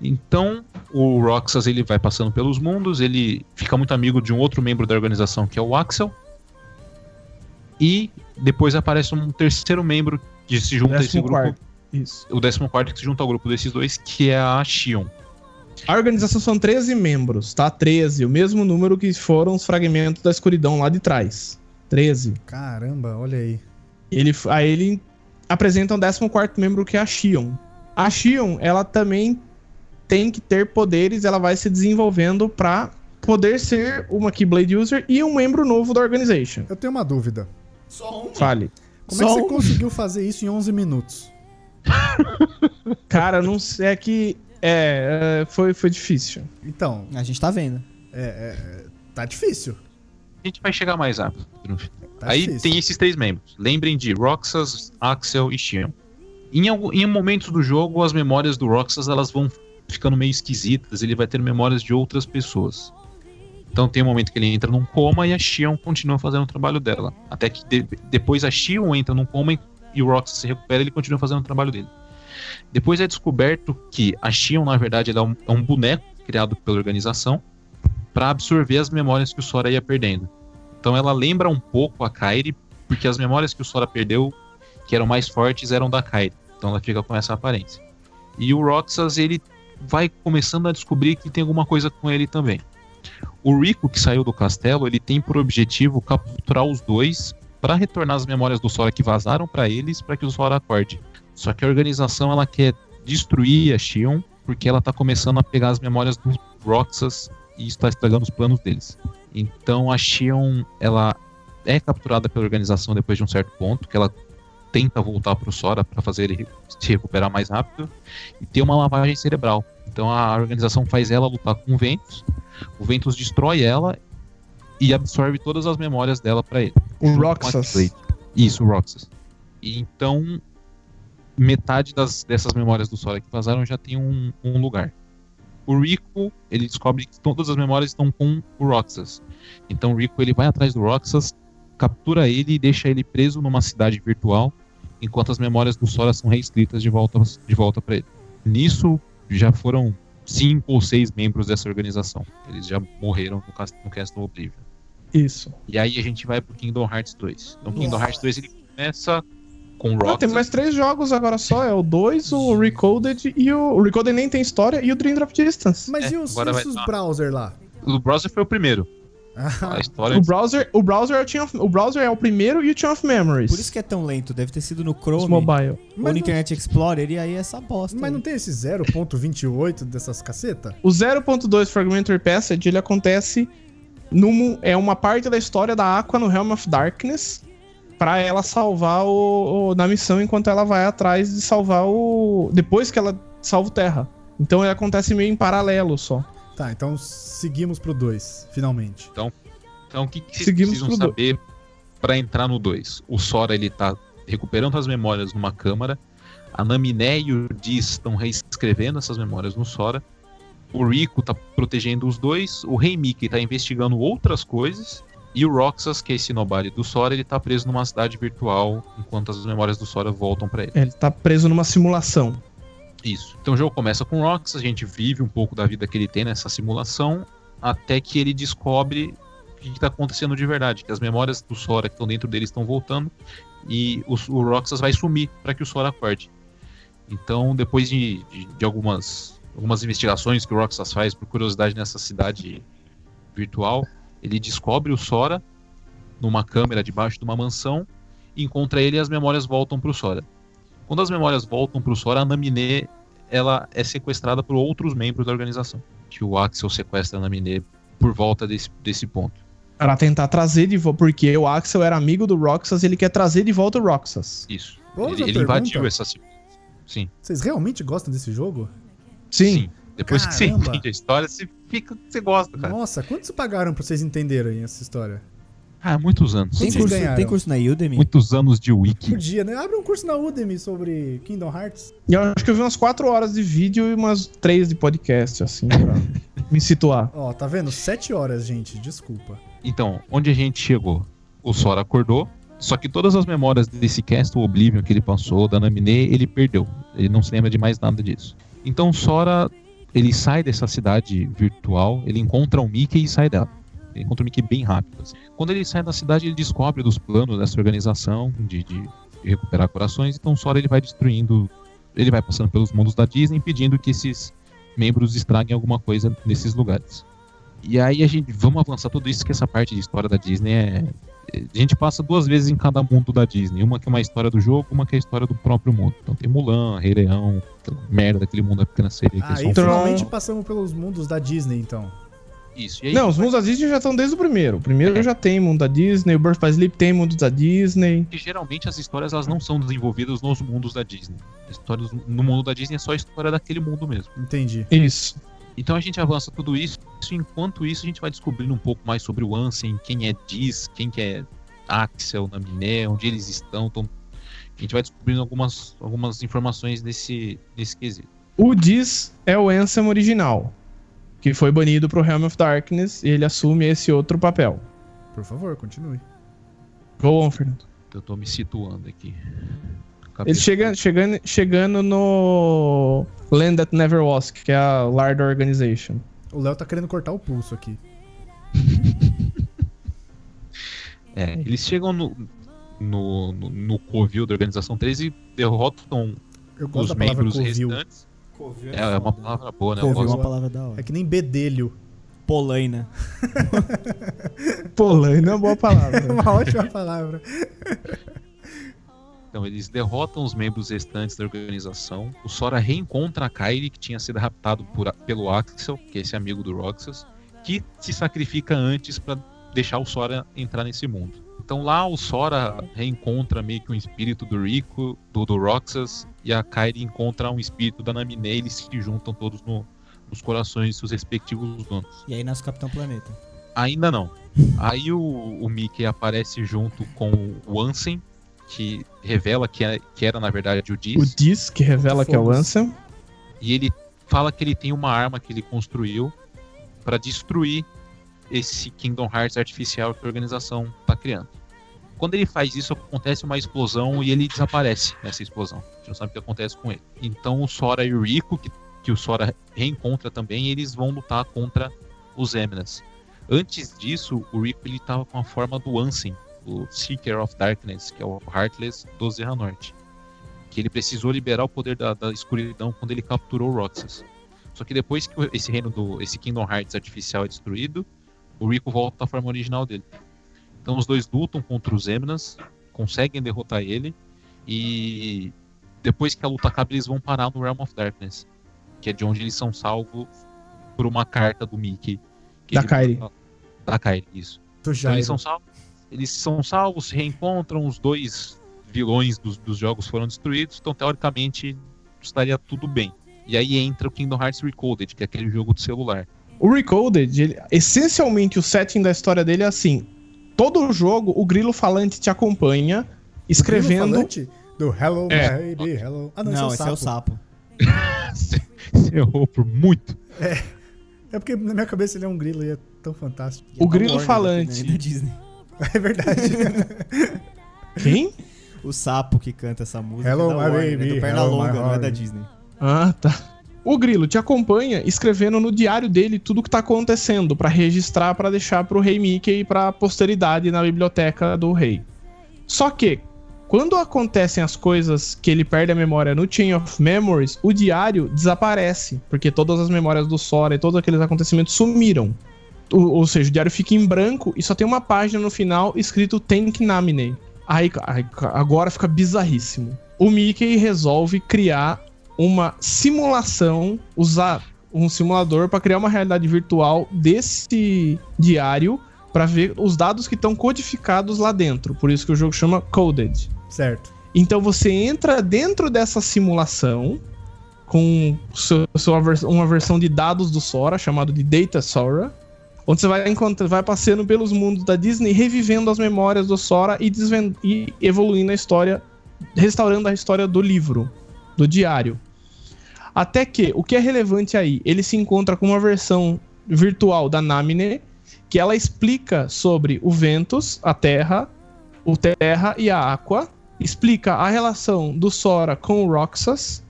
[SPEAKER 3] Então, o Roxas ele vai passando pelos mundos, ele fica muito amigo de um outro membro da organização, que é o Axel. E depois aparece um terceiro membro que se junta a esse
[SPEAKER 4] Décimo
[SPEAKER 3] grupo,
[SPEAKER 4] quarto. Isso.
[SPEAKER 3] o décimo quarto que se junta ao grupo desses dois, que é a Shion.
[SPEAKER 4] A organização são 13 membros, tá? 13, o mesmo número que foram os fragmentos da escuridão lá de trás. 13.
[SPEAKER 2] Caramba, olha aí.
[SPEAKER 4] Ele, aí ele apresenta um 14 membro que é a Shion. A Shion, ela também tem que ter poderes, ela vai se desenvolvendo pra poder ser uma Keyblade User e um membro novo da organization.
[SPEAKER 2] Eu tenho uma dúvida.
[SPEAKER 7] Só um.
[SPEAKER 4] Fale.
[SPEAKER 2] Como
[SPEAKER 7] Só
[SPEAKER 2] é que
[SPEAKER 7] um.
[SPEAKER 2] você conseguiu fazer isso em 11 minutos?
[SPEAKER 4] Cara, não sei, é que... É, é, foi, foi difícil.
[SPEAKER 2] Então,
[SPEAKER 7] A gente tá vendo.
[SPEAKER 2] tá difícil.
[SPEAKER 3] A gente vai chegar mais rápido. no fim.
[SPEAKER 2] Tá
[SPEAKER 3] Aí
[SPEAKER 2] difícil.
[SPEAKER 3] tem esses três membros. Lembrem de Roxas, Axel e Shion. Em, algum, em momentos do jogo, as memórias do Roxas elas vão ficando meio esquisitas. Ele vai ter memórias de outras pessoas. Então tem um momento que ele entra num coma e a Shion continua fazendo o trabalho dela. Até que de- depois a Shion entra num coma e, e o Roxas se recupera e ele continua fazendo o trabalho dele. Depois é descoberto que a Shion, na verdade, ela é um, é um boneco criado pela organização para absorver as memórias que o Sora ia perdendo. Então ela lembra um pouco a Kairi, porque as memórias que o Sora perdeu, que eram mais fortes, eram da Kairi. Então ela fica com essa aparência. E o Roxas, ele vai começando a descobrir que tem alguma coisa com ele também. O Rico, que saiu do castelo, ele tem por objetivo capturar os dois para retornar as memórias do Sora que vazaram para eles, para que o Sora acorde. Só que a organização ela quer destruir a Shion, porque ela tá começando a pegar as memórias do Roxas e está estragando os planos deles. Então a Shion, ela é capturada pela organização depois de um certo ponto, que ela tenta voltar pro Sora para fazer ele se recuperar mais rápido e tem uma lavagem cerebral. Então a organização faz ela lutar com o Ventus. O Ventus destrói ela e absorve todas as memórias dela para ele.
[SPEAKER 4] O
[SPEAKER 3] Junto com a
[SPEAKER 4] Um Roxas.
[SPEAKER 3] Keyblade. Isso, o Roxas. E então metade das, dessas memórias do Sora que vazaram já tem um, um lugar. O Rico, ele descobre que todas as memórias estão com o Roxas. Então o Rico ele vai atrás do Roxas, captura ele e deixa ele preso numa cidade virtual, enquanto as memórias do Sora são reescritas de volta de volta para ele. Nisso já foram cinco ou seis membros dessa organização. Eles já morreram no, cas- no Castle Oblivion.
[SPEAKER 4] Isso.
[SPEAKER 3] E aí a gente vai pro Kingdom Hearts 2. Então Kingdom Hearts 2 ele começa com o
[SPEAKER 4] Ah, tem
[SPEAKER 3] Roxas.
[SPEAKER 4] mais três jogos agora só, é o 2, o Recoded e o... o Recoded nem tem história e o Dream Drop Distance.
[SPEAKER 2] Mas
[SPEAKER 3] É,
[SPEAKER 2] e os,
[SPEAKER 3] agora
[SPEAKER 2] e
[SPEAKER 3] vai
[SPEAKER 2] os
[SPEAKER 3] dar.
[SPEAKER 2] browser lá?
[SPEAKER 3] O browser foi o primeiro. A história
[SPEAKER 4] O browser, o browser é o Chain of- o browser é o primeiro e o Chain of Memories.
[SPEAKER 7] Por isso que é tão lento. Deve ter sido no Chrome
[SPEAKER 4] Os mobile.
[SPEAKER 7] ou
[SPEAKER 2] mas,
[SPEAKER 7] no
[SPEAKER 2] não,
[SPEAKER 7] Internet Explorer e aí é essa bosta.
[SPEAKER 2] mas não tem esse 0.28 dessas caceta?
[SPEAKER 4] O 0.2 Fragmentary Passage, ele acontece num é uma parte da história da Aqua no Realm of Darkness pra ela salvar o, o- na missão enquanto ela vai atrás de salvar o depois que ela salva o Terra. Então ele acontece meio em paralelo só.
[SPEAKER 2] Tá, então seguimos pro 2, finalmente.
[SPEAKER 3] Então, o que, que vocês
[SPEAKER 4] Seguimos
[SPEAKER 3] precisam
[SPEAKER 4] pro dois.
[SPEAKER 3] saber pra entrar no 2? O Sora ele tá recuperando as memórias numa câmara. A Naminé e o Diz estão reescrevendo essas memórias no Sora. O Rico tá protegendo os dois. O Rei Mickey tá investigando outras coisas. E o Roxas, que é esse nobody do Sora, ele tá preso numa cidade virtual enquanto as memórias do Sora voltam pra ele.
[SPEAKER 4] Ele tá preso numa simulação.
[SPEAKER 3] Isso. Então o jogo começa com o Rox, a gente vive um pouco da vida que ele tem nessa simulação, até que ele descobre o que está acontecendo de verdade, que as memórias do Sora que estão dentro dele estão voltando e o, o Roxas vai sumir para que o Sora acorde. Então, depois de, de, de algumas, algumas investigações que o Roxas faz por curiosidade nessa cidade virtual, ele descobre o Sora numa câmera debaixo de uma mansão, encontra ele e as memórias voltam para o Sora. Quando as memórias voltam pro Sora, a Naminé ela é sequestrada por outros membros da organização. Que o Axel sequestra a Naminé por volta desse, desse ponto.
[SPEAKER 4] Pra tentar trazer de volta, porque o Axel era amigo do Roxas, ele quer trazer de volta o Roxas.
[SPEAKER 3] Isso.
[SPEAKER 2] Outra
[SPEAKER 3] ele ele
[SPEAKER 2] pergunta.
[SPEAKER 3] invadiu essa. ci- Sim.
[SPEAKER 2] Vocês realmente gostam desse jogo?
[SPEAKER 3] Depois que você
[SPEAKER 2] Caramba.
[SPEAKER 3] entende a história, você fica. Você gosta, cara.
[SPEAKER 2] Nossa, quantos pagaram pra vocês entenderem essa história?
[SPEAKER 3] Ah, muitos anos.
[SPEAKER 7] Tem
[SPEAKER 2] Vocês
[SPEAKER 7] curso,
[SPEAKER 2] ganharam.
[SPEAKER 7] tem curso na Udemy?
[SPEAKER 3] Muitos anos de wiki.
[SPEAKER 2] Podia, né? Abre um curso na Udemy sobre Kingdom Hearts.
[SPEAKER 4] E eu acho que eu vi umas 4 horas de vídeo e umas 3 de podcast, assim, pra me situar.
[SPEAKER 2] Ó, tá vendo? 7 horas, gente, desculpa.
[SPEAKER 3] Então, onde a gente chegou? O Sora acordou, só que todas as memórias desse cast, o Oblivion que ele passou, da Naminé, ele perdeu. Ele não se lembra de mais nada disso. Então, o Sora ele sai dessa cidade virtual, ele encontra o Mickey e sai dela. Ele encontra o Mickey bem rápido. assim. Quando ele sai da cidade, ele descobre dos planos dessa organização de, de- de recuperar corações, então Sora ele vai destruindo, ele vai passando pelos mundos da Disney, impedindo que esses membros estraguem alguma coisa nesses lugares. E aí a gente, vamos avançar tudo isso, que essa parte de história da Disney é... A gente passa duas vezes em cada mundo da Disney. Uma que é uma história do jogo, uma que é a história do próprio mundo. Então tem Mulan, Rei Leão, aquela merda daquele mundo da pequena sereia. que é só
[SPEAKER 2] Aí
[SPEAKER 3] um
[SPEAKER 2] finalmente passamos pelos mundos da Disney, então.
[SPEAKER 3] isso. E aí,
[SPEAKER 4] Não, os mundos da Disney já estão desde o primeiro. O primeiro já tem mundo da Disney, o Birth by Sleep tem mundo da Disney.
[SPEAKER 3] que geralmente as histórias elas não são desenvolvidas nos mundos da Disney. Histórias no mundo da Disney é só a história daquele mundo mesmo.
[SPEAKER 2] Entendi.
[SPEAKER 4] Isso.
[SPEAKER 3] Então a gente avança tudo isso, e enquanto isso a gente vai descobrindo um pouco mais sobre o Ansem, quem é Diz, quem que é Axel, Naminé, onde eles estão. Então, a gente vai descobrindo algumas, algumas informações nesse, nesse quesito.
[SPEAKER 4] O Diz é o Ansem original, que foi banido pro Realm of Darkness e ele assume esse outro papel.
[SPEAKER 2] Por favor, continue.
[SPEAKER 4] Go on, Fernando.
[SPEAKER 3] Eu tô me situando aqui.
[SPEAKER 4] Ele chega, chegando, chegando no Land That Never Was, que é a Lard Organization.
[SPEAKER 2] O Léo tá querendo cortar o pulso aqui.
[SPEAKER 3] É, eles chegam no, no, no, no covil da Organização 13 e derrotam
[SPEAKER 2] Eu gosto
[SPEAKER 3] os
[SPEAKER 2] da palavra
[SPEAKER 3] membros
[SPEAKER 2] covil.
[SPEAKER 3] restantes.
[SPEAKER 7] Covil
[SPEAKER 3] É, é uma palavra boa, né? Eu
[SPEAKER 7] Covil é
[SPEAKER 3] gosto.
[SPEAKER 7] uma palavra da hora.
[SPEAKER 2] É que nem bedelho. [laughs] né?
[SPEAKER 7] Polaina.
[SPEAKER 4] Polaina é uma boa palavra.
[SPEAKER 2] Uma ótima palavra.
[SPEAKER 3] Então, eles derrotam os membros restantes da organização. O Sora reencontra a Kairi, que tinha sido raptado por- pelo Axel, que é esse amigo do Roxas, que se sacrifica antes para deixar o Sora entrar nesse mundo. Então lá o Sora reencontra meio que um espírito do Rico, do, do Roxas, e a Kairi encontra um espírito da Naminé, e eles se juntam todos no- nos corações de seus respectivos donos.
[SPEAKER 7] E aí nasce o Capitão Planeta.
[SPEAKER 3] Ainda não. Aí o, o Mickey aparece junto com o Ansem, que revela que, é- que era, na verdade, o
[SPEAKER 4] o
[SPEAKER 3] Diz.
[SPEAKER 4] Diz, que revela que é o Ansem.
[SPEAKER 3] E ele fala que ele tem uma arma que ele construiu para destruir esse Kingdom Hearts artificial que a organização tá criando. Quando ele faz isso, acontece uma explosão e ele desaparece nessa explosão. A gente não sabe o que acontece com ele. Então o Sora e o Rico, que, que o Sora reencontra também, eles vão lutar contra os Eminas. Antes disso, o Rico ele tava com a forma do Ansem, o Seeker of Darkness, que é o Heartless do Zerra Norte. Que ele precisou liberar o poder da, da escuridão quando ele capturou o Roxas. Só que depois que o- esse reino do. esse Kingdom Hearts artificial é destruído, o Rico volta à forma original dele. Então os dois lutam contra os Eminas, conseguem derrotar ele, e depois que a luta acaba, eles vão parar no Realm of Darkness, que é de onde eles são salvos por uma carta do Mickey. que
[SPEAKER 4] Da
[SPEAKER 3] ele-
[SPEAKER 4] Kairi.
[SPEAKER 3] Da Kairi, isso.
[SPEAKER 2] Tô
[SPEAKER 3] Então
[SPEAKER 2] já.
[SPEAKER 3] eles são salvos. Eles são salvos, se reencontram, os dois vilões dos, dos jogos foram destruídos, então teoricamente estaria tudo bem. E aí entra o Kingdom Hearts Recoded, que é aquele jogo do celular. [laughs]
[SPEAKER 4] O Recoded, ele- essencialmente o setting da história dele é assim: todo jogo o grilo falante te acompanha,
[SPEAKER 2] Grilo
[SPEAKER 4] escrevendo.
[SPEAKER 2] um falante Do Hello,
[SPEAKER 3] É.
[SPEAKER 2] baby, hello. Ah,
[SPEAKER 7] Não, esse é o sapo.
[SPEAKER 3] Você errou por muito.
[SPEAKER 2] É porque na minha cabeça ele é um grilo e é tão fantástico.
[SPEAKER 7] E é
[SPEAKER 4] O
[SPEAKER 7] da
[SPEAKER 4] grilo
[SPEAKER 7] Warner,
[SPEAKER 4] falante.
[SPEAKER 7] né, [laughs] da Disney.
[SPEAKER 2] [laughs] É verdade. [laughs]
[SPEAKER 4] Quem?
[SPEAKER 7] O sapo que canta essa música.
[SPEAKER 2] Hello,
[SPEAKER 7] é da
[SPEAKER 2] my
[SPEAKER 7] Warner,
[SPEAKER 2] baby,
[SPEAKER 7] É do perna
[SPEAKER 2] hello,
[SPEAKER 7] longa, não
[SPEAKER 2] my
[SPEAKER 7] é da
[SPEAKER 2] Warner.
[SPEAKER 7] Disney.
[SPEAKER 4] Ah, tá. O grilo te acompanha escrevendo no diário dele tudo que tá acontecendo pra registrar, pra deixar pro rei Mickey e pra posteridade na biblioteca do rei. Só que quando acontecem as coisas que ele perde a memória no Chain of Memories, o diário desaparece, porque todas as memórias do Sora e todos aqueles acontecimentos sumiram. O- ou seja, o diário fica em branco e só tem uma página no final escrito Tank Namine. Aí, aí agora fica bizarríssimo. O Mickey resolve criar uma simulação, usar um simulador para criar uma realidade virtual desse diário para ver os dados que estão codificados lá dentro. Por isso que o jogo chama Coded.
[SPEAKER 2] certo.
[SPEAKER 4] Então você entra dentro dessa simulação com seu- sua vers- uma versão de dados do Sora, chamado de Data Sora, onde você vai, encontrar, vai passeando pelos mundos da Disney, revivendo as memórias do Sora e, desven- e evoluindo a história, restaurando a história do livro, do diário. Até que, o que é relevante aí, ele se encontra com uma versão virtual da Namine, que ela explica sobre o Ventus, a Terra, o Terra e a Aqua, explica a relação do Sora com o Roxas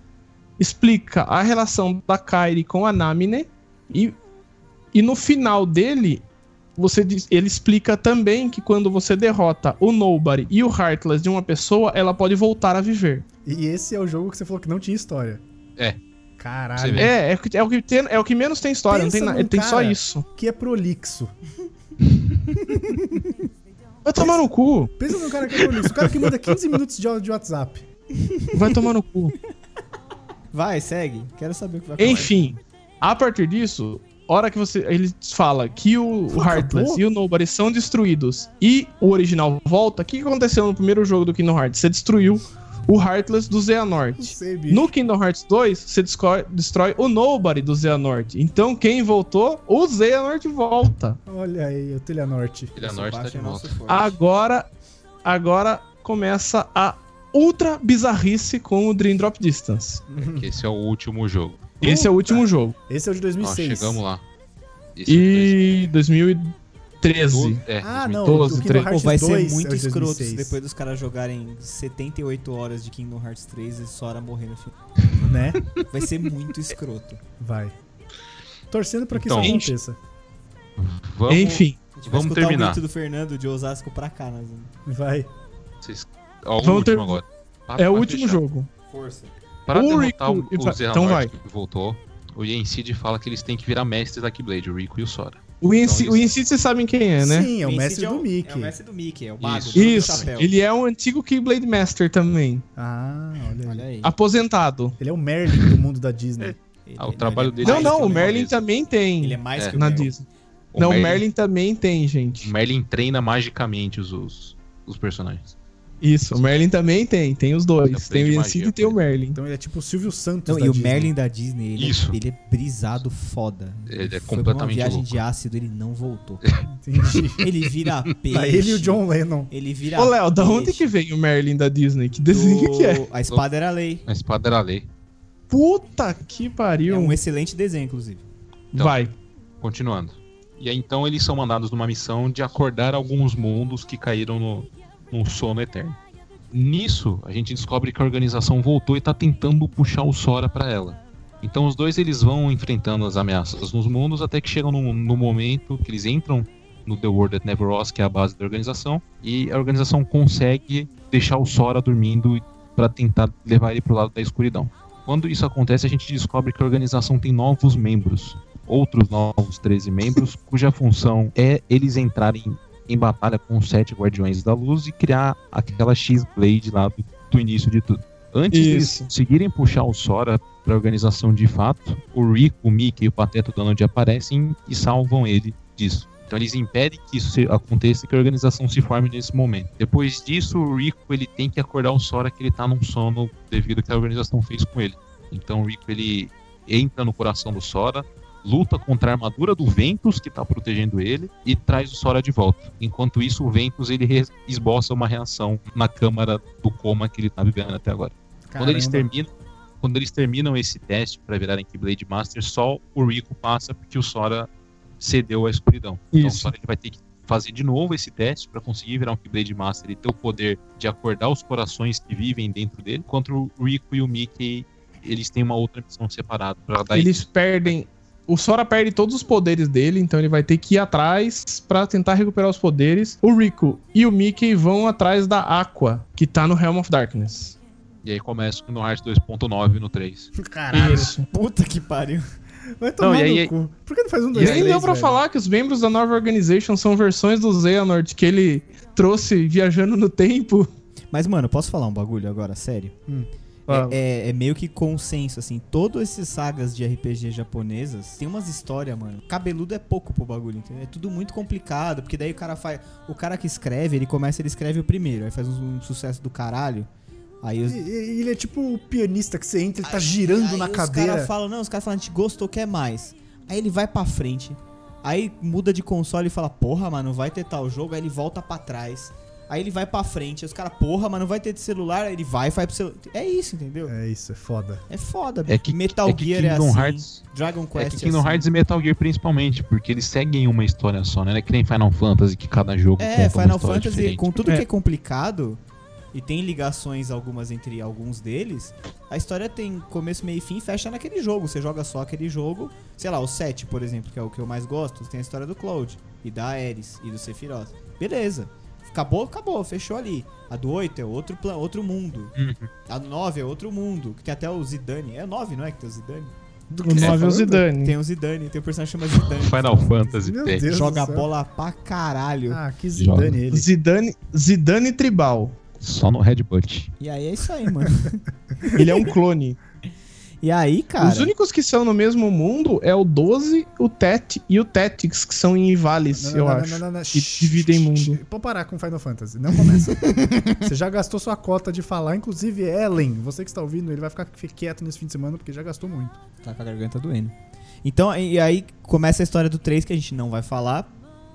[SPEAKER 4] explica a relação da Kairi com a Namine e, e no final dele você diz- ele explica também que quando você derrota o Nobody e o Heartless de uma pessoa, ela pode voltar a viver.
[SPEAKER 2] E esse é o jogo que você falou que não tinha história.
[SPEAKER 3] É. Você
[SPEAKER 2] Caralho.
[SPEAKER 3] vê.
[SPEAKER 4] É, é, o que- é o que tem, é o que menos tem história,
[SPEAKER 2] Pensa
[SPEAKER 4] não tem,
[SPEAKER 2] num
[SPEAKER 4] na, tem só
[SPEAKER 2] cara.
[SPEAKER 4] isso.
[SPEAKER 2] Que é prolixo.
[SPEAKER 4] Vai tomar no cu,
[SPEAKER 2] Pensa num cara que é prolixo. O cara que manda 15 minutos de áudio de WhatsApp.
[SPEAKER 4] vai tomar no cu.
[SPEAKER 8] Vai, segue. Quero saber o que vai acontecer.
[SPEAKER 4] Enfim, a partir disso, hora que você ele fala que o
[SPEAKER 2] Pô,
[SPEAKER 4] Heartless
[SPEAKER 2] acabou?
[SPEAKER 4] e o Nobody são destruídos e o original volta, o que aconteceu no primeiro jogo do Kingdom Hearts? Você destruiu o Heartless do
[SPEAKER 2] Não
[SPEAKER 4] Xehanort.
[SPEAKER 2] sei, bicho.
[SPEAKER 4] No Kingdom Hearts 2, você desco- destrói o Nobody do Xehanort. Então, quem voltou, o Xehanort volta.
[SPEAKER 2] Olha aí, o Telha Norte.
[SPEAKER 3] Ele é norte, tá de volta.
[SPEAKER 4] Agora, agora começa a ultra bizarrice com o Dream Drop Distance.
[SPEAKER 3] Que esse é o
[SPEAKER 2] [laughs]
[SPEAKER 3] último jogo.
[SPEAKER 4] Esse é o último jogo.
[SPEAKER 2] Esse é o de
[SPEAKER 3] Nós
[SPEAKER 2] 2006.
[SPEAKER 3] chegamos lá. Esse
[SPEAKER 4] E
[SPEAKER 3] é o
[SPEAKER 4] 2013.
[SPEAKER 3] 2012. É,
[SPEAKER 2] Ah,
[SPEAKER 3] 2012.
[SPEAKER 2] não.
[SPEAKER 4] 2012,
[SPEAKER 2] o Kingdom
[SPEAKER 4] treze.
[SPEAKER 2] Hearts
[SPEAKER 1] Pô, vai
[SPEAKER 2] 2 é
[SPEAKER 1] ser
[SPEAKER 2] de
[SPEAKER 1] muito escroto se
[SPEAKER 2] 2006.
[SPEAKER 1] depois dos caras jogarem 78 horas de Kingdom Hearts 3 e Sora morrer no final.
[SPEAKER 2] Né?
[SPEAKER 1] Vai ser muito escroto.
[SPEAKER 2] Vai. Torcendo pra que
[SPEAKER 3] Então,
[SPEAKER 2] isso
[SPEAKER 3] gente.
[SPEAKER 2] aconteça.
[SPEAKER 3] Vamos,
[SPEAKER 4] Enfim,
[SPEAKER 1] A gente
[SPEAKER 3] Vamos
[SPEAKER 1] escutar
[SPEAKER 3] terminar.
[SPEAKER 1] o grito do Fernando de Osasco pra cá, né, nas...
[SPEAKER 2] Vai.
[SPEAKER 3] Vocês, ó, o
[SPEAKER 4] Vamos
[SPEAKER 3] último
[SPEAKER 4] ter-
[SPEAKER 3] agora. Pra-
[SPEAKER 4] é o
[SPEAKER 3] pra
[SPEAKER 4] último
[SPEAKER 3] fechar.
[SPEAKER 4] jogo.
[SPEAKER 1] Força.
[SPEAKER 3] Para
[SPEAKER 4] O
[SPEAKER 3] derrotar
[SPEAKER 4] Rico-
[SPEAKER 3] o, o Zé
[SPEAKER 4] então vai.
[SPEAKER 3] Hanort que voltou, o Yensid fala que eles têm que virar mestres da Keyblade, o Rico e o Sora.
[SPEAKER 4] O Yancy,
[SPEAKER 3] Então,
[SPEAKER 4] o Yancy vocês sabem quem é, né?
[SPEAKER 2] Sim, é o mestre do Mickey.
[SPEAKER 1] É o mestre do Mickey, é o mago.
[SPEAKER 3] Isso.
[SPEAKER 1] do
[SPEAKER 4] Isso,
[SPEAKER 1] chapéu.
[SPEAKER 4] ele é um antigo Keyblade Master também,
[SPEAKER 2] Ah, olha aí.
[SPEAKER 1] Olha aí.
[SPEAKER 4] aposentado.
[SPEAKER 3] Sim.
[SPEAKER 2] Ele é o Merlin do mundo da Disney.
[SPEAKER 1] Ele-
[SPEAKER 3] Ah, o
[SPEAKER 1] ele-
[SPEAKER 3] trabalho
[SPEAKER 1] ele é
[SPEAKER 3] dele-
[SPEAKER 4] não,
[SPEAKER 1] mais
[SPEAKER 4] não,
[SPEAKER 1] que
[SPEAKER 4] o
[SPEAKER 3] também
[SPEAKER 4] Merlin
[SPEAKER 3] mesmo.
[SPEAKER 4] também
[SPEAKER 1] Ele é
[SPEAKER 4] tem
[SPEAKER 1] mais
[SPEAKER 3] É,
[SPEAKER 1] que o
[SPEAKER 4] na
[SPEAKER 1] Merlin.
[SPEAKER 4] Disney. não, o
[SPEAKER 3] Merlin-
[SPEAKER 4] Merlin também tem,
[SPEAKER 3] o
[SPEAKER 4] gente.
[SPEAKER 3] Merlin treina magicamente os, os, os personagens.
[SPEAKER 4] Isso, o Merlin também tem, tem os dois.
[SPEAKER 3] Aprende
[SPEAKER 4] Tem o
[SPEAKER 3] Tá magia,
[SPEAKER 4] Yancy e tem o Merlin.
[SPEAKER 2] Então ele é tipo o Silvio Santos
[SPEAKER 1] Não,
[SPEAKER 2] da
[SPEAKER 1] e o
[SPEAKER 2] Disney.
[SPEAKER 1] Merlin da Disney, ele,
[SPEAKER 3] Isso.
[SPEAKER 1] É, ele é brisado foda.
[SPEAKER 3] Ele é
[SPEAKER 1] Foi
[SPEAKER 3] completamente
[SPEAKER 1] uma viagem
[SPEAKER 3] louco.
[SPEAKER 1] de ácido, ele não voltou. [laughs]
[SPEAKER 2] Entendi.
[SPEAKER 1] Ele vira peixe.
[SPEAKER 2] Tá ele e o John Lennon.
[SPEAKER 1] Ele vira
[SPEAKER 4] Ô, Léo, da
[SPEAKER 1] peixe
[SPEAKER 4] onde que veio o Merlin da Disney? Que
[SPEAKER 1] do-
[SPEAKER 4] desenho que é?
[SPEAKER 1] A espada era a lei.
[SPEAKER 3] A espada era a lei.
[SPEAKER 4] Puta que pariu.
[SPEAKER 1] É um excelente desenho, inclusive.
[SPEAKER 3] Então.
[SPEAKER 4] Vai.
[SPEAKER 3] Continuando. E aí então eles são mandados numa missão de acordar alguns mundos que caíram no, num sono eterno. Nisso, a gente descobre que a organização voltou e tá tentando puxar o Sora pra ela. Então os dois eles vão enfrentando as ameaças nos mundos até que chegam no, no momento que eles entram no The World at Never Was, que é a base da organização, e a organização consegue deixar o Sora dormindo pra tentar levar ele pro lado da escuridão. Quando isso acontece, a gente descobre que a organização tem novos membros outros novos 13 membros, cuja função é eles entrarem em batalha com os sete guardiões da luz e criar aquela X-Blade lá do, do início de tudo. Antes deles
[SPEAKER 4] Isso.
[SPEAKER 3] conseguirem puxar o Sora pra organização de fato, o Rico, o Mickey e o Pateta Donald aparecem e salvam ele disso. Então eles impedem que isso se- aconteça e que a organização se forme nesse momento. Depois disso, o Rico ele tem que acordar o Sora que ele tá num sono devido ao que a organização fez com ele. Então o Rico ele entra no coração do Sora, luta contra a armadura do Ventus, que tá protegendo ele, e traz o Sora de volta. Enquanto isso, o Ventus ele re- esboça uma reação na câmara do coma que ele tá vivendo até agora. Quando eles,
[SPEAKER 2] Caramba.
[SPEAKER 3] terminam, quando eles terminam esse teste pra virarem Keyblade Master, só o Rico passa porque o Sora cedeu à escuridão. Então o
[SPEAKER 4] Isso.
[SPEAKER 3] Sora ele vai ter que fazer de novo esse teste pra conseguir virar um Keyblade Master e ter o poder de acordar os corações que vivem dentro dele, enquanto o Rico e o Mickey eles têm uma outra missão separada pra dar
[SPEAKER 4] Eles perdem. O Sora perde todos os poderes dele, então ele vai ter que ir atrás pra tentar recuperar os poderes. O Rico e o Mickey vão atrás da Aqua, que tá no Realm of Darkness.
[SPEAKER 3] E aí começa o no Hearts 2.9 no 3.
[SPEAKER 2] Caralho.
[SPEAKER 4] Isso.
[SPEAKER 1] Puta que pariu.
[SPEAKER 2] Vai tomar
[SPEAKER 3] Não, e aí-
[SPEAKER 2] no cu. Por que não faz um,
[SPEAKER 4] E
[SPEAKER 2] dois,
[SPEAKER 4] nem
[SPEAKER 2] três,
[SPEAKER 4] deu pra
[SPEAKER 2] velho?
[SPEAKER 4] falar que os membros da nova organization são versões do Xehanort que ele trouxe viajando no tempo.
[SPEAKER 1] Mas, mano, posso falar um bagulho agora, sério?
[SPEAKER 4] Fala.
[SPEAKER 1] É, é- é meio que consenso, assim. Todos esses sagas de RPG japonesas tem umas histórias, mano. Cabeludo é pouco pro bagulho, entendeu? É tudo muito complicado, porque daí o cara faz. O cara que escreve, ele começa, ele escreve o primeiro, aí faz um, um sucesso do caralho. Aí os.
[SPEAKER 2] E- e- Ele é tipo o pianista que você entra, ele tá girando
[SPEAKER 1] aí
[SPEAKER 2] na
[SPEAKER 1] os
[SPEAKER 2] cadeira.
[SPEAKER 1] caras falam, não, os caras falam, a gente gostou, quer mais. Aí ele vai pra frente. Aí muda de console e fala, porra, mano, não vai ter tal jogo. Aí ele volta pra trás. Aí ele vai pra frente. Aí os caras, porra, mano, não vai ter de celular. Aí ele vai, vai pro celular. É isso, entendeu?
[SPEAKER 2] É isso, é foda.
[SPEAKER 1] É foda,
[SPEAKER 3] É que-
[SPEAKER 1] Metal
[SPEAKER 3] é que
[SPEAKER 1] Gear
[SPEAKER 3] Kingdom
[SPEAKER 1] é assim.
[SPEAKER 3] Hearts-
[SPEAKER 1] Dragon Quest
[SPEAKER 3] É que Kingdom
[SPEAKER 1] assim.
[SPEAKER 3] Hearts e Metal Gear principalmente, porque eles seguem uma história só, né? Não é que nem Final Fantasy, que cada jogo
[SPEAKER 1] É,
[SPEAKER 3] conta uma
[SPEAKER 1] Final
[SPEAKER 3] história
[SPEAKER 1] Fantasy,
[SPEAKER 3] diferente.
[SPEAKER 1] com tudo
[SPEAKER 4] É.
[SPEAKER 1] que é complicado, e tem ligações algumas entre alguns deles, a história tem começo, meio e fim e fecha naquele jogo. Você joga só aquele jogo, sei lá, o 7, por exemplo, que é o que eu mais gosto, tem a história do Cloud e da Ares e do Sephiroth. Beleza. Acabou, acabou, fechou ali. A do 8 é outro, plan- outro mundo.
[SPEAKER 3] Uhum.
[SPEAKER 1] A do 9 é outro mundo, que tem até o Zidane. É o 9, não é que tem o Zidane?
[SPEAKER 4] O 9 é o Zidane.
[SPEAKER 1] Tem o Zidane, tem um personagem chamado Zidane.
[SPEAKER 3] Final Fantasy
[SPEAKER 2] Meu
[SPEAKER 3] tem.
[SPEAKER 2] Deus
[SPEAKER 1] Joga
[SPEAKER 2] do céu.
[SPEAKER 1] bola pra caralho.
[SPEAKER 2] Ah, que Zidane ele.
[SPEAKER 4] Zidane, Zidane Tribal.
[SPEAKER 3] Só no Headbutt.
[SPEAKER 1] E aí é isso aí, mano.
[SPEAKER 4] Ele é um clone.
[SPEAKER 1] E aí, cara.
[SPEAKER 4] Os únicos que são no mesmo mundo é o 12, o Tet e o Tactics, que são em vales, eu acho. que dividem mundo.
[SPEAKER 2] Pode parar com Final Fantasy, não começa. você já gastou sua cota de falar, inclusive Ellen, você que está ouvindo, ele vai ficar quieto nesse fim de semana porque já gastou muito.
[SPEAKER 1] Tá com a garganta doendo. Então, e aí começa a história do 3 que a gente não vai falar,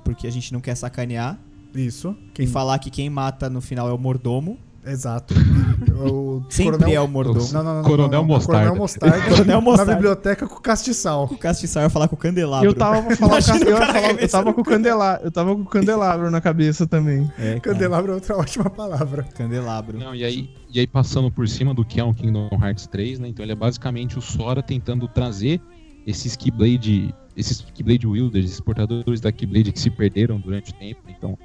[SPEAKER 1] porque a gente não quer sacanear.
[SPEAKER 2] Isso.
[SPEAKER 1] E falar que quem mata no final é o mordomo.
[SPEAKER 2] Exato.
[SPEAKER 3] [laughs]
[SPEAKER 2] O
[SPEAKER 1] Sempre é o mordomo.
[SPEAKER 2] Não, não, não, não,
[SPEAKER 3] Coronel
[SPEAKER 2] não, não.
[SPEAKER 3] Mostarda.
[SPEAKER 2] Coronel Mostarda.
[SPEAKER 1] Coronel
[SPEAKER 2] Na
[SPEAKER 1] Mostarda.
[SPEAKER 2] biblioteca com castiçal.
[SPEAKER 1] O Castiçal ia falar com o candelabro.
[SPEAKER 4] Eu tava pra falar
[SPEAKER 1] Imagina
[SPEAKER 4] o
[SPEAKER 1] o
[SPEAKER 4] cara- eu ia
[SPEAKER 1] cara
[SPEAKER 4] falar- eu
[SPEAKER 1] cabeça
[SPEAKER 4] tava
[SPEAKER 1] no
[SPEAKER 4] com o candelabro, eu tava com o candelabro na cabeça também.
[SPEAKER 1] [laughs] É, cara,
[SPEAKER 2] Candelabro é outra ótima palavra.
[SPEAKER 1] Candelabro.
[SPEAKER 3] Não, e aí, e aí passando por cima do que é um Kingdom Hearts 3, né? Então ele é basicamente o Sora tentando trazer esses Keyblade, esses Keyblade Wielders, esses portadores da Keyblade que se perderam durante o tempo, então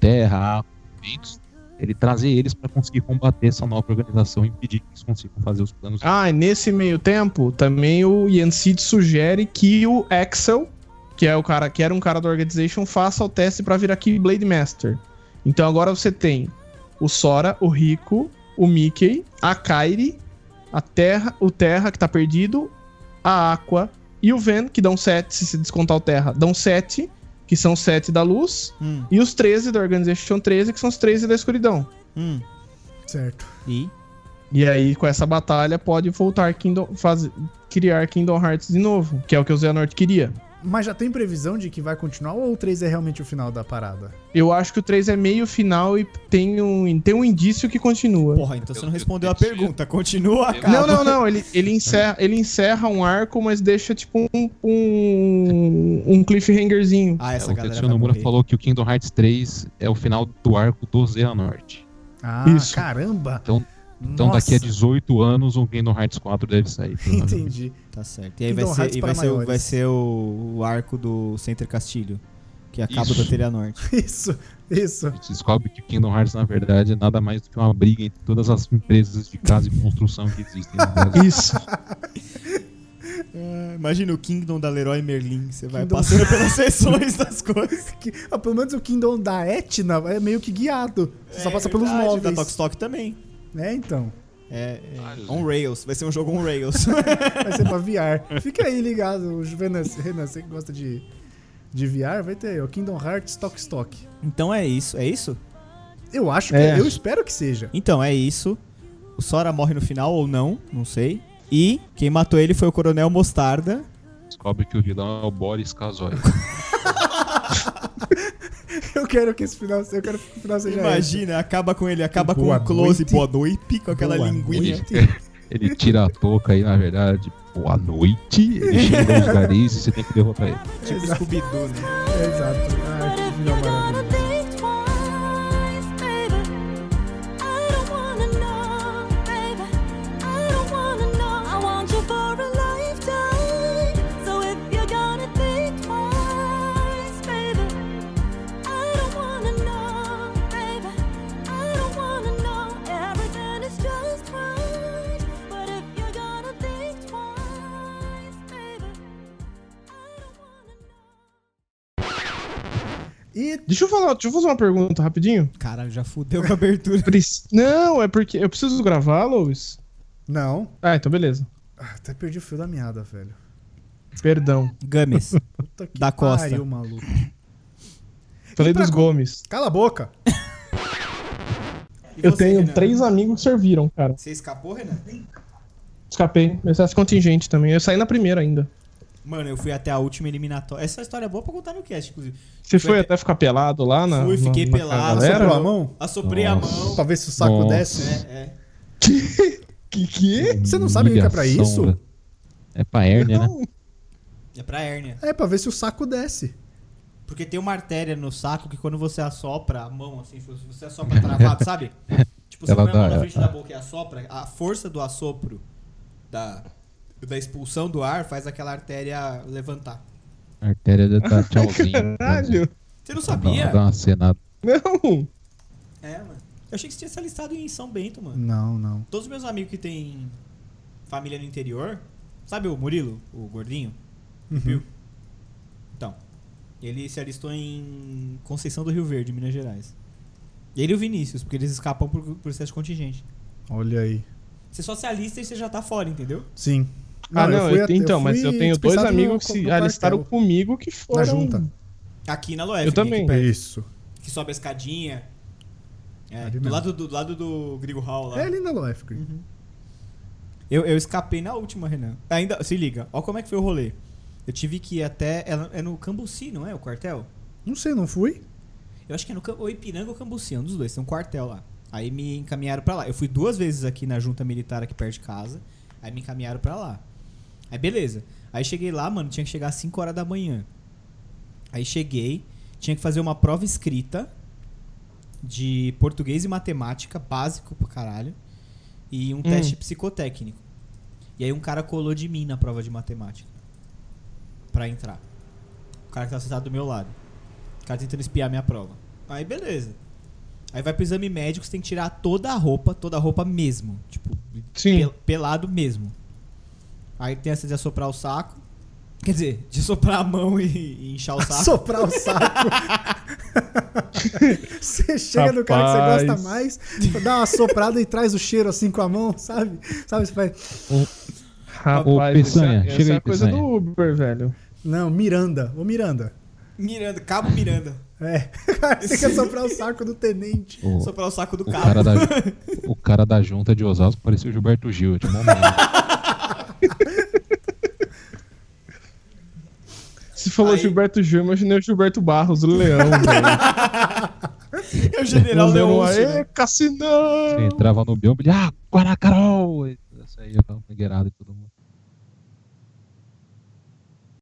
[SPEAKER 3] Terra, Aqua, Ventos, ele trazer eles pra conseguir combater essa nova organização e impedir que eles consigam fazer os planos.
[SPEAKER 4] Ah, e nesse meio tempo, também o Yansid sugere que o Axel, que é o cara que era um cara da organization, faça o teste pra virar Keyblade Master. Então agora você tem o Sora, o Rico, o Mickey, a Kairi, a Terra, o Terra que tá perdido, a Aqua e o Ven, que dão 7, se se descontar o Terra, dão 7, que são 7 da luz,
[SPEAKER 1] Hum,
[SPEAKER 4] e os 13 da Organization 13, que são os 13 da escuridão.
[SPEAKER 1] hum.
[SPEAKER 2] Certo.
[SPEAKER 1] E
[SPEAKER 4] E aí, com essa batalha, pode voltar Kingdom, fazer, criar Kingdom Hearts de novo, que é o que o Xehanort queria.
[SPEAKER 2] Mas já tem previsão de que vai continuar ou o 3 é realmente o final da parada?
[SPEAKER 4] Eu acho que o 3 é meio final e tem um, tem um indício que continua.
[SPEAKER 1] porra, então você não respondeu a pergunta. Continua, cara.
[SPEAKER 4] Não, não, não. Ele, ele, encerra, ele encerra um arco, mas deixa tipo um, um, um cliffhangerzinho.
[SPEAKER 1] Ah, essa
[SPEAKER 3] É, o
[SPEAKER 1] galera
[SPEAKER 3] Tetsuya
[SPEAKER 1] vai
[SPEAKER 3] Nomura
[SPEAKER 1] morrer.
[SPEAKER 3] falou que o Kingdom Hearts 3 é o final do arco do Norte.
[SPEAKER 2] Ah,
[SPEAKER 4] Isso.
[SPEAKER 2] caramba.
[SPEAKER 3] Então- Então daqui a
[SPEAKER 2] Nossa,
[SPEAKER 3] 18 anos um Kingdom Hearts 4 deve sair. provavelmente.
[SPEAKER 2] Entendi. [laughs]
[SPEAKER 1] Tá certo. E aí vai
[SPEAKER 2] Kingdom Hearts
[SPEAKER 1] ser, e vai
[SPEAKER 2] para
[SPEAKER 1] ser, o-
[SPEAKER 2] maiores.
[SPEAKER 1] vai ser o, o arco do Center Castilho, que acaba da
[SPEAKER 3] Isso.
[SPEAKER 1] Telha Norte.
[SPEAKER 2] Isso, isso.
[SPEAKER 3] A gente descobre que Kingdom Hearts, na verdade, é nada mais do que uma briga entre todas as empresas de casa e construção que existem no
[SPEAKER 2] [laughs]
[SPEAKER 3] Brasil.
[SPEAKER 4] Isso.
[SPEAKER 1] É, Imagina o Kingdom da Leroy Merlin. Você vai
[SPEAKER 2] Kingdom-
[SPEAKER 1] passando pelas [laughs] seções das coisas.
[SPEAKER 2] Que- ah, pelo menos o Kingdom da Etna é meio que guiado. Você só passa pelos
[SPEAKER 1] É verdade, Da
[SPEAKER 2] móveis.
[SPEAKER 1] Tokstok também.
[SPEAKER 2] Né, então.
[SPEAKER 1] É, é,
[SPEAKER 3] Vários,
[SPEAKER 1] on Rails. Vai ser um jogo on Rails. [laughs]
[SPEAKER 2] Vai ser pra VR. Fica aí ligado, o Renan, Renan, você que gosta de, de VR, vai ter aí, o Kingdom Hearts Talk Stock.
[SPEAKER 1] então é isso, é isso?
[SPEAKER 2] Eu acho que
[SPEAKER 4] É.
[SPEAKER 2] eu espero que seja. [laughs]
[SPEAKER 1] Então é isso. O Sora morre no final ou não, não sei. E quem matou ele foi o Coronel Mostarda.
[SPEAKER 3] Descobre que o vilão é o Boris Kazoy.
[SPEAKER 2] Eu quero que esse final, eu quero que o final seja
[SPEAKER 1] Imagina, acaba com ele, acaba com
[SPEAKER 2] Boa
[SPEAKER 1] o close,
[SPEAKER 2] noite.
[SPEAKER 1] boa noite, com aquela
[SPEAKER 2] Boa
[SPEAKER 1] linguinha.
[SPEAKER 3] Ele, ele tira a touca aí, na verdade, boa noite. Ele chega os garis e você tem que derrotar ele.
[SPEAKER 1] Tipo Scooby-Doo, né?
[SPEAKER 2] esse. Exato. Ah, que final maravilhoso.
[SPEAKER 9] Just right, but if you're gonna think twice, baby, I don't wanna know.
[SPEAKER 2] E
[SPEAKER 4] [laughs] Deixa eu falar, deixa eu fazer uma pergunta rapidinho.
[SPEAKER 1] Caralho, já fudeu com a [laughs] abertura.
[SPEAKER 4] Pre- Não, é porque eu preciso gravar, Louis.
[SPEAKER 2] não,
[SPEAKER 4] Ah, então beleza.
[SPEAKER 2] Ah, até perdi o fio da meada, velho.
[SPEAKER 4] Perdão.
[SPEAKER 1] Games.
[SPEAKER 2] Puta que
[SPEAKER 1] Da Costa.
[SPEAKER 2] pariu, maluco.
[SPEAKER 4] Falei
[SPEAKER 2] pra
[SPEAKER 4] dos Gomes.
[SPEAKER 2] Cala a boca.
[SPEAKER 4] Eu tenho três amigos que serviram, cara.
[SPEAKER 1] Você escapou, Renan?
[SPEAKER 4] Escapei. Excesso contingente também. Eu saí na primeira ainda.
[SPEAKER 1] Mano, eu fui até a última eliminatória. Essa história é boa pra contar no cast, inclusive.
[SPEAKER 4] Você foi até ficar pelado lá na.
[SPEAKER 1] Fui,
[SPEAKER 4] na-
[SPEAKER 1] fiquei
[SPEAKER 4] na
[SPEAKER 1] pelado.
[SPEAKER 4] galera?
[SPEAKER 2] Soprou a mão?
[SPEAKER 1] Assoprei a mão.
[SPEAKER 2] Pra ver se o saco
[SPEAKER 3] Nossa.
[SPEAKER 2] desce.
[SPEAKER 1] É, é.
[SPEAKER 4] Que que?
[SPEAKER 2] Você não sabe o que é pra isso?
[SPEAKER 3] Humilhação, É pra hérnia, né?
[SPEAKER 1] É pra hérnia.
[SPEAKER 2] É, pra ver se o saco desce.
[SPEAKER 1] Porque
[SPEAKER 3] [laughs]
[SPEAKER 1] tem uma artéria no saco que quando você assopra a mão, assim, se você assopra travado, sabe? Tipo, você
[SPEAKER 3] Ela
[SPEAKER 1] põe a mão
[SPEAKER 3] dá- é.
[SPEAKER 1] na frente da boca e assopra, a força do assopro da, da expulsão do ar faz aquela artéria levantar.
[SPEAKER 3] A artéria já tá tchauzinho.
[SPEAKER 4] Caralho!
[SPEAKER 1] Você não
[SPEAKER 3] Dá,
[SPEAKER 1] sabia?
[SPEAKER 3] dá uma cenada.
[SPEAKER 4] Não!
[SPEAKER 1] É, mano. Eu achei que você tinha se alistado em São Bento, mano.
[SPEAKER 2] Não, não.
[SPEAKER 1] Todos os meus amigos que têm família no interior, sabe o Murilo, o gordinho? O Pio? Então, ele se alistou em Conceição do Rio Verde, Minas Gerais. Ele e o Vinícius, porque eles escapam por por processo contingente.
[SPEAKER 2] Olha aí.
[SPEAKER 1] Você só se alista e você já tá fora, entendeu?
[SPEAKER 2] Sim.
[SPEAKER 4] Ah, não, eu
[SPEAKER 2] fui at-
[SPEAKER 4] tenho- então, mas
[SPEAKER 2] fui
[SPEAKER 4] eu tenho dois
[SPEAKER 2] dispensado no-
[SPEAKER 4] amigos que
[SPEAKER 2] no
[SPEAKER 4] se alistaram
[SPEAKER 2] quartel,
[SPEAKER 4] comigo que
[SPEAKER 2] na
[SPEAKER 4] foram.
[SPEAKER 2] junta.
[SPEAKER 1] Aqui na Loef.
[SPEAKER 4] Eu também.
[SPEAKER 1] Que,
[SPEAKER 2] Isso.
[SPEAKER 1] que sobe a escadinha. É,
[SPEAKER 2] Ali
[SPEAKER 1] do,
[SPEAKER 2] mesmo.
[SPEAKER 1] lado, do, do lado do Grigo Hall lá.
[SPEAKER 2] É ali na Loef, Green.
[SPEAKER 4] Uhum.
[SPEAKER 1] Eu, eu escapei na última, Renan. Ainda, se liga, ó como é que foi o rolê. Eu tive que ir até. É, é no Cambuci, não é? O quartel?
[SPEAKER 2] Não sei, não fui.
[SPEAKER 1] Eu acho que é no Cam- ou Ipiranga ou Cambuci, um dos dois, tem um quartel lá. Aí me encaminharam pra lá. Eu fui duas vezes aqui na junta militar aqui perto de casa, aí me encaminharam pra lá. Aí beleza. Aí cheguei lá, mano, tinha que chegar às 5 horas da manhã. Aí cheguei, tinha que fazer uma prova escrita de português e matemática, básico pra caralho, e um teste psicotécnico. E aí um cara colou de mim na prova de matemática pra entrar. O cara que tá sentado do meu lado. O cara tá tentando espiar minha prova. Aí beleza. Aí vai pro exame médico, você tem que tirar toda a roupa, toda a roupa mesmo. Tipo,
[SPEAKER 4] Sim.
[SPEAKER 1] pel- pelado mesmo. Aí tem essa de assoprar o saco. Quer dizer, de soprar a mão e, e inchar
[SPEAKER 3] Ah,
[SPEAKER 1] o
[SPEAKER 4] Tá.
[SPEAKER 1] saco.
[SPEAKER 2] Soprar o
[SPEAKER 4] [laughs]
[SPEAKER 2] saco. você chega no cara que você gosta mais, dá uma soprada e traz o cheiro assim com a mão, sabe? Sabe, você faz...
[SPEAKER 3] Ô, Peçanha,
[SPEAKER 4] essa,
[SPEAKER 3] chega
[SPEAKER 4] essa é
[SPEAKER 3] aí,
[SPEAKER 4] a coisa
[SPEAKER 3] Peçanha.
[SPEAKER 4] do Uber, velho.
[SPEAKER 2] Não, Miranda. Ô, Miranda.
[SPEAKER 1] Miranda, cabo Miranda.
[SPEAKER 2] É. [laughs] você quer soprar o saco do tenente.
[SPEAKER 3] O,
[SPEAKER 1] Soprar o saco do
[SPEAKER 3] o
[SPEAKER 1] cabo.
[SPEAKER 2] [laughs]
[SPEAKER 3] cara da, o cara da junta de Osasco parecia o Gilberto Gil. Eu tinha um momento.
[SPEAKER 4] Se falou
[SPEAKER 1] Aí-
[SPEAKER 4] Gilberto Gil, eu imaginei o Gilberto Barros, o leão, velho.
[SPEAKER 1] É o general
[SPEAKER 4] O leão,
[SPEAKER 1] Leôncio,
[SPEAKER 4] aê,
[SPEAKER 1] né?
[SPEAKER 4] Cassinão!
[SPEAKER 3] Você entrava no biombo e ah, Guaracarol! Essa aí, eu tava pegueirado e todo mundo.